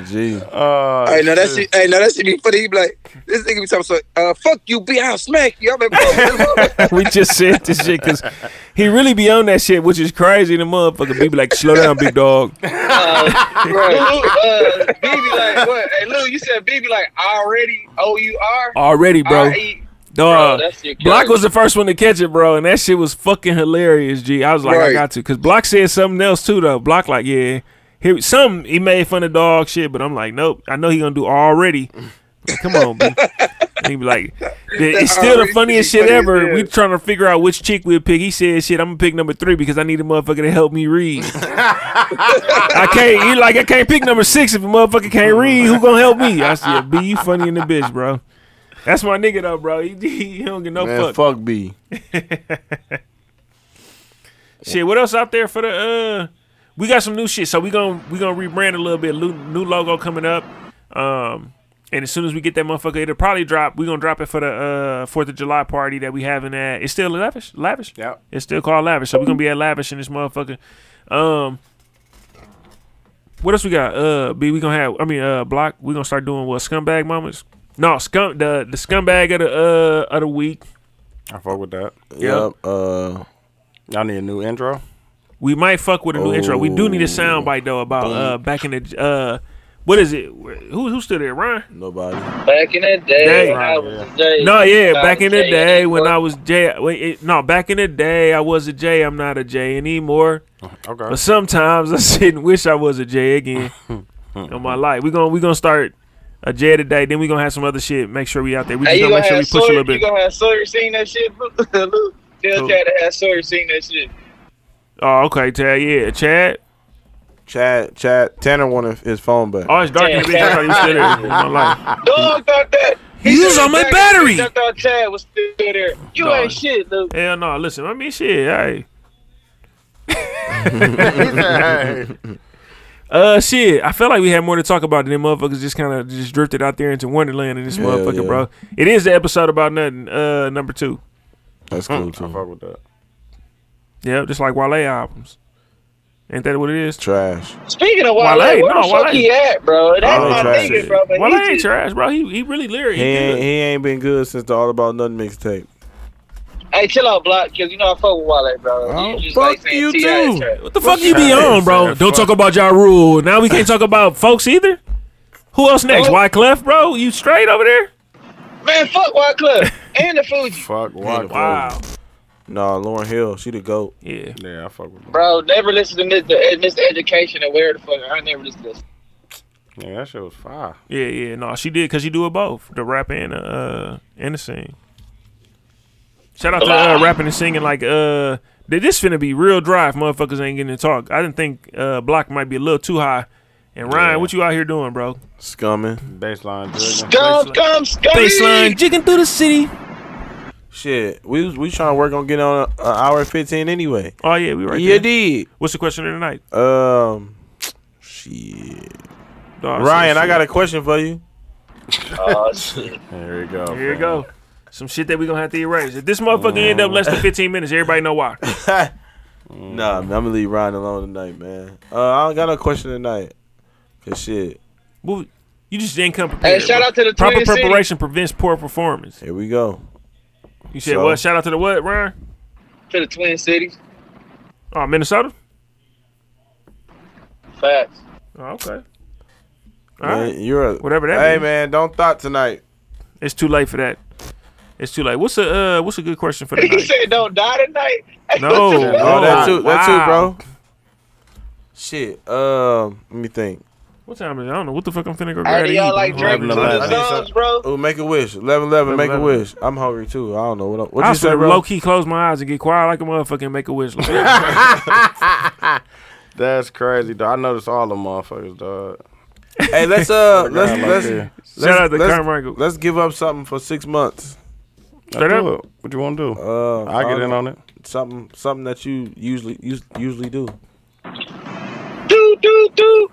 S1: Gee.
S3: Uh,
S9: Hey, no, that shit. Hey, no, that shit be funny. He be like, this nigga be talking so. Uh, fuck you, be I'll smack you. I'm like, bro,
S2: we just said this shit because he really be on that shit, which is crazy. The motherfucker be like, slow down, big dog.
S12: Right. Uh, B be like, what? Hey, Lou, you said B be like, already O U R.
S2: Already, bro.
S12: I eat. Bro,
S2: Dog.
S12: that shit killing
S2: Block
S12: me.
S2: was the first one to catch it, bro, and that shit was fucking hilarious. G, I was like, I
S9: Right.
S2: got to, cause Block said something else too, though. Block like, yeah, here some he made fun of dog shit, but I'm like, nope, I know he gonna do already. Like, Come on, B. And he be like, it's still the
S9: already
S2: funniest
S9: shit
S2: shit
S9: funny as
S2: ever.
S9: hell.
S2: We trying to figure out which chick we'll pick. He said, shit, I'm gonna pick number three because I need a motherfucker to help me read. I can't. He like I can't pick number six if a motherfucker
S9: Oh.
S2: can't read. Who gonna help me? I said, B, you funny in the bitch, bro. That's my nigga though, bro. He, he, he don't get no
S1: Man,
S2: fuck.
S1: fuck B.
S2: Shit, what else out there for the? uh We got some new shit, so we gonna we gonna rebrand a little bit. New, new logo coming up. Um, and as soon as we get that motherfucker, it'll probably drop. We gonna drop it for the uh Fourth of July party that we having at. It's still lavish, lavish.
S3: Yep.
S2: It's still called lavish, so we gonna be at lavish in this motherfucker. Um. What else we got? Uh, B, we gonna have. I mean, uh, block. We gonna start doing what scumbag moments. No, scum the the scumbag of the uh of the week.
S3: I fuck with that.
S1: Yep. Uh,
S3: Y'all need a new intro.
S2: We might fuck with a new intro. We do need a soundbite though about uh back in the uh What is it? Who who stood there? Ryan?
S1: Nobody.
S12: Back in the day,
S2: Day.
S12: I was a J.
S2: No, yeah,
S12: I
S2: back
S12: was
S2: in the
S12: J.
S2: day when I was J. Wait, it, no, back in the day I was a J. I'm not a J anymore.
S3: Okay.
S2: But sometimes I sit and wish I was a J again in my life. We're gonna we gonna start a J today. Then we're gonna have some other shit. Make sure we out there. We just
S12: Hey, you
S2: gonna
S12: gonna
S2: make sure we
S12: have Sawyer?
S2: push a little
S12: You
S2: bit.
S12: gonna have Sawyer seen that shit? Lou, tell
S2: Who?
S12: Chad to have Sawyer seen that shit.
S2: Oh, okay, Tad. Yeah, Chad.
S1: Chad, Chad, Tanner wanted his phone back.
S2: Oh, it's dark in the bitch. I thought he was still there. in my life.
S12: Dog thought that.
S2: He was on my battery.
S12: I thought Chad was still there. You
S2: Dog.
S12: ain't shit, Lou.
S2: Hell no. Listen, I mean shit. Hey. Uh, shit. I felt like we had more to talk about than them motherfuckers just kind of just drifted out there into Wonderland in this
S1: Yeah,
S2: motherfucker,
S1: yeah.
S2: bro. It is the episode about nothing. Uh, number two.
S1: That's cool
S3: I
S1: too.
S3: fuck with that.
S2: Yeah, just like Wale albums. Ain't that what it is?
S1: Trash.
S12: Speaking of Wale,
S2: Wale,
S12: where
S2: no,
S12: the fuck
S2: Wale.
S12: he at, bro? That's
S1: Oh,
S12: my
S1: trash.
S12: nigga, bro. But
S2: Wale
S12: he
S2: ain't
S12: just-
S2: trash, bro. He he really lyric.
S1: He
S2: He
S1: ain't,
S2: good.
S1: he ain't been good since the All About Nothing mixtape.
S12: Hey, chill out, Block, because you know I fuck with Wale, bro.
S1: Oh,
S12: you just
S1: fuck
S12: like saying
S1: you
S12: T.I. is
S1: too.
S12: trash.
S2: What the fuck you be
S3: Trash.
S2: on, bro?
S3: Yeah,
S2: Don't talk
S3: fuck.
S2: about Ja Rule. Now we can't talk about folks either. Who else next?
S12: Oh.
S2: Wyclef, bro? You straight over there?
S12: Man, fuck White Club and the Fuji.
S3: Fuck walk.
S2: Wow.
S1: Nah, Lauren Hill, she the goat.
S2: Yeah.
S3: Yeah, I fuck with that.
S12: Bro, never listen to Mr. Ed- Mr. Education and where the fuck. I never listen to this.
S3: Yeah, that shit was fire.
S2: Yeah, yeah. No, she did because she do it both the rap and the, uh and the sing. Shout out to uh, rapping and singing. Like uh, th- this finna be real dry if motherfuckers ain't getting to talk. I didn't think uh block might be a little too high. And Ryan, what you out here doing, bro?
S1: Scumming.
S3: Baseline driven.
S12: Scum, scum, scum.
S2: Baseline jigging through the city.
S1: Shit, we was- we trying to work on getting on an hour and fifteen anyway.
S2: Oh yeah, we right
S1: yeah,
S2: there.
S1: did.
S2: What's the question of the night,
S1: Um, shit.
S2: Dog,
S1: Ryan,
S2: some
S1: I got a
S2: shit.
S1: question for you.
S12: Oh, shit.
S3: Here we go.
S2: Here you
S3: fam.
S2: go. Some shit that we gonna have to erase. If this motherfucker end up less than 15 minutes, everybody know why.
S1: Nah, man, I'm gonna leave Ryan alone tonight, man. Uh, I don't got no question tonight. Cause shit,
S2: Well, You just didn't come
S12: Hey,
S2: prepared.
S12: shout
S2: bro.
S12: out to the
S2: Proper
S12: Twin City.
S2: preparation prevents poor performance.
S1: here we go.
S2: You said
S1: So?
S2: what? Shout out to the what, Ryan?
S12: To the Twin Cities.
S2: Oh, Minnesota?
S12: Facts.
S2: Oh, okay. All
S1: Man,
S2: right.
S1: You're a,
S2: Whatever that
S1: Hey
S2: means.
S1: man, don't thought tonight.
S2: It's too late for that. It's too late. What's a uh, what's a good question for the
S12: He
S2: night?
S12: said, don't die tonight.
S2: No,
S1: Oh, that too. That too,
S2: wow.
S1: bro. Shit. Um, let me think.
S2: What time is it? I don't know. What the fuck I'm finna go grab
S12: Hey,
S2: to
S12: do
S2: eat,
S12: y'all
S2: bro?
S12: like drinking
S3: Eleven,
S12: to the
S3: eleven.
S12: songs, bro?
S1: Oh, make a wish. 11, 11, make a
S2: 11.
S1: wish. I'm hungry too. I don't know what. What
S2: I
S1: you
S2: was
S1: say,
S2: finna
S1: bro?
S2: low key close my eyes and get quiet like a motherfucker and make a wish. Like,
S3: That's crazy, dog. I noticed all the motherfuckers, dog.
S1: Hey, let's uh, let's
S3: like
S1: let's,
S3: that.
S1: let's
S2: Shout out to
S1: let's-
S2: Carmichael.
S1: Let's give up something for six months.
S2: Straight
S3: do
S2: up.
S3: it. What you want to do?
S1: Uh,
S3: I get in on it.
S1: something something that you usually us- usually do.
S12: Do, do, do.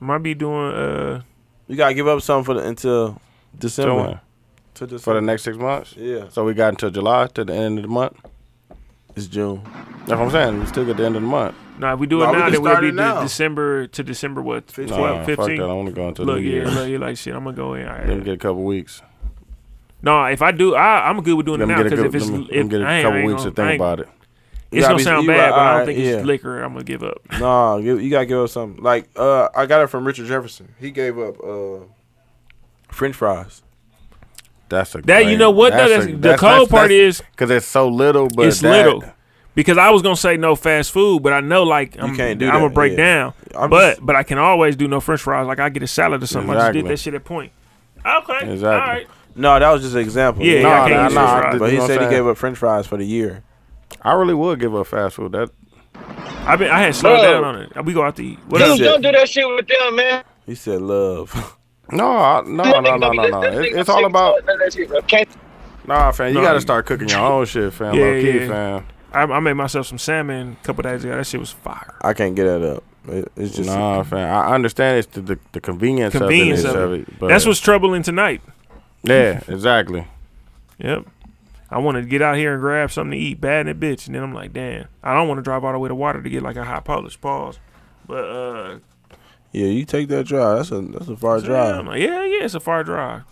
S2: Might be doing uh
S1: You gotta give up something for the until December.
S3: Till when?
S1: To December.
S3: For the next six months.
S1: Yeah.
S3: So we got until July to the end of the month.
S1: It's June.
S3: That's what I'm saying. We still get the end of the month.
S2: Nah, if we do it
S1: Nah, we
S2: now,
S1: can
S2: then we'll
S1: start
S2: be
S1: it now.
S2: de- December to December what?
S1: Fifteen.
S3: Nah,
S2: 12,
S3: fuck
S2: 15?
S3: that. I want to go into the
S2: Look,
S3: new
S2: yeah,
S3: year.
S2: look, you're like shit. I'm gonna go in. All
S3: Let me
S2: right.
S3: get a couple weeks.
S2: No, if I do, I, I'm good with doing
S3: Let me
S2: it now
S3: get a,
S2: because
S3: good,
S2: if it's
S3: let me, let me
S2: if
S3: get a
S2: I ain't- I
S3: couple
S2: ain't
S3: weeks to
S2: gonna- I
S3: think
S2: ain't-
S3: about it.
S1: You
S2: It's
S1: gotta
S2: gonna
S1: be-
S2: sound
S1: you
S2: bad,
S1: are-
S2: but I
S1: alright,
S2: don't think it's
S1: yeah.
S2: liquor. I'm gonna give up.
S1: Nah, you, you gotta give up something. Like uh, I got it from Richard Jefferson. He gave up uh, French fries.
S3: That's a
S2: That you know what though? That's, the cold part is
S3: because it's so little, but
S2: it's
S3: that-
S2: little. Because I was gonna say no fast food, but I know like I'm,
S1: can't do
S2: I'm gonna
S1: that,
S2: break
S1: yeah.
S2: down.
S1: I'm
S2: but
S1: just-
S2: but I can always do no French fries. Like I get a salad or something. I just did
S3: Exactly.
S2: that shit at point. Okay,
S3: Exactly.
S2: all right.
S1: No, that was just an example.
S2: Yeah,
S1: no,
S2: yeah, I can't
S1: no,
S2: use
S1: no,
S2: French fries.
S1: But
S3: You
S1: he
S3: know what
S1: said
S3: I'm
S1: he
S3: saying?
S1: gave up French fries for the year.
S3: I really would give up fast food. That
S2: I've been I had slowed
S12: Bro.
S2: down on it. We go out to eat. What
S1: That's
S2: else?
S1: it.
S12: Don't do that shit with them, man.
S1: He said love.
S3: no, I, no, no, no, no, no. It, it's all about
S12: Can't
S3: nah, fam. You
S2: No.
S3: gotta start cooking your own shit, fam.
S2: Yeah,
S3: low key,
S2: yeah.
S3: fam.
S2: I, I made myself some salmon a couple days ago. That shit was fire.
S1: I can't get that up. It, it's just
S3: Nah, fam. I understand it's the, the, the convenience,
S2: Convenience
S3: of it.
S2: of
S3: Of
S2: it.
S3: it but
S2: That's what's troubling tonight.
S3: yeah, exactly.
S2: Yep. I want to get out here and grab something to eat, bad in a bitch, and then I'm like, damn, I don't want to drive all the way to water to get like a hot polish pause. But uh,
S1: yeah. You take that drive. That's a that's a far
S2: yeah, I'm
S1: drive.
S2: like, yeah, yeah, it's a far drive.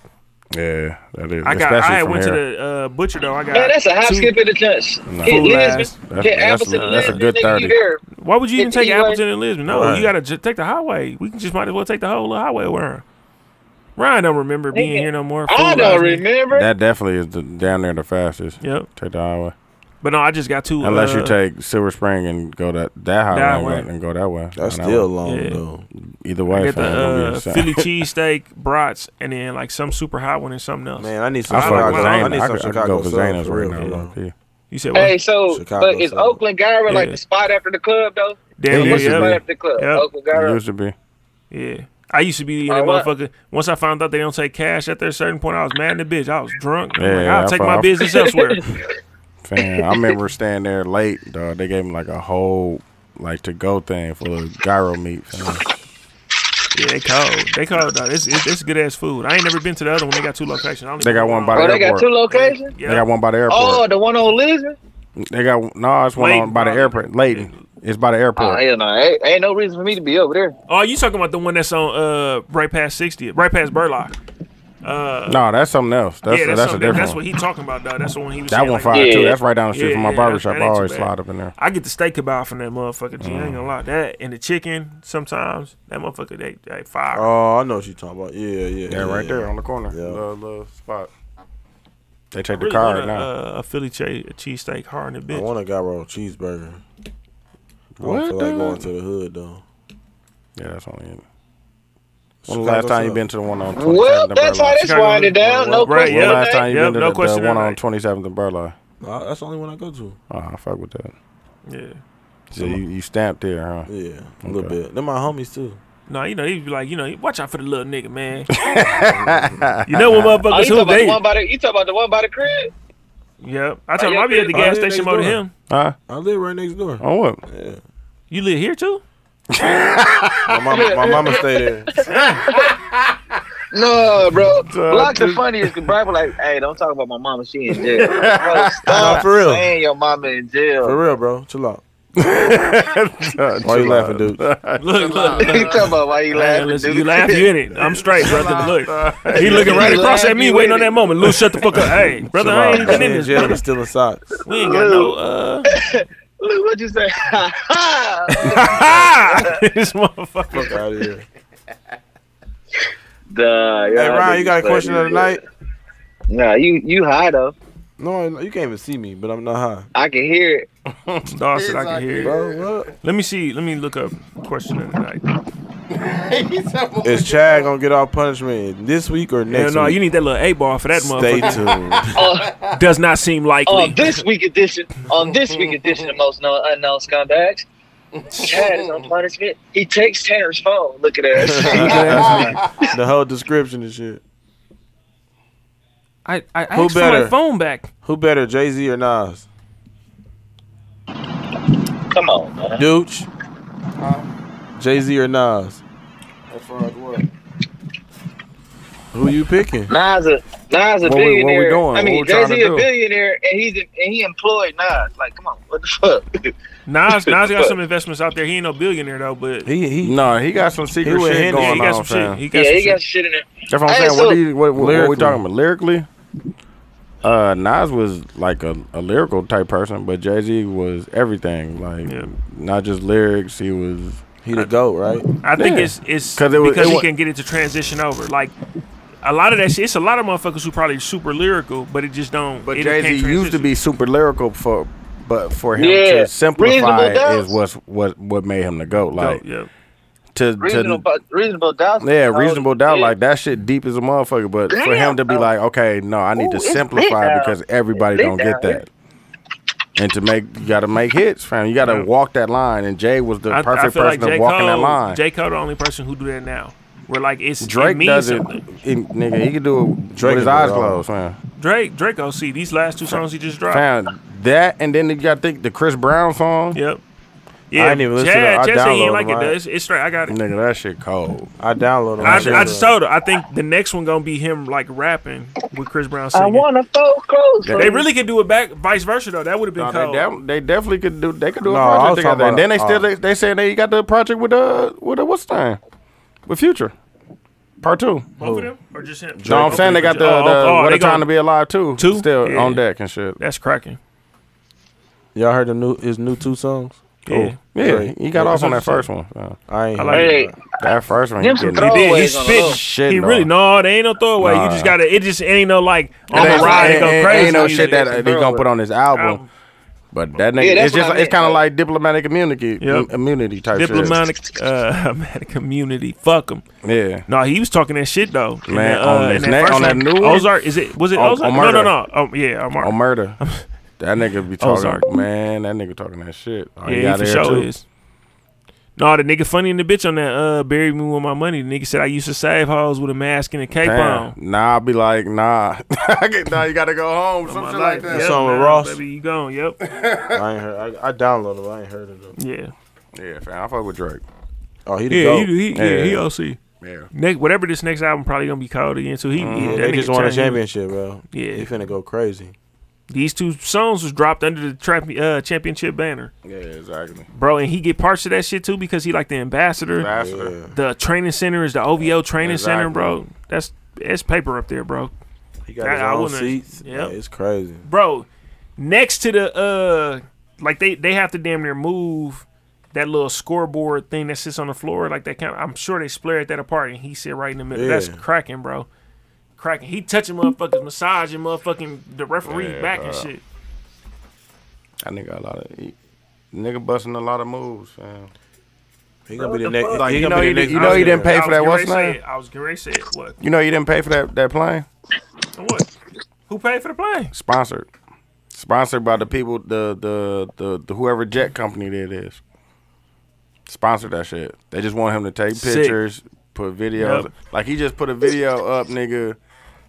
S3: Yeah, that is.
S2: I got.
S3: especially
S2: I had
S3: from
S2: went
S3: here.
S2: to the uh, butcher though. I got.
S6: Man, that's a hop,
S2: two-
S6: skip, and a touch.
S3: Nah.
S6: Hit
S2: Cool
S6: Lisbon,
S2: ass.
S3: That's-
S6: hit
S3: that's-
S6: Appleton,
S3: that's a
S6: Lisbon,
S3: good
S6: nigga, you
S3: 30.
S6: there.
S2: Why would you even
S6: Hit the
S2: take
S6: E-way.
S2: Appleton and Lisbon? No,
S1: Right.
S2: you gotta ju- take the highway. We can just might as well take the whole little highway around. Ryan don't remember being
S6: Nigga,
S2: here no more.
S6: I
S2: Fool lies.
S6: don't remember.
S3: That definitely is the, down there the fastest.
S2: Yep.
S3: Take the highway.
S2: But no, I just got two.
S3: Unless you
S2: uh,
S3: take Silver Spring and go that that highway,
S2: That
S3: and
S2: way.
S3: go- and go that way.
S1: That's
S3: That
S1: still
S3: way.
S1: long
S2: Yeah.
S1: though.
S3: Either way,
S2: get the
S3: fam, it'll be
S2: uh,
S3: the same.
S2: Philly cheesesteak, brats, and then like some super hot one and something else.
S1: Man, I need some
S3: I fuck
S1: Chicago.
S3: with
S2: I
S1: I
S3: Zana.
S1: need
S3: I, could, I
S1: some
S3: could go
S1: Chicago
S3: for
S1: soul
S3: Zanas
S1: for
S3: right
S1: real.
S3: now.
S1: bro.
S3: low key.
S2: You said what?
S6: Hey, so
S1: Chicago
S6: but is
S1: side.
S6: Oakland Gyra like
S2: Yeah.
S6: the spot after the club though?
S2: Damn,
S3: It
S2: yeah,
S3: used to
S2: yeah,
S6: Spot
S3: be.
S6: after the club,
S2: Yep.
S6: Oakland
S3: It
S6: Gyra.
S3: used to be.
S2: yeah. I used to be in that
S6: All right.
S2: motherfucker. Once I found out they don't take cash at a certain point, I was mad in the bitch. I was drunk. I'm
S3: Yeah,
S2: like,
S3: yeah,
S2: I'll
S3: I
S2: take
S3: fuck-
S2: my
S3: I-
S2: business elsewhere.
S3: Fam, I remember staying there late, dog. They gave me like a whole like to go thing full of gyro meat. Fam.
S2: Yeah, they cold. They cold, dog. It's, it's, it's good ass food. I ain't never been to the other one. They got two locations. I only
S3: They got one by
S6: Oh,
S3: the
S6: they got
S3: airport.
S6: two locations.
S2: Yeah.
S3: They got one by the airport.
S6: Oh, the one on Lisbon.
S3: They got no. It's one
S2: Layton,
S3: on by the
S2: probably.
S3: airport. Layton. It's by the
S6: Oh
S3: airport.
S6: hell no, ain't, ain't no reason for me to be over there.
S2: Oh, you talking about the one that's on uh right past 60th, right past Burlock. Uh,
S3: No, that's something else. That's
S2: yeah, that's,
S3: that's a
S2: something-
S3: different
S2: That's
S3: one.
S2: what he talking about, dog. That's the one he was
S3: That
S2: saying,
S3: one
S2: like,
S3: fire
S6: Yeah.
S3: too. That's right down the street
S2: Yeah,
S3: from my
S2: yeah,
S3: barbershop.
S2: that
S3: I
S2: ain't too
S3: always
S2: bad.
S3: slide up in there.
S2: I get the steak kebab from that motherfucker. G.
S3: Mm.
S2: I ain't gonna lie, that and the chicken sometimes that motherfucker they they fire.
S1: Oh, I know what you talking about. Yeah, yeah,
S3: Yeah, right there on the corner.
S1: Yeah.
S3: Little, little spot. They take
S2: Really
S3: the car
S2: want
S3: right
S2: a,
S3: now.
S2: uh, a Philly che- cheesesteak hard in the
S1: I
S2: bitch.
S1: want a gyro cheeseburger. I
S3: What
S1: don't feel like
S3: the-
S1: going to the hood though.
S3: yeah, that's only it. When the last
S1: Chicago
S3: time you
S1: South.
S3: been to the one on 27th
S6: Well,
S3: and
S6: that's how
S3: Burleigh?
S6: this
S2: Chicago
S6: winded
S2: Lisbon.
S6: down. No
S2: Well, right,
S6: question.
S3: When the
S2: yeah.
S3: last time you
S2: Yep,
S3: been to
S2: no
S3: the- the,
S2: question
S3: one
S2: in
S3: on
S2: that.
S3: 27th and Burleigh?
S1: Nah, Uh, that's the only one I go to.
S3: Oh, I fuck with that.
S2: Yeah.
S3: So you, you stamped there, huh?
S1: Yeah, a little
S3: Okay.
S1: bit. They're my homies too.
S2: No, you know he be like, you know, watch out for the little nigga, man. you know what
S6: Oh, you
S2: motherfuckers
S6: talking
S2: who
S6: about the
S2: they?
S6: one by the you talking about the one by the crib?
S2: Yep. I told
S6: Oh,
S2: him
S6: yeah,
S2: I be at the
S6: yeah.
S1: Oh,
S2: gas
S1: yeah,
S2: station
S1: next
S2: more than
S1: door.
S2: him.
S3: Huh?
S1: I live right next door.
S3: On what?
S2: You live here too?
S1: My mama, my mama stay there.
S6: No, bro.
S3: Duh,
S6: Block's the
S3: dude.
S6: funniest. 'cause Brian be like, "Hey, don't talk about my mama. She in jail." Bro,
S1: Nah,
S6: stop
S1: for real.
S6: saying your mama in jail.
S1: For real, bro. Chill out.
S3: Why
S1: Why you laughing, dude?
S2: Look, look,
S6: you
S2: look.
S6: talking about why you
S2: Hey,
S6: laughing?
S2: listen,
S6: dude?
S2: you laugh, you in it. I'm straight, brother. Look, he looking right
S6: You
S2: across
S6: laugh,
S2: at me,
S6: you
S2: waiting
S6: in
S2: on
S6: it.
S2: that moment. Lou, shut the fuck up. Hey, brother, I ain't even in
S1: Man,
S2: this.
S1: Jalen
S2: brother.
S1: still in socks.
S2: We ain't got no. Uh,
S6: Look what you say.
S2: ah, this motherfucker.
S1: Fuck out of here.
S6: Duh,
S1: Hey, Ryan, you got a question of the night?
S6: Nah, you you high though.
S1: No, you can't even see me, but I'm not high.
S6: I can hear it.
S2: Dog said I can hear. it.
S1: Bro, what?
S2: Let me see. Let me look up question of the night.
S1: Is Chad gonna get off punishment this week or
S2: Hell
S1: next?
S2: no,
S1: week?
S2: you need that little eight ball for that
S1: Stay
S2: motherfucker.
S1: tuned.
S2: Does not seem likely.
S6: On Oh, this week edition, on this week edition of most known unknown scumbags, Chad is on punishment. He takes Tanner's phone. Look at that.
S1: the whole description and shit.
S2: I, I asked
S1: Who
S2: for my
S1: better?
S2: phone back.
S1: Who better, Jay Z or Nas?
S6: Come on, man.
S1: Dooch. Jay Z or Nas?
S13: As far as what?
S1: Who you picking?
S6: Nas a Nas a
S3: What we- what we
S6: billionaire.
S3: doing?
S6: I
S3: What
S6: mean,
S3: we trying
S6: Jay
S3: to
S6: Z a
S3: do?
S6: billionaire, and he's and he employed Nas. Like, come on, what the fuck?
S2: Nas, Nas got some investments out there. He ain't no billionaire though, but
S1: He he.
S3: No, he got some secret
S1: went
S3: shit
S1: Henny.
S3: going
S2: yeah, he got some
S3: on, fam.
S2: shit. He got
S6: yeah,
S2: some
S6: he
S2: shit.
S6: got some shit in there.
S3: That's what I'm
S6: Hey,
S3: saying. what,
S6: so-
S3: do you, what, what, what we
S1: Lyrically.
S3: talking about? Lyrically, uh, Nas was like a, a lyrical type person, but Jay Z was everything. Like
S2: Yeah.
S3: not just lyrics. He was
S1: He the goat, right?
S2: I think
S3: Yeah.
S2: it's it's
S3: 'Cause it was-
S2: because
S3: it
S2: he
S3: wa-
S2: can get it to transition over. Like a lot of that shit, it's a lot of motherfuckers who probably super lyrical, but it just don't.
S3: But
S2: it
S3: Jay
S2: can't
S3: Z used to
S2: transition.
S3: be super lyrical for, but for him
S6: Yeah,
S3: to simplify
S6: reasonable doubts.
S3: is what's what what made him the goat.
S2: So,
S3: Like
S2: yeah.
S3: to, to
S6: Reasonable, reasonable doubt.
S3: yeah, reasonable doubt.
S6: Yeah.
S3: Like that shit deep as a motherfucker. But for him to be
S6: Damn.
S3: like, okay, no, I need
S6: Ooh,
S3: to
S6: it's lit
S3: simplify
S6: now.
S3: because everybody
S6: It's
S3: don't
S6: lit
S3: get
S6: now.
S3: that. And to make you gotta make hits, fam. You gotta
S2: Yeah.
S3: walk that line. And Jay was the
S2: I, I
S3: perfect
S2: feel like
S3: person
S2: J.
S3: of walking
S2: Cole,
S3: that line.
S2: J. Cole the only person who do that now. Where like it's it
S3: Drake
S2: means
S3: does it,
S2: something.
S3: he- nigga. He could do it
S1: Drake
S3: with his
S1: can do
S3: eyes
S1: it all.
S3: closed, man.
S2: Drake Drake OC these last two songs he just dropped.
S3: Fam, that and then you got to think the Chris Brown song.
S2: Yep. Yeah,
S1: ain't even listen to it.
S2: Chad,
S1: I
S2: Chad said he ain't
S1: downloaded
S2: like it.
S1: mine.
S2: though. It's, it's straight. I got it.
S3: Nigga, that shit cold.
S1: I downloaded.
S2: I,
S1: my shit.
S2: I just told her. I think the next one gonna be him like rapping with Chris Brown
S6: I
S2: singing.
S6: want to throw clothes.
S3: Yeah.
S2: They really could do it back, vice versa though. That would have been
S3: No,
S2: cold.
S3: they, def- they definitely could do. They could do
S1: No,
S3: a
S1: I
S3: project
S1: was talking
S3: together. And
S1: about
S3: then
S1: a-
S3: they still
S1: uh,
S3: uh, they, they saying they got the project with uh with the what's the name with Future. Part two.
S2: Both of them or just him?
S3: No, I'm saying they got the, the
S2: Oh, oh, oh,
S3: what
S2: they
S3: a time
S2: gonna-
S3: to be alive too.
S2: Two?
S3: still
S2: Yeah.
S3: on deck and shit.
S2: That's cracking.
S1: Y'all heard the new his new two songs? Oh,
S2: Yeah.
S3: Yeah, he got off on that first one. Yeah.
S1: I ain't.
S2: I like
S1: hear
S2: it.
S1: it.
S3: That first one,
S12: Them
S3: he
S12: some
S3: did.
S2: He did. He's
S12: throwaways on the
S2: spitting.
S12: low.
S3: Shit,
S2: he
S3: no.
S2: really no. They ain't no throwaway.
S3: Nah.
S2: You just gotta. It just ain't no like
S3: It
S2: on the
S3: ain't-
S2: ride
S3: ain't-
S2: and go
S3: ain't-
S2: crazy.
S3: Ain't no
S2: You just-
S3: shit that uh, they gonna put on his album.
S2: Album.
S3: But that nigga,
S12: that's
S3: it's just
S12: what I
S3: it's
S12: meant.
S3: kind of like diplomatic immunity,
S2: Yep.
S3: immunity type
S2: diplomatic uh, community. Fuck him.
S3: shit. Yeah,
S2: No, he was talking that shit though. In
S3: Man,
S2: that,
S3: on
S2: uh,
S3: his
S2: in that
S3: neck-
S2: first
S3: on that
S2: one.
S3: new one? Oh,
S2: Ozark. Is it? Was it
S3: On-
S2: Ozark?
S3: on
S2: no, no,
S3: Murder.
S2: no. Um, yeah, Omar.
S3: on murder, that nigga be talking.
S2: Ozark.
S3: Man, that nigga talking that shit. Oh, he
S2: yeah,
S3: out
S2: he for
S3: there,
S2: sure
S3: too.
S2: is. No, the nigga funny in the bitch on that. Uh, buried me with my money. The nigga said I used to save hoes with a mask and a cape
S3: Damn.
S2: on.
S3: Nah, I'll be like, nah, nah, you gotta go home,
S2: My
S3: something
S2: life.
S3: like that.
S2: Yep,
S1: Song with
S2: man,
S1: Ross.
S2: Baby, you gone. Yep.
S1: I ain't heard. I, I downloaded it. I ain't heard it. Though.
S2: Yeah.
S3: Yeah, fam, I fuck with Drake.
S1: Oh, he the
S2: Yeah.
S1: goat.
S2: He, he, yeah.
S3: Yeah.
S2: He OC.
S3: Yeah,
S2: Next, whatever this next album probably gonna be called again. So he, yeah,
S1: Yeah,
S2: that
S1: Mm-hmm. they
S2: nigga
S1: just won a
S2: changed.
S1: championship, bro.
S2: Yeah.
S1: he finna go crazy.
S2: These two songs was dropped under the trap uh, championship banner,
S3: yeah, exactly.
S2: bro. And he get parts of that shit too because he like the ambassador.
S3: Ambassador.
S2: The training center is the OVO training center,
S3: Exactly.
S2: bro. That's that's paper up there, bro.
S1: He got
S2: I- I
S1: his own
S2: wouldn't-
S1: seats. Yeah,
S2: Yep.
S1: it's crazy.
S2: bro. Next to the uh, like they they have to damn near move that little scoreboard thing that sits on the floor. Like that kind, I'm sure they split that apart, and he sit right in the middle. That's
S1: Yeah.
S2: cracking, bro. Cracking. He touching motherfuckers, massaging motherfucking the referee
S3: Yeah,
S2: back and
S3: bro.
S2: shit.
S3: That nigga a lot of he, nigga busting a lot of moves, fam.
S1: He gonna be
S2: the
S1: the next.
S2: fuck?
S1: he
S3: you
S1: gonna
S3: know
S1: be
S3: he
S1: the next.
S3: didn't- you know he didn't
S1: billionaire.
S3: pay
S2: I
S3: for
S2: was getting ready
S3: that. What's
S2: to say
S3: name?
S2: it. I was getting ready to say it. What?
S3: You know you didn't pay for that that plane.
S2: What? Who paid for the plane?
S3: Sponsored, sponsored by the people, the the the, the whoever jet company that is. Sponsored that shit. They just want him to take
S2: Sick.
S3: pictures, put videos.
S2: Yep.
S3: Like he just put a video up, nigga.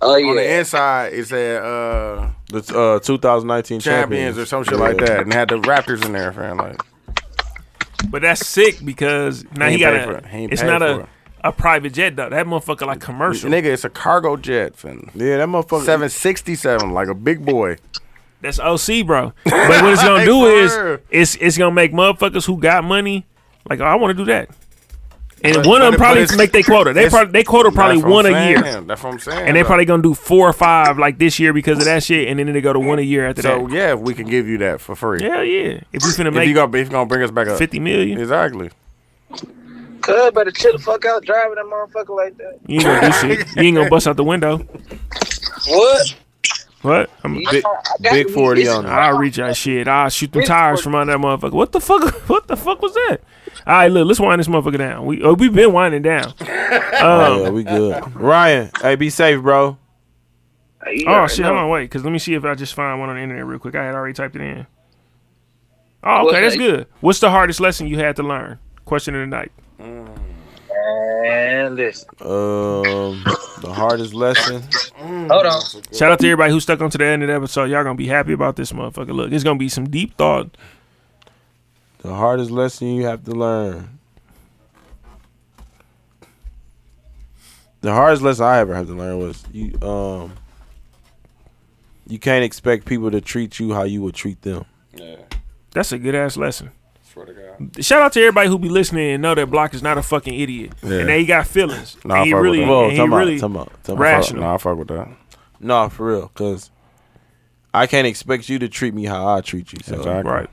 S6: Oh
S3: On the
S6: yeah.
S3: inside, it said uh,
S1: The uh, 2019
S3: champions or some shit like
S1: Yeah.
S3: that, and had the Raptors in there, fam. Like
S2: But that's sick because now he,
S3: He ain't
S2: got
S3: paid for it. He
S2: a.
S3: ain't
S2: It's
S3: paid
S2: not
S3: for
S2: a
S3: it.
S2: a private jet though. That motherfucker like commercial.
S3: nigga, it's a cargo jet, fam.
S1: Yeah, that motherfucker.
S3: Seven sixty seven, like a big boy.
S2: That's OC, bro. But what it's gonna do
S3: Hey,
S2: is
S3: word.
S2: it's it's gonna make motherfuckers who got money like oh, I want to do that, and
S3: But-
S2: one
S3: but
S2: of
S3: it-
S2: them probably
S3: but it's-
S2: make their quota. They
S3: it's-
S2: probably they quota probably
S3: That's
S2: one
S3: what
S2: a
S3: I'm
S2: year,
S3: saying. That's what I'm saying.
S2: and they
S3: though.
S2: probably gonna do four or five like this year because of that shit, and then they go to one a year after
S3: So
S2: that.
S3: yeah, we can give you that for free.
S2: Hell yeah! If we finna
S3: If
S2: make
S3: you gonna, if you gonna bring us back up,
S2: fifty million,
S3: exactly.
S6: Cuz better chill the fuck out driving that motherfucker like that.
S2: you ain't gonna do shit. You ain't gonna bust out the window.
S6: What?
S2: What? I'm,
S1: Big- big 40 on it.
S2: I'll reach that shit. I'll shoot them tires from under that motherfucker. What the fuck? What the fuck was that? All right, look, let's wind this motherfucker down. We oh, we've been winding down. Um,
S1: Oh, yeah, we good. Ryan, hey, be safe, bro.
S2: Oh shit! Hold on, wait, because let me see if I just find one on the internet real quick. I had already typed it in. Oh,
S6: What's
S2: okay, that's
S6: that?
S2: good. What's the hardest lesson you had to learn? Question of the night.
S6: Man, listen.
S1: Um, the hardest lesson.
S6: Hold on.
S2: Shout out to everybody who stuck on to the end of the episode. Y'all gonna be happy about this motherfucker. Look, it's gonna be some deep thought.
S1: The hardest lesson you have to learn. The hardest lesson I ever had to learn was you um you can't expect people to treat you how you would treat them.
S2: That's a good ass lesson. Shout out to everybody who be listening and know that Block is not a fucking idiot and that he got feelings.
S3: Nah,
S2: and he
S3: I fuck with
S2: really,
S3: him.
S1: Whoa,
S2: and he
S1: talking
S2: really,
S1: about, talking about, talking
S2: rash-
S1: about.
S2: National.
S3: Nah, I fuck with that.
S1: No, for real, cause I can't expect you to treat me how I treat you. So
S3: Exactly.
S2: right.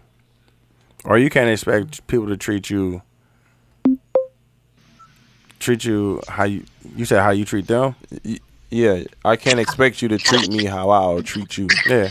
S3: Or you can't expect people to treat you treat you how you you said how you treat them.
S1: yeah, I can't expect you to treat me how I'll treat you.
S3: Yeah,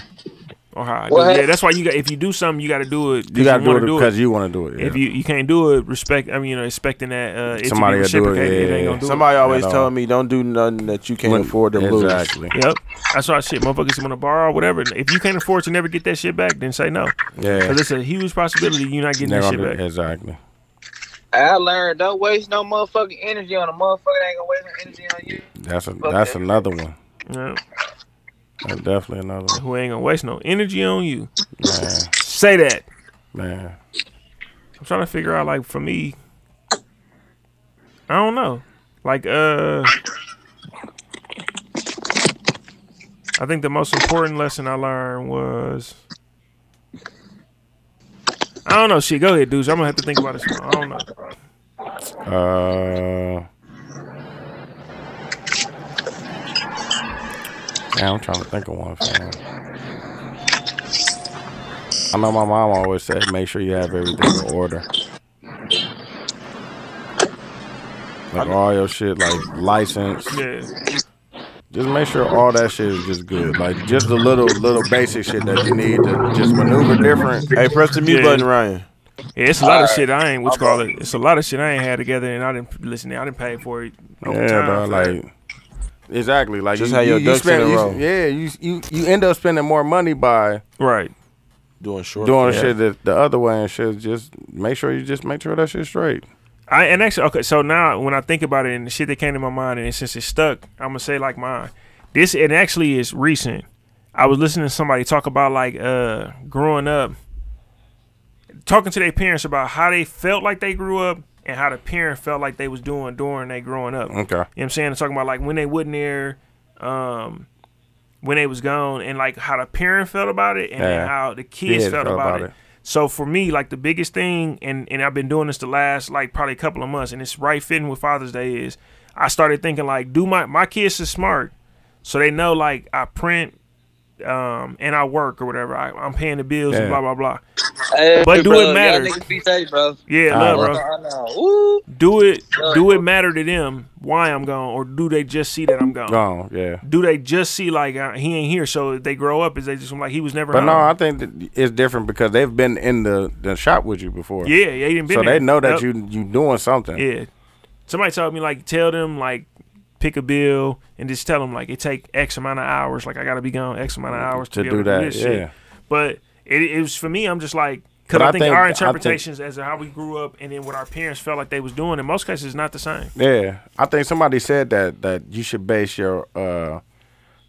S2: Or how I do.
S6: What?
S2: Oh, Yeah, that's why you got. If you do something, you got to do it.
S3: you gotta do
S2: wanna
S3: it because you want to do it. Yeah.
S2: If you you can't do it, respect. I mean, you know, expecting that uh, it
S3: Somebody
S2: to be
S3: gotta do it,
S2: reciprocated,
S3: yeah,
S2: it ain't
S3: yeah,
S2: gonna do
S1: Somebody always
S3: At all.
S1: telling me, "Don't do nothing that you can't afford to lose."
S3: exactly.
S2: it. Yep, that's why shit. Motherfuckers want to borrow whatever. If you can't afford to never get that shit back, then say no.
S3: Yeah,
S2: Because it's a huge possibility you're not getting
S3: They're
S2: that
S3: gonna
S2: shit
S3: do-
S2: back.
S3: exactly.
S6: I learned don't waste no motherfucking energy on a motherfucker that ain't gonna waste no energy on you.
S3: That's a, that's
S6: that.
S3: another one.
S2: Yeah.
S3: That's definitely another one.
S2: Who ain't gonna waste no energy on you?
S3: Man,
S2: Say that.
S3: man.
S2: I'm trying to figure out, like, for me, I don't know. Like, uh, I think the most important lesson I learned was. I don't know. Shit, go ahead, dudes. I'm gonna have to think about this. One. I don't know.
S3: Uh, Yeah, I'm trying to think of one. fam. I know my mom always said, make sure you have everything in order. Like all your shit, like license.
S2: Yeah.
S3: Just make sure all that shit is just good. Like just the little, little basic shit that you need to just maneuver different.
S1: Hey, press the mute
S2: Yeah.
S1: button, Ryan.
S2: Yeah, it's a lot of
S3: Alright.
S2: shit I ain't what you call it. It's a lot of shit I ain't had together, and I didn't listen. I didn't pay for it. over
S3: Yeah,
S2: time
S3: dawg,
S2: for
S3: like
S2: that.
S3: Exactly. Like
S1: Just
S3: you,
S1: have your
S3: you,
S1: ducks
S3: you spend,
S1: in a
S3: you-
S1: row.
S3: yeah, you you you end up spending more money by
S2: right
S1: Doing short.
S3: doing
S2: Yeah.
S3: shit that the other way and shit. Just make sure you just make sure that shit's straight.
S2: I and actually okay, so now when I think about it and the shit that came to my mind and since it's stuck, I'm gonna say like mine. This it actually is recent. I was listening to somebody talk about like uh growing up talking to their parents about how they felt like they grew up and how the parent felt like they was doing during they growing up.
S3: Okay.
S2: You know what I'm saying? Talking about like when they wasn't there, um, when they was gone, and like how the parent felt about it, and then
S3: Yeah.
S2: how the kids
S3: Kids
S2: felt, about, it. So for me, like the biggest thing, and and I've been doing this the last like probably a couple of months, and it's right fitting with Father's Day is I started thinking like, do my my kids is smart, so they know like I print. Um, and I work or whatever. I, I'm paying the bills and
S3: Yeah.
S2: blah blah blah.
S12: Hey,
S2: But do
S12: bro,
S2: it
S12: y'all
S2: matter?
S12: niggas Be safe, bro.
S2: Yeah,
S3: All
S2: love,
S3: right.
S2: bro.
S12: I know. Ooh.
S2: Do it. Do it matter to them why I'm gone, or do they just see that I'm gone?
S3: Gone. Yeah.
S2: do they just see like uh, he ain't here? So if they grow up, is they just like he was never?
S3: But no,
S2: home.
S3: I think that it's different because they've been in the, the shop with you before.
S2: yeah, yeah, he didn't been
S3: So
S2: there.
S3: they know
S2: Yup.
S3: that you you doing something.
S2: Yeah, somebody told me like tell them like pick a bill and just tell them like it take X amount of hours. Like I gotta be gone X amount of hours to,
S3: To
S2: be
S3: do
S2: able to
S3: that,
S2: do this
S3: yeah.
S2: shit. But it, it was for me. I'm just like because
S3: But
S2: I,
S3: I
S2: think,
S3: think- I
S2: our
S3: think-
S2: interpretations as to how we grew up and then what our parents felt like they was doing in most cases is not the same.
S3: Yeah. I think somebody said that that you should base your uh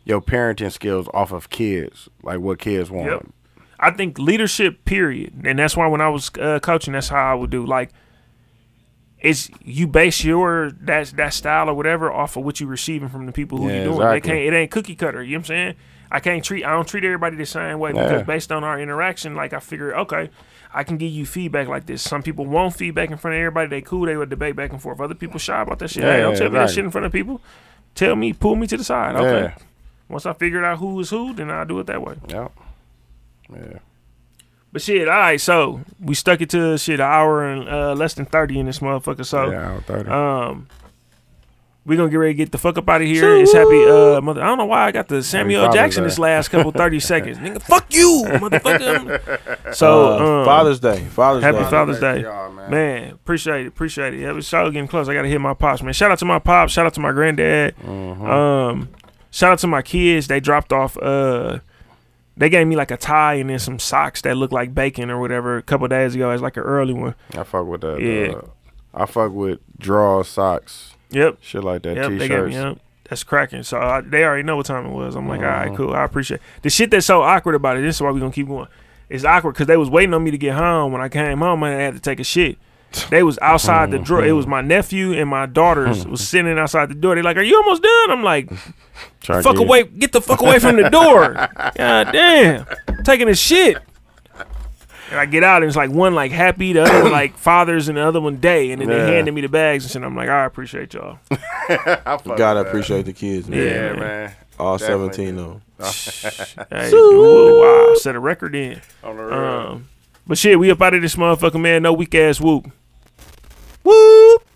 S3: your parenting skills off of kids, like what kids want.
S2: Yep. I think leadership, period, and that's why when I was uh, coaching, that's how I would do. Like, it's you base your that that style or whatever off of what you're receiving from the people who
S3: Yeah,
S2: you're doing.
S3: exactly.
S2: They can't. It ain't cookie cutter. You know what I'm saying? I can't treat. I don't treat everybody the same way because
S3: Yeah.
S2: based on our interaction, like I figure, okay, I can give you feedback like this. Some people want feedback in front of everybody. They cool. They would debate back and forth. Other people shy about that shit.
S3: Yeah,
S2: hey, don't tell me that
S3: exactly.
S2: shit in front of people. Tell me, pull me to the side. Okay.
S3: Yeah.
S2: Once I figured out who is who, then I'll do it that way.
S3: Yep. Yeah.
S2: But shit, all right. So we stuck it to shit an hour and uh, less than thirty in this motherfucker. So
S3: yeah, I'm 30.
S2: um, we gonna get ready to get the fuck up out of here. It's happy uh mother. I don't know why I got the Samuel
S3: Father's
S2: Jackson
S3: Day.
S2: this last couple thirty seconds. Nigga, fuck you, motherfucker. I'm- So
S1: Uh,
S2: um,
S1: Father's Day. Father's
S2: happy
S1: Day.
S2: Father's
S3: Day to
S2: Day,
S3: y'all, man.
S2: man. Appreciate it, appreciate it. Yeah, it's all getting close. I gotta hit my pops, man. Shout out to my pops. Shout out to my granddad. Um, shout out to my kids. They dropped off. Uh, they gave me like a tie and then some socks that look like bacon or whatever a couple days ago. It's like an early one.
S3: I fuck with that.
S2: Yeah.
S3: uh, I fuck with draw socks,
S2: Yep.
S3: shit like that,
S2: Yep. They gave me.
S3: t-shirts.
S2: Yep. That's cracking. So I, they already know what time it was. I'm like, all right, cool. I appreciate it. the shit that's so awkward about it. This is why we gonna keep going. It's awkward because they was waiting on me to get home. When I came home, I had to take a shit. They was outside the door. It was my nephew and my daughters was sitting outside the door. They like, "Are you almost done?" I'm like,
S3: Try to
S2: "Fuck
S3: get-
S2: away, get the fuck away from the door!" God damn, taking a shit. And I get out and it's like one like happy, the other one like fathers, and the other one day. And then
S3: Yeah.
S2: they handed me the bags and shit. I'm like, "I appreciate y'all."
S3: I fuck
S1: Gotta
S3: with that.
S1: appreciate the kids, man.
S2: Yeah,
S3: Yeah, man.
S1: All
S3: Definitely.
S1: seventeen of them.
S2: Hey, ooh, wow, set a record in.
S3: On the road.
S2: Um, but shit, we up out of this motherfucker, man. No weak ass whoop. Whoop.